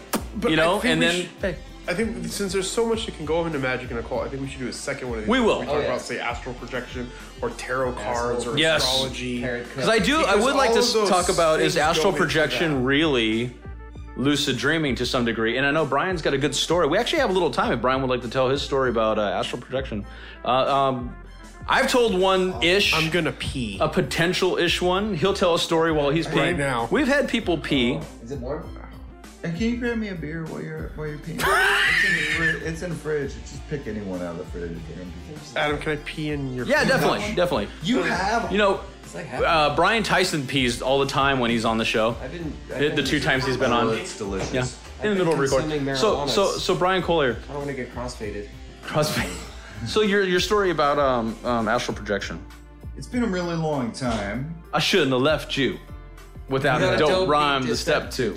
S3: you
S6: I
S3: know,
S6: think
S3: and
S6: we
S3: then.
S6: should- I think since there's so much that can go into magic and occult, I think we should do a second one of these.
S3: We will.
S6: We
S3: Oh,
S6: talk
S3: yeah.
S6: about say astral projection or tarot cards or
S3: Yes.
S6: astrology.
S3: Because I do, I would like to
S6: Because all
S3: s-
S6: of
S3: talk
S6: those
S3: about is
S6: things go
S3: astral
S6: into that.
S3: projection really lucid dreaming to some degree? And I know Brian's got a good story. We actually have a little time if Brian would like to tell his story about uh, astral projection. Uh, um, I've told one ish. I'm
S6: gonna pee.
S4: Uh,
S3: A potential ish one. He'll tell a story while he's peeing.
S5: Right now.
S3: We've had people pee.
S4: Is it warm?
S5: And can you grab me a beer while you're while you're peeing? it's, in the, fri- it's in the fridge. Just pick anyone out of the fridge.
S6: Adam, can I pee in your?
S3: Yeah, definitely, definitely.
S5: You have.
S3: You know,
S4: like half-
S3: uh, Brian Tyson pees all the time when he's on the show.
S4: I've been. I've
S3: The, the
S4: been-
S3: two times he's been
S4: Oh,
S3: on.
S4: it's delicious.
S3: Yeah.
S4: I've
S3: In the
S4: been
S3: middle of recording.
S4: consuming
S3: So, so,
S4: marijuanas.
S3: so Brian Collier.
S4: I don't want to get crossfaded.
S3: Crosby. so your your story about um, um astral projection.
S5: It's been a really long time.
S3: I shouldn't have left you without
S5: Without
S3: a
S5: a
S3: dope
S5: dope
S3: rhyme
S5: beat
S3: to
S5: to
S3: step to.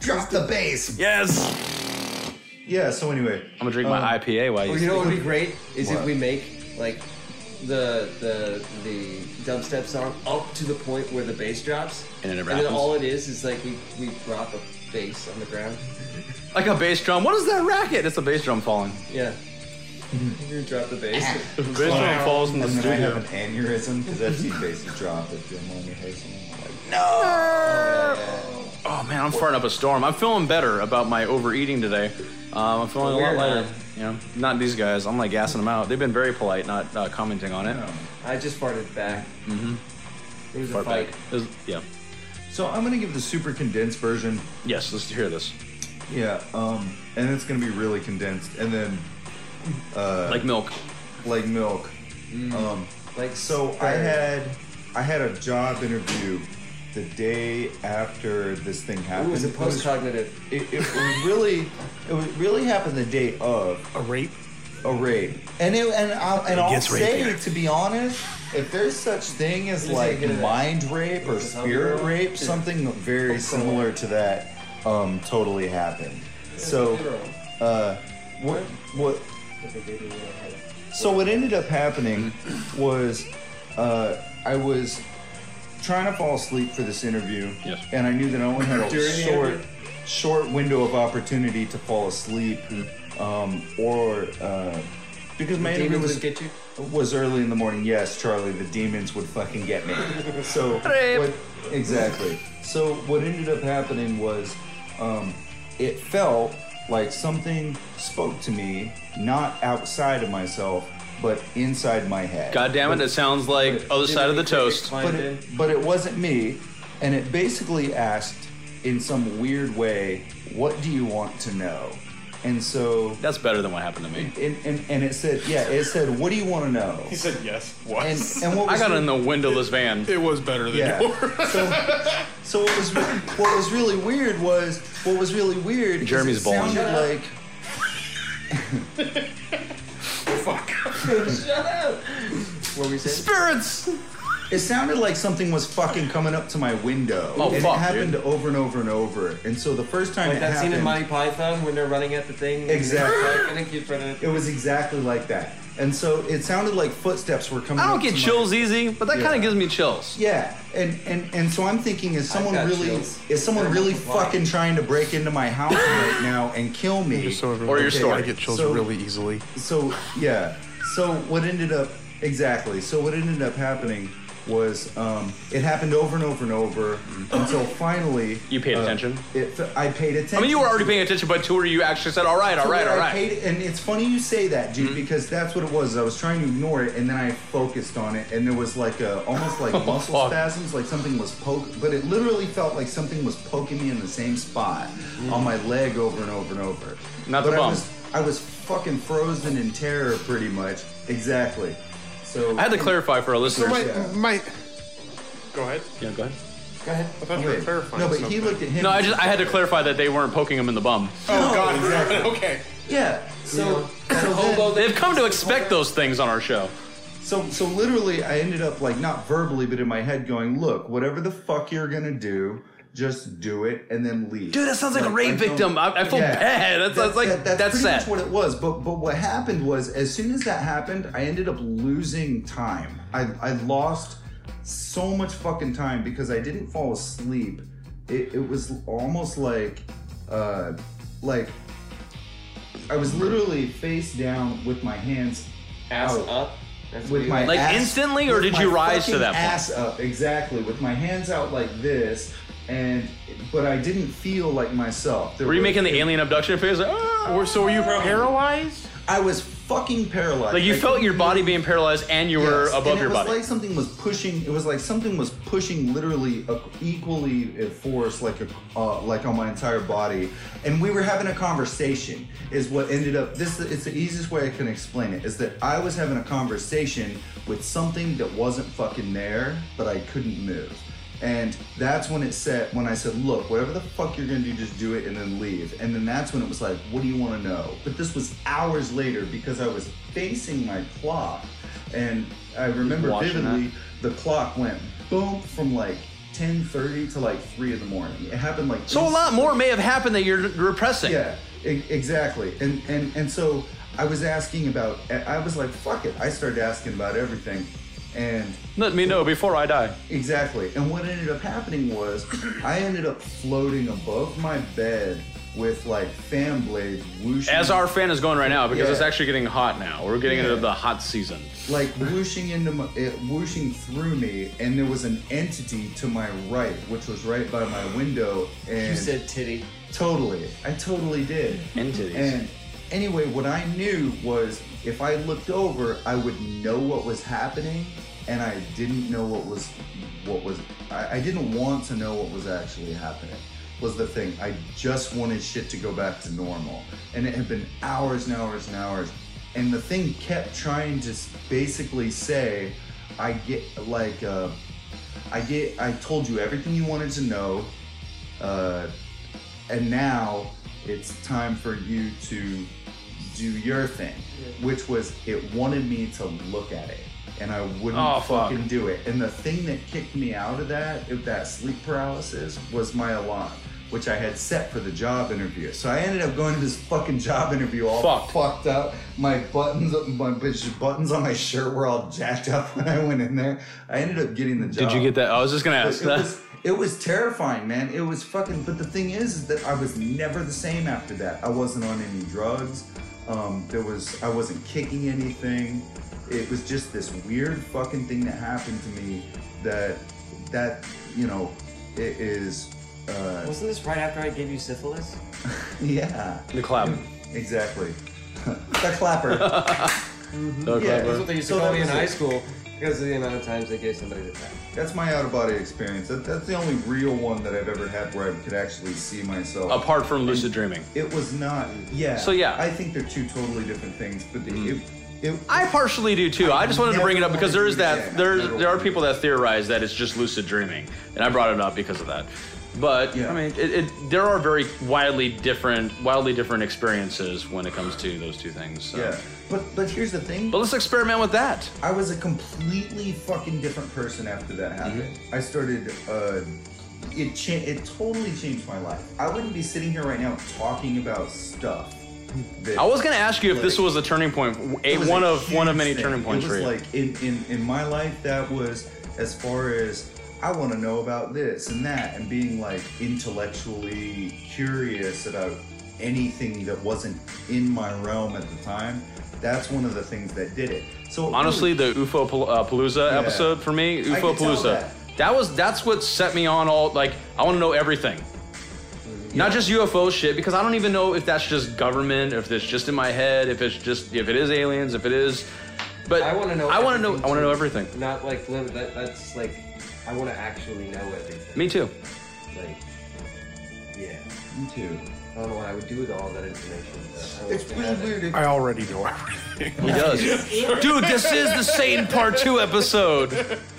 S5: Drop the bass.
S3: Yes.
S5: Yeah. So anyway, um,
S3: I'm gonna drink
S5: Uh,
S3: my IPA while
S4: Or
S3: you.
S4: you know what would be great is
S3: What?
S4: if we make like the the the dubstep song up to the point where the bass drops,
S3: And it never
S4: then
S3: happens.
S4: all it is is like we we drop a bass on the ground.
S3: Like a bass drum. What is that racket? It's a bass drum falling.
S4: Yeah. You drop the bass.
S5: Ah.
S3: The bass drum falls in the
S5: and
S3: studio.
S5: then I have an aneurysm because I've seen bases drop if you're on your face. and I'm like, no.
S3: Oh man, I'm farting up a storm. I'm feeling better about my overeating today. Um, I'm feeling a lot
S4: We're
S3: lighter.
S4: not.
S3: You know, not these guys. I'm like gassing them out. They've been very polite, not uh, commenting on it.
S5: Um,
S4: I just farted back.
S3: Mm-hmm.
S4: It was
S3: Fart
S4: a fight.
S3: back. It was- yeah.
S5: So I'm gonna give the super condensed version.
S3: Yes, let's hear this.
S5: Yeah, um, and it's gonna be really condensed, and then uh,
S3: Like milk.
S5: like milk. Um,
S4: like
S5: so, I had I had a job interview the day after this thing happened.
S4: was it
S5: was-
S4: post-cognitive?
S5: It, it was really it was really happened the day of
S6: a rape.
S5: A rape, and it and I
S7: It
S5: and I'll
S7: gets
S5: say
S7: rapier.
S5: to be honest, if there's such thing as
S7: Just
S5: like
S7: get it out.
S5: mind rape or spirit rape, something very similar to that um, totally happened. So, uh, what what so what ended up happening was uh, I was trying to fall asleep for this interview,
S3: Yes.
S5: and I knew that I only had a
S7: During the
S5: short
S7: interview?
S5: short window of opportunity to fall asleep, um, or uh, because my
S4: The
S5: interview
S4: demons
S5: was
S4: would get you?
S5: was early in the morning. Yes, Charlie, the demons would fucking get me. So
S4: Rape.
S5: what, exactly. So what ended up happening was, um, it felt like something spoke to me, not outside of myself, but inside my head.
S3: God damn it,
S5: But-
S3: it sounds like other side of the toast.
S5: but it, but it wasn't me, and it basically asked in some weird way, "What do you want to know?" And so
S3: That's better than what happened to me.
S5: and, and, and it said, "Yeah, it said, what do you want to know?"
S6: He said yes. What?
S5: And, and what
S3: I
S5: was
S3: got
S5: the-
S3: in the windowless van.
S6: It was better than
S5: Yeah. So what was re- what was really weird was what was really weird. is
S3: Jeremy's
S5: it
S3: bowling.
S5: sounded like
S4: Shut up. What were we saying?
S3: Spirits.
S5: It sounded like something was fucking coming up to my window.
S4: Oh,
S5: and
S4: fuck,
S5: It happened
S4: dude.
S5: over and over and over. And so the first time
S4: Like
S5: it
S4: that
S5: happened,
S4: scene in Monty Python when they're running at the thing.
S5: Exactly.
S4: I think you've run
S5: it was exactly like that. And so it sounded like footsteps were coming.
S3: I don't
S5: up
S3: get
S5: to my-
S3: chills easy, but that
S5: Yeah.
S3: kind of gives me chills.
S5: Yeah, and, and and so I'm thinking, is someone
S3: got
S5: really
S3: chills.
S5: is someone
S3: They're
S5: really
S3: multiplying.
S5: fucking trying to break into my house right now and kill me?
S6: or your story. I get chills
S5: So-
S6: really easily.
S5: So yeah. So what ended up exactly? So what ended up happening was um, it happened over and over and over until finally
S3: You paid
S5: uh,
S3: attention.
S5: It, I paid attention.
S3: I mean, you were already
S5: to it.
S3: paying attention, but to where you actually said, "All right, all
S5: To
S3: right, Mm-hmm.
S5: where
S3: all
S5: I
S3: right."
S5: paid, and it's funny you say that, dude, because that's what it was. I was trying to ignore it, and then I focused on it, and there was like a almost like
S3: Oh,
S5: muscle
S3: fuck.
S5: spasms, like something was poke, but it literally felt like something was poking me in the same spot
S3: Mm-hmm.
S5: on my leg over and over and over.
S3: Not the
S5: But I
S3: bum.
S5: was, I was fucking frozen in terror, pretty much. Exactly. So
S3: I had to clarify mm-hmm. for our
S6: So
S3: listeners.
S6: my my Go ahead.
S3: Yeah, go ahead.
S6: Go ahead. I thought you were clarifying.
S5: No, but he
S6: something.
S5: looked at him.
S3: No, I just I had to clarify that they weren't poking him in the bum.
S6: Oh God. okay.
S5: Yeah. So
S3: They've come to expect those things on our show.
S5: So so literally, I ended up like not verbally, but in my head, going, "Look, whatever the fuck you're gonna do, just do it and then leave."
S3: Dude, that sounds like a rape
S5: I don't-
S3: victim. I- I feel bad. That's- that's like- that's
S5: pretty
S3: sad.
S5: much what it was. But but what happened was, as soon as that happened, I ended up losing time. I I lost so much fucking time because I didn't fall asleep. It it was almost like, uh, like. I was literally face down with my hands
S4: Ass
S5: out
S4: up. That's
S5: with
S4: weird.
S5: my
S3: Like
S5: ass-
S3: instantly, or
S5: with
S3: did
S5: my
S3: you rise to
S5: fucking
S3: that point?
S5: Ass up, exactly, with my hands out like this, and but I didn't feel like myself. There
S3: Were you
S5: was-
S3: making the alien abduction face? Like, "Ah!"
S6: Or so were you paralyzed?
S5: I was fucking paralyzed.
S3: Like you
S5: I
S3: felt your body being paralyzed and you were
S5: Yes,
S3: above
S5: and
S3: your
S5: it was
S3: body.
S5: like something was pushing. It was like something was pushing literally a, equally at force, like a, uh, like on my entire body. And we were having a conversation. Is what ended up. This it's the easiest way I can explain it. Is that I was having a conversation with something that wasn't fucking there, but I couldn't move. And that's when it said, when I said, look, whatever the fuck you're gonna do, just do it and then leave. And then that's when it was like, what do you wanna know? But this was hours later because I was facing my clock. And I remember
S3: Watching
S5: vividly the clock went boom from like 10.30 to like 3 in the morning. It happened like
S3: so a lot more may have happened that you're repressing.
S5: yeah, e- exactly. And and and so I was asking about. I was like, "Fuck it!" I started asking about everything, and
S3: Let me know before I die.
S5: Exactly. And what ended up happening was I ended up floating above my bed with like fan blades whooshing
S3: As our fan is going right now, because it's
S5: Yeah.
S3: actually getting hot now. We're getting into the hot season.
S5: like whooshing into my, it whooshing through me and there was an entity to my right which was right by my window and
S4: You said titty.
S5: totally I totally did.
S3: Entities.
S5: And anyway, what I knew was if I looked over, I would know what was happening, and I didn't know what was what was. I, I didn't want to know what was actually happening. Was the thing. I just wanted shit to go back to normal, and it had been hours and hours and hours, and the thing kept trying to s- basically say, "I get like." Uh, I get. I told you everything you wanted to know, uh, and now it's time for you to do your thing, which was it wanted me to look at it, and I wouldn't
S3: Oh, fuck.
S5: fucking do it. And the thing that kicked me out of that, of that sleep paralysis, was my alarm. Which I had set for the job interview, so I ended up going to this fucking job interview all
S3: Fucked.
S5: fucked up. My buttons, my bitch buttons on my shirt were all jacked up when I went in there. I ended up getting the job.
S3: Did you get that? I was just gonna
S5: But
S3: ask
S5: It
S3: that.
S5: was, it was terrifying, man. It was fucking. But the thing is, is that I was never the same after that. I wasn't on any drugs. Um, there was I wasn't kicking anything. It was just this weird fucking thing that happened to me that that you know it is uh,
S4: Wasn't this right after I gave you syphilis?
S5: yeah
S3: the clap.
S5: exactly the clapper
S3: The
S5: Yeah.
S4: That's
S3: clapper.
S4: what they used
S5: So
S4: to call
S5: that
S4: me in
S5: was
S4: high
S5: it.
S4: school because of the amount of times I gave somebody the clap.
S5: that's my out of body experience that, that's the only real one that I've ever had where I could actually see myself
S3: Apart from lucid dreaming.
S5: It was not. Yeah.
S3: So, yeah. Mm.
S5: I think they're two totally different things, but they, it, it,
S3: I partially do too. I just wanted to
S5: never
S3: bring it up because there
S5: wanted
S3: is
S5: to do
S3: that
S5: that.
S3: there's
S5: Never
S3: there are
S5: wanted to
S3: people that theorize that it's just lucid dreaming, and I brought it up because of that. But
S5: Yeah.
S3: I mean, it, it, there are very wildly different wildly different experiences when it comes to those two things. So.
S5: yeah. But but here's the thing.
S3: But let's experiment with that.
S5: I was a completely fucking different person after that
S3: Mm-hmm.
S5: happened. I started. Uh, it cha- it totally changed my life. I wouldn't be sitting here right now talking about stuff. that-
S3: Hmm. I was gonna ask you if this
S5: Like-
S3: was a turning point,
S5: It
S3: a,
S5: was
S3: one
S5: a
S3: of one of
S5: huge
S3: many
S5: thing.
S3: turning points
S5: It
S3: for
S5: was
S3: you.
S5: like in, in in my life, that was as far as I want to know about this and that, and being like intellectually curious about anything that wasn't in my realm at the time. That's one of the things that did it. So it
S3: Honestly,
S5: really-
S3: the UFO Pal- uh, Palooza
S5: Yeah.
S3: episode for me,
S5: I
S3: UFO
S5: could tell
S3: Palooza, that.
S5: that.
S3: was that's what set me on all like I want to know everything, not just UFO shit because I don't even know if that's just government, if it's just in my head, if it's just if it is aliens, if it is. But
S4: I want to know.
S3: I want to know.
S4: everything,
S3: I want to know
S4: too.
S3: everything.
S4: Not like limit. That, that's like I want to actually know everything.
S3: Me too.
S4: Like, yeah.
S5: Me too.
S4: I don't know what I would do with all that information. but I would
S13: It's
S4: have
S13: really
S4: it.
S13: weird.
S14: I already know everything.
S3: He does. Dude, this is the Satan Part 2 episode.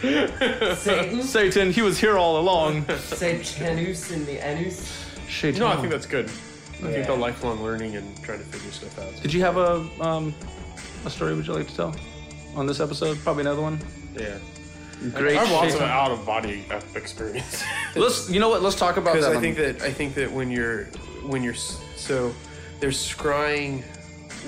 S4: Satan?
S3: Satan, he was here all along.
S4: Satanus and the Anus.
S3: Shaitan.
S14: No, I think that's good. I
S4: Yeah.
S14: think the lifelong learning and trying to figure stuff out.
S3: Did you have a um, a story would you like to tell on this episode? Probably another one.
S14: Yeah.
S3: Great.
S14: I have lots of
S3: Shaitan.
S14: out of body e- experience.
S3: Let's. You know what? Let's talk about
S14: Because
S3: that.
S14: I
S3: on-
S14: think that I think that when you're when you're s- so there's scrying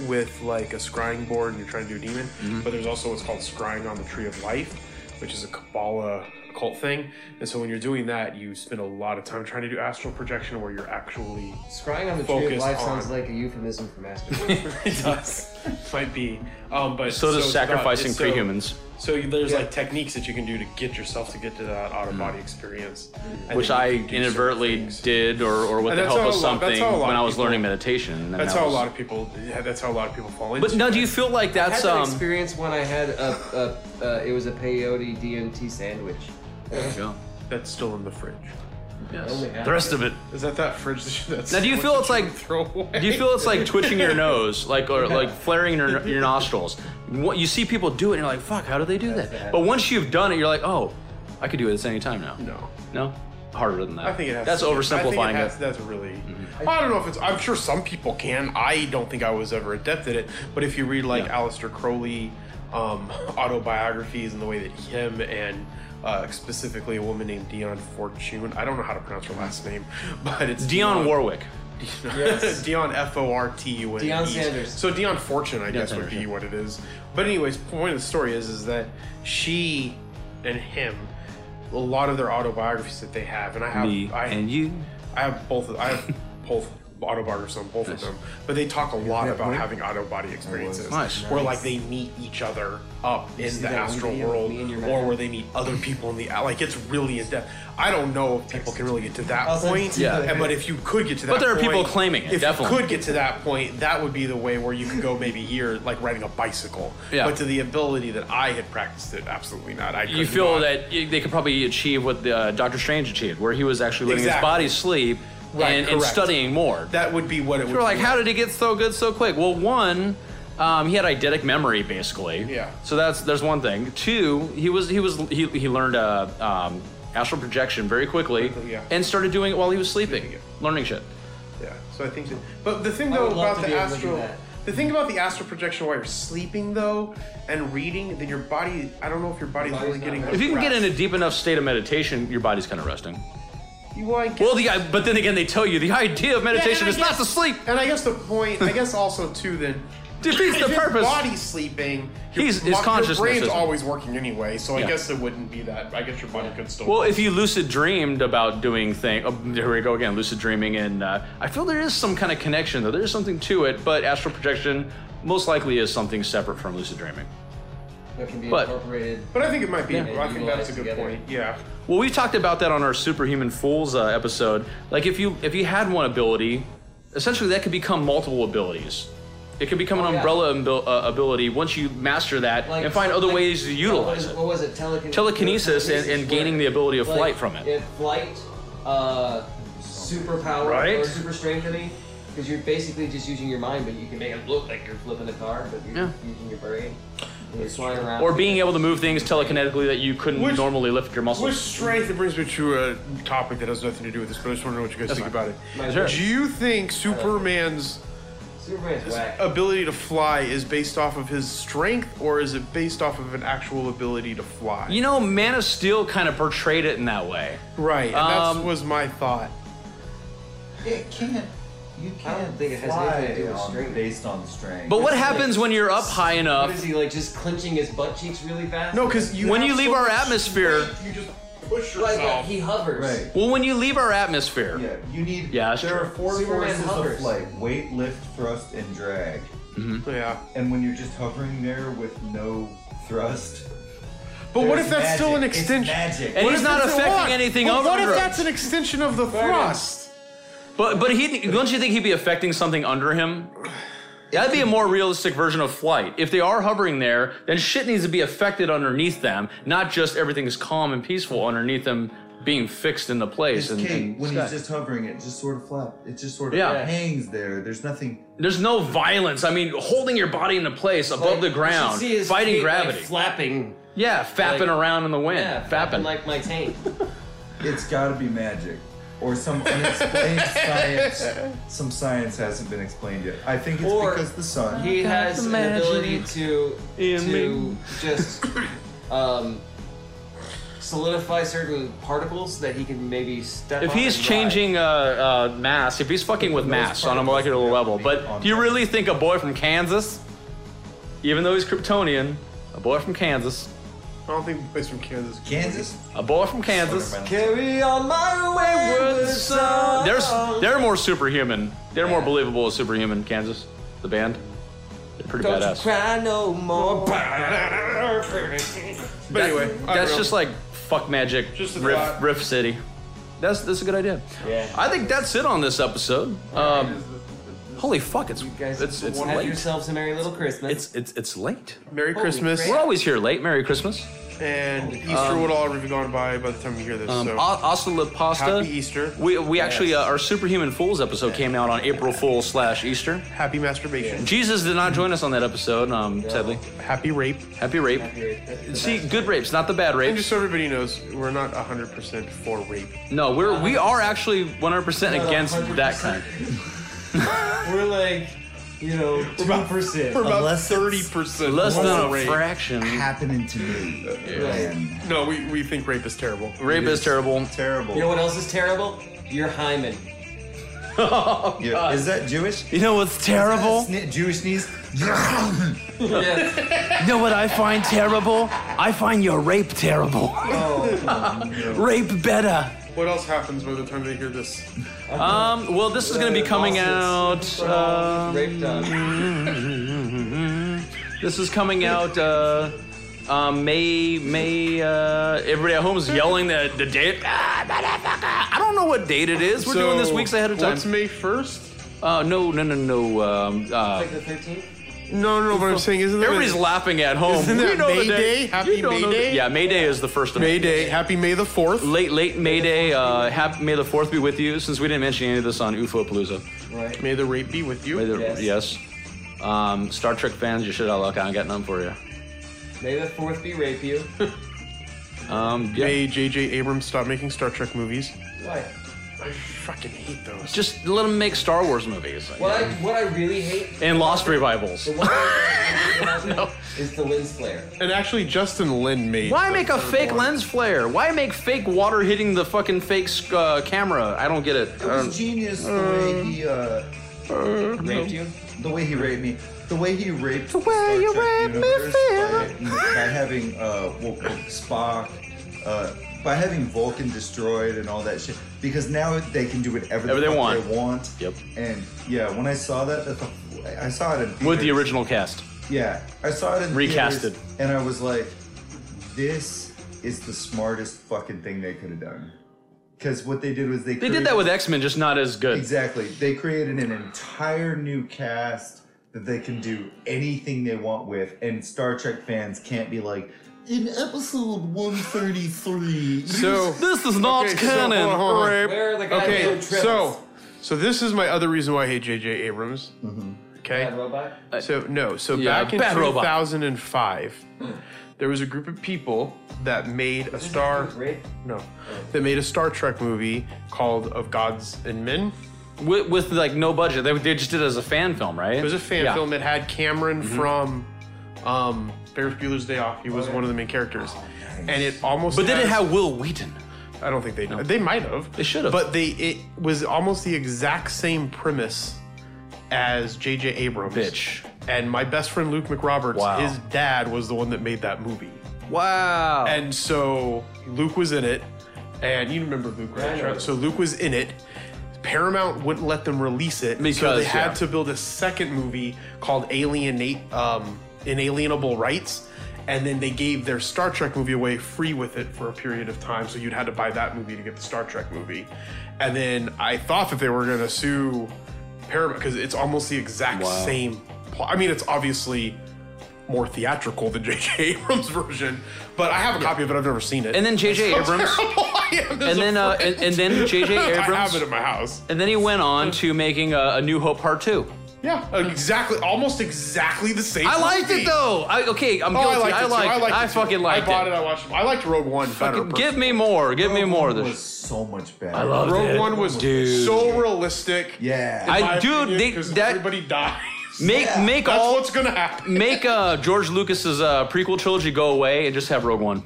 S14: with like a scrying board and you're trying to do a demon,
S3: Mm-hmm.
S14: but there's also what's called scrying on the tree of life, which is a Kabbalah cult thing. And so when you're doing that, you spend a lot of time trying to do astral projection where you're actually
S4: Scrying on the tree of
S14: Focus
S4: life
S14: on-
S4: sounds like a euphemism for masturbation.
S14: it does might be. Um, but
S3: So does
S14: it's
S3: sacrificing
S14: it's so-
S3: prehumans.
S14: So you, there's like techniques that you can do to get yourself to get to that out of body experience, And
S3: Mm. which
S14: then you
S3: I
S14: can do certain
S3: inadvertently
S14: things.
S3: did, or, or with
S14: And
S3: the
S14: that's
S3: help
S14: how
S3: of
S14: a lot- that's
S3: something
S14: how a lot
S3: when I
S14: of
S3: was
S14: people-
S3: learning meditation. And
S14: That's
S3: that
S14: how a
S3: was-
S14: lot of people. Yeah, that's how a lot of people fall into.
S3: But now, do you feel like
S4: I had
S3: that's
S4: that
S3: um?
S4: experience when I had a, a uh, it was a peyote DMT sandwich.
S3: There you go.
S14: that's still in the fridge.
S3: Yes.
S4: Only half.
S3: The rest of it.
S14: Is that that fridge? that- That's
S3: Now, do you
S14: what
S3: feel it's like?
S14: throw away?
S3: Do you feel it's like twitching your nose, like or like flaring your, your nostrils? What you see people do it, and you're like, "Fuck, how do they do that?"
S4: bad.
S3: But once you've done it, you're like, "Oh, I could do this any time now."
S14: No.
S3: No, harder than that.
S14: I think it has.
S3: That's
S14: to be- I
S3: oversimplifying
S14: think it. Mm-hmm.
S3: it.
S14: Has, that's really. I don't know if it's. I'm sure some people can. I don't think I was ever adept at it. But if you read like
S3: Yeah.
S14: Aleister Crowley um, autobiographies and the way that him and uh, specifically a woman named Dion Fortune. I don't know how to pronounce her last name, but it's
S3: Dion Warwick.
S14: Dion F O R T U N.
S4: Deion
S14: E.
S4: Sanders.
S14: So Dion Fortune, I guess,
S3: Sanders,
S14: would be
S3: yeah.
S14: what it is. But anyways, point of the story is is that she and him, a lot of their autobiographies that they have, and I have,
S3: Me
S14: I,
S3: and you.
S14: I have both. I have both autobiographies on both of them, but they talk a lot about having auto body experiences,
S3: Nice.
S14: where like they meet each other up in
S4: see
S14: the
S4: that
S14: astral
S4: video of
S14: world,
S4: me and your
S14: or
S4: man?
S14: where they meet other people in the like. It's really in depth. I don't know if people can really get to that
S5: I'll send it
S14: point,
S5: to you. Yeah.
S14: and- but if you could get to that,
S3: But there are
S14: point,
S3: people claiming it,
S14: If
S3: definitely.
S14: you could get to that point, that would be the way where you could go maybe a year, like riding a bicycle.
S3: Yeah.
S14: But to the ability that I had practiced it, absolutely not. I
S3: You
S14: could
S3: feel
S14: not.
S3: that you, they could probably achieve what the, uh, Doctor Strange achieved, where he was actually letting
S14: Exactly.
S3: his body sleep
S14: Right,
S3: and, and
S14: correct.
S3: studying more.
S14: that would be what it would.
S3: We're like,
S14: be
S3: how did he get so good so quick? Well, one, um, he had eidetic memory basically.
S14: Yeah.
S3: So that's there's one thing. Two, he was he was he, he learned uh, um, astral projection very quickly
S14: yeah.
S3: and started doing it while he was sleeping,
S14: Sleeping,
S3: learning shit.
S14: Yeah. So I think that. But the thing though
S4: would love to
S14: about the
S4: be able to do
S14: astral,
S4: that.
S14: the thing about the astral projection while you're sleeping though, and reading, then your body. I don't know if your body's
S4: body's
S14: really
S4: not
S14: getting.
S4: ready.
S3: If you can get in
S14: rest.
S3: a deep enough state of meditation, your body's kind of resting.
S14: You like.
S3: Well, the I- but then again, they tell you the idea of meditation
S14: I
S3: is not
S14: guess-
S3: to sleep.
S14: And I guess the point. I guess also too then.
S3: Defeats
S14: if
S3: the
S14: your
S3: purpose.
S14: body's sleeping. Your,
S3: He's- his
S14: mu-
S3: consciousness
S14: Your brain's
S3: isn't.
S14: always working anyway, so
S3: Yeah.
S14: I guess it wouldn't be that. I guess your body could still.
S3: Well, if you lucid dreamed about doing things, oh, there we go again, lucid dreaming, and uh, I feel there is some kind of connection though. There is something to it, but astral projection most likely is something separate from lucid dreaming.
S4: That can be
S3: But-
S4: incorporated.
S14: But I think it might be. I think
S4: Utilize
S14: that's a good
S4: together.
S14: point. Yeah.
S3: Well, we talked about that on our superhuman fools uh, episode. Like if you if you had one ability, essentially that could become multiple abilities. It could become an
S4: Oh, yeah.
S3: umbrella abil- uh, ability once you master that
S4: Like-
S3: and find other
S4: like-
S3: ways to utilize
S4: what
S3: it.
S4: was- What was it? Telekin-
S3: Telekinesis and- and gaining the ability of
S4: Like,
S3: flight from it.
S4: If flight, uh, superpower,
S3: Right?
S4: or super strengthening, because you're basically just using your mind, but you can make it look like you're flipping a car, but you're
S3: Yeah.
S4: using your brain. And you're flying around.
S3: Or being able to move things telekinetically that you couldn't
S14: Which-
S3: normally lift your muscles.
S14: With strength, it brings me to a topic that has nothing to do with this, but I just want to know what you guys think about
S4: Might
S14: it.
S4: as well.
S14: Do you think Superman's
S4: Superman's whack.
S14: ability to fly is based off of his strength, or is it based off of an actual ability to fly?
S3: You know, Man of Steel kind of portrayed it in that way.
S14: right. And
S3: Um,
S14: that was my thought.
S5: It can't. You
S4: I
S5: can't
S4: don't think it has
S5: fly
S4: anything to do with
S5: on-
S4: strength.
S5: based on strength.
S3: But what happens when you're up high
S4: What
S3: enough?
S4: is he like? Just clenching his butt cheeks really fast.
S14: No, because you
S3: When
S14: have
S3: you leave
S14: so
S3: our
S14: much
S3: atmosphere-
S14: strength, you just push
S4: like uh,
S14: yourself.
S4: he hovers.
S5: Right.
S3: Well, when you leave our atmosphere,
S5: Yeah, you need.
S3: Yeah, that's
S5: there
S3: true.
S5: are four
S4: Superman
S5: forces
S4: hovers.
S5: of flight: weight, lift, thrust, and drag.
S14: yeah.
S5: And when you're just hovering there with no thrust,
S14: But what
S5: there's
S14: if that's still an
S5: magic. It's
S14: extension?
S5: magic.
S3: And
S14: What
S3: he's
S14: if
S3: not
S14: that's a-
S3: affecting
S14: hold on.
S3: anything
S14: But
S3: other
S14: What
S3: than
S14: if
S3: drugs.
S14: that's an extension of the thrust?
S3: but but he don't you think he'd be affecting something under him? That'd be a more realistic version of flight. If they are hovering there, then shit needs to be affected underneath them, not just everything's calm and peaceful underneath them being fixed into place.
S5: His
S3: And,
S5: cape,
S3: and
S5: when
S3: stuff.
S5: he's just hovering, it just sort of flap. It just sort of
S3: Yeah.
S5: hangs there. There's nothing.
S3: There's no violence. I mean, holding your body into place above the ground,
S4: see his
S3: fighting
S4: feet, like,
S3: gravity,
S4: flapping.
S3: Yeah, fapping
S4: Like-
S3: around in the wind.
S4: Yeah,
S3: fapping.
S4: like my taint.
S5: It's got to be magic, or some unexplained science. Some science hasn't been explained yet. I think it's
S4: Or
S5: because the sun.
S4: He has an ability to
S5: in me.
S4: to just um, solidify certain particles that he can maybe step.
S3: if
S4: on
S3: he's
S4: and
S3: changing uh, uh, mass, if he's fucking with mass on a molecular level, but do you really think a boy from Kansas, even though he's Kryptonian, a boy from Kansas,
S14: I don't think it's from Kansas.
S5: Kansas?
S3: a boy from Kansas,
S4: ride. Carry on my wayward son.
S3: There's, they're more superhuman. They're more believable as superhuman. Kansas, the band, they're pretty
S4: Don't you
S3: badass.
S4: cry no more.
S14: But anyway, I don't
S3: that's
S14: know.
S3: just like fuck magic,
S14: Just a
S3: riff,
S14: thought.
S3: riff city. That's that's a good idea.
S4: Yeah.
S3: I think that's it on this episode. Um, holy fuck, it's it's it's
S4: Have
S3: late.
S4: yourselves a merry little Christmas.
S3: It's it's it's late.
S14: Merry
S4: Holy
S14: Christmas.
S4: crap.
S3: We're always here late. Merry Christmas.
S14: And Easter
S3: Um,
S14: would already be gone by by the time you hear this.
S3: Um,
S14: so.
S3: also, La Pasta.
S14: Happy Easter.
S3: We, we actually, uh, our Superhuman Fools episode came out on April Fool slash Easter.
S14: Happy masturbation.
S3: Jesus did not join us on that episode, um, sadly.
S14: Happy rape.
S3: Happy rape. See, good rapes, not the bad
S14: And
S3: rapes.
S14: just so everybody knows, we're not 100% for rape.
S3: No, we're we are actually 100%
S4: No,
S3: against that kind.
S4: We're like, you know, two percent.
S14: We're about
S15: Unless it's-
S14: 30%.
S3: Less
S14: for
S3: than a
S14: rape.
S3: fraction.
S15: Happening to me. And
S14: No, we, we think rape is terrible.
S3: Rape is terrible.
S15: terrible.
S4: You know what else is terrible? Your hymen.
S15: Yeah. Is that Jewish?
S3: You know what's terrible?
S15: Sni- Jewish sneeze.
S4: Yeah.
S3: You know what I find terrible? I find your rape terrible.
S14: Oh,
S3: Rape better.
S14: What else happens by the time they hear this?
S3: Um, well, this is going to be coming out. Um,
S4: Rape done.
S3: This is coming out uh, um, May May. Uh, everybody at home is yelling the the date. Ah, motherfucker! I don't know what date it is. We're doing this
S14: So,
S3: weeks ahead of time.
S14: What's May 1st?
S3: Uh, no, no, no, no. Um, uh,
S4: Like the thirteenth.
S14: No, no, no, but I'm saying isn't that
S3: everybody's laughing at home.
S14: Isn't
S3: We
S14: that
S3: know the
S14: May
S3: date.
S14: Day? Happy
S3: You don't
S14: May
S3: know the-
S14: Day?
S3: Yeah, May Day is the first of
S14: May Day. Happy May the 4th.
S3: Late, late May Day. Uh, hap May the Fourth be with you. Since we didn't mention any of this on UFO Palooza.
S4: Right.
S14: May the rape be with you.
S3: Yes. yes. Um, Star Trek fans, you should have luck. I ain't got none for you.
S4: May the fourth be rape you.
S3: Um, yeah.
S14: May J.J. Abrams stop making Star Trek movies.
S4: Why?
S14: I fucking hate those.
S3: Just let them make Star Wars movies.
S4: What I what I really hate.
S3: And Lost revivals.
S4: The one I really hate is the lens flare.
S14: And actually, Justin Lin made.
S3: Why make a fake lens flare? Why make fake water hitting the fucking fake uh, camera? I don't get it. I
S5: It was
S3: don't-
S5: genius the way he uh,
S4: Raped you.
S5: the way he raped me, the way he raped the way you raped me, by, by having uh, Wo- Wo- Spock, uh, by having Vulcan destroyed and all that shit. Because now they can do whatever the
S3: Whatever they want.
S5: fuck They want.
S3: Yep.
S5: And yeah, when I saw that, that the, I saw it in
S3: With the
S5: theaters.
S3: original cast.
S5: Yeah, I saw it in
S3: Recasted.
S5: theaters, and I was like, "This is the smartest fucking thing they could have done." Because what they did was they
S3: They did that with X Men, just not as good.
S5: Exactly. They created an entire new cast that they can do anything they want with, and Star Trek fans can't be like, in episode 133.
S14: So
S3: This is not
S14: Okay, so uh-huh.
S3: canon.
S14: hold on, hold on.
S3: Rape.
S4: Where are the goddamn
S14: okay,
S4: trips?
S14: so so this is my other reason why I hate J.J. Abrams. Okay,
S4: Bad robot.
S14: so no, so
S3: Mm-hmm. Yeah,
S14: back in
S3: bad robot.
S14: 2005, there was a group of people that made a Star
S4: Rape.
S14: no
S3: Oh.
S14: that made a Star Trek movie called Of Gods and Men.
S3: With, with like no budget. They, they just did it as a fan film, right?
S14: It was a fan film. It had Cameron
S3: Mm-hmm.
S14: from um, Ferris Bueller's Day Off. He was one of the main characters, and it almost
S3: But did it
S14: has-
S3: have Will Wheaton?
S14: I don't think they know. They might have.
S3: They should have.
S14: But they it was almost the exact same premise as J.J. Abrams.
S3: Bitch.
S14: And my best friend Luke McRoberts,
S3: Wow.
S14: his dad was the one that made that movie.
S3: Wow.
S14: And so Luke was in it, and you remember Luke, right?
S4: Yeah, I know.
S14: So Luke was in it. Paramount wouldn't let them release it, so
S3: Because,
S14: they had
S3: yeah.
S14: to build a second movie called Alienate um, Inalienable Rights, and then they gave their Star Trek movie away free with it for a period of time. So you'd had to buy that movie to get the Star Trek movie, and then I thought that they were going to sue Paramount because it's almost the exact same. Plot. I mean, it's obviously more theatrical than J.J. Abrams' version, but I have a copy of it. I've never seen it.
S3: And then J.J. Abrams.
S14: I am.
S3: and then uh, and, and then J.J.
S14: I
S3: Abrams.
S14: have it in my house.
S3: And then he went on to making uh, a New Hope Part Two.
S14: Yeah, exactly, almost exactly the same.
S3: I liked
S14: movie.
S3: it though. I, okay, I'm
S14: Oh,
S3: guilty.
S14: I liked it.
S3: I
S14: too.
S3: liked.
S14: I, liked it too.
S3: fucking liked
S14: I bought
S3: it.
S14: it. I watched it. I liked Rogue One better.
S3: Fucking give me more. Give me more. of
S14: One
S3: this.
S14: was
S5: so much better.
S3: I love
S14: Rogue
S3: it.
S14: One was
S3: Dude.
S14: so realistic.
S5: Yeah,
S3: I- dude, they- that-
S14: everybody dies.
S3: Make make
S14: That's
S3: all
S14: what's gonna happen.
S3: make uh, George Lucas's uh, prequel trilogy go away and just have Rogue One.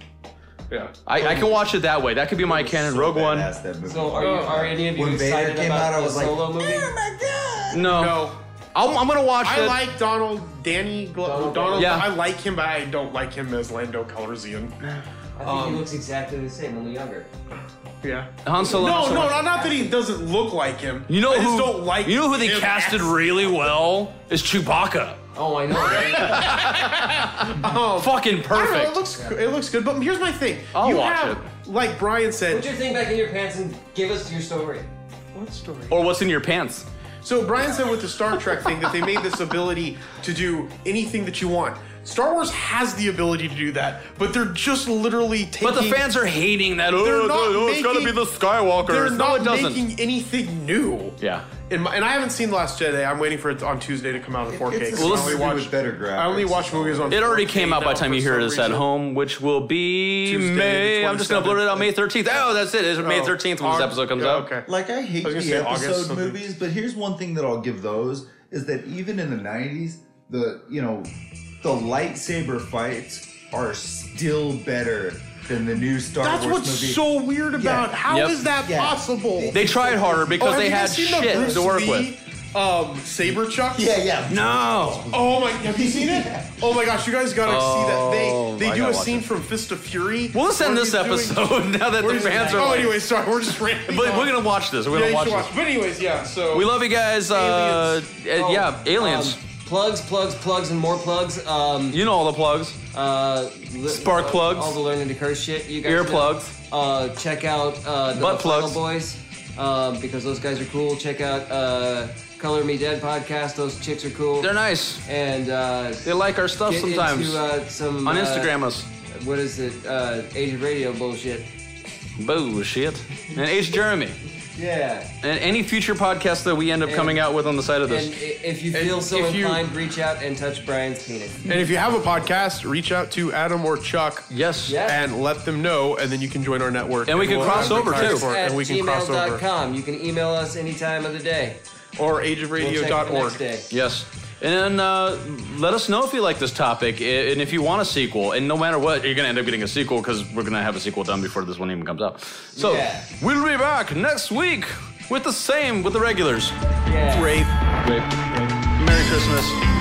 S14: Yeah.
S3: I, I can watch it that way. That could be my canon. Rogue One.
S4: So are you are any of you
S5: When Vader
S4: excited
S5: came
S4: about
S5: out, I
S4: the
S5: was like, "Eh,
S4: solo movie?
S3: No.
S14: No.
S3: Oh. I'm, I'm gonna watch
S14: I
S3: it.
S14: like Donald Danny Glo- Donald.
S3: Yeah.
S14: I like him, but I don't like him as Lando Calrissian.
S4: I think he looks exactly the same, only younger.
S14: Yeah.
S3: Han Solo. Han
S14: No,
S3: Solo.
S14: no, not, not that he doesn't look like him.
S3: You know
S14: I just
S3: who?
S14: don't like.
S3: you know who they
S14: him
S3: casted
S14: as-
S3: really well is Chewbacca.
S4: Oh, I know. right?
S14: Um,
S3: Fucking
S14: I don't know, it
S3: perfect.
S14: looks it looks good, but here's my thing.
S3: I'll
S14: you
S3: watch
S14: have, Like Brian said,
S4: Put your thing back in your pants and give us your story.
S14: what story?
S3: Or what's in your pants?
S14: So Brian said with the Star Trek thing that they made this ability to do anything that you want. Star Wars has the ability to do that, but they're just literally taking.
S3: But the fans are hating that. Oh,
S14: They're not
S3: oh, it's gotta be
S14: making-
S3: the Skywalker.
S14: They're
S3: No,
S14: not
S3: it doesn't.
S14: making anything new.
S3: yeah.
S14: In my, and I haven't seen Last Jedi. I'm waiting for it on Tuesday to come out in 4K.
S5: it's
S14: because
S5: a
S14: I
S5: movie
S14: only
S5: with
S14: watch-
S5: better graphics.
S14: I only watch movies on.
S3: It already
S14: 4K
S3: came out by the
S14: now
S3: time
S14: for
S3: you hear
S14: some
S3: this at
S14: reason.
S3: home, which will be
S14: Tuesday, the
S3: May. I'm just gonna
S14: 27th.
S3: blurt it out May 13th. Oh, that's it. It's May
S14: Oh,
S3: 13th when this
S14: Aug-
S3: episode comes
S14: yeah,
S3: out.
S14: Okay.
S5: Like I hate
S14: I was gonna
S5: the
S14: say August
S5: episode
S14: something.
S5: movies, but here's one thing that I'll give those is that even in the '90s, the you know, the lightsaber fights are still better than the new Star
S14: That's
S5: Wars
S14: what's
S5: movie.
S14: so weird about. How is
S3: Yep.
S14: that
S5: Yeah.
S14: possible?
S3: They tried harder because
S14: Oh,
S3: they had
S14: have you guys seen the
S3: shit
S14: Bruce
S3: to work
S14: Lee,
S3: with.
S14: Um, saber chucks.
S5: yeah, yeah.
S3: No.
S14: Oh my! Have you seen it? Oh my gosh! You guys gotta
S3: Oh,
S14: see that. They
S3: I
S14: they do
S3: gotta
S14: a
S3: watch
S14: scene
S3: it.
S14: from Fist of Fury.
S3: We'll just end
S14: where
S3: this
S14: he's doing-
S3: episode now that
S14: where
S3: the
S14: he's-
S3: fans are.
S14: Oh,
S3: like-
S14: anyway, sorry. We're just ranting.
S3: But
S14: on.
S3: we're gonna watch this. We're
S14: Yeah,
S3: gonna
S14: you
S3: watch
S14: should
S3: this.
S14: watch. But anyways, yeah. So
S3: We love you guys. Uh,
S14: Oh,
S3: uh, yeah, aliens.
S4: Um, plugs, plugs, plugs, and more plugs. Um,
S3: you know all the plugs.
S4: uh, li-
S3: Spark
S4: uh,
S3: plugs.
S4: All the learning to curse shit. You guys.
S3: Ear
S4: know.
S3: plugs.
S4: Uh, check out uh, the
S3: Butt
S4: Final
S3: plugs.
S4: Boys um, because those guys are cool. Check out uh, Color Me Dead podcast. Those chicks are cool.
S3: They're nice.
S4: and uh,
S3: They like our stuff
S4: get
S3: sometimes.
S4: into, uh, some
S3: On
S4: uh,
S3: Instagram us.
S4: What is it? Uh, Asian radio bullshit.
S3: Bullshit. And H. Jeremy.
S4: Yeah.
S3: And any future podcast that we end up
S4: And-
S3: coming out with on the side of this.
S4: And i- if you
S14: And
S4: feel so
S14: if you-
S4: inclined, reach out and touch Brian's penis.
S14: And if you have a podcast, reach out to Adam or Chuck.
S3: yes.
S4: Yeah.
S14: And let them know, and then you can join our network.
S3: And we can cross
S14: have the
S3: over,
S14: entire
S3: too.
S14: support,
S4: At
S14: And we can cross over.
S4: gmail.com. You can email us any time of the day.
S14: Or
S4: We'll check it the next
S14: ageofradio.org.
S4: day.
S3: Yes. And uh, let us know if you like this topic i- and if you want a sequel. And no matter what, you're going to end up getting a sequel because we're going to have a sequel done before this one even comes out. So
S4: Yeah.
S3: we'll be back next week with the same, with the regulars.
S4: Yeah.
S3: Great. Merry Christmas.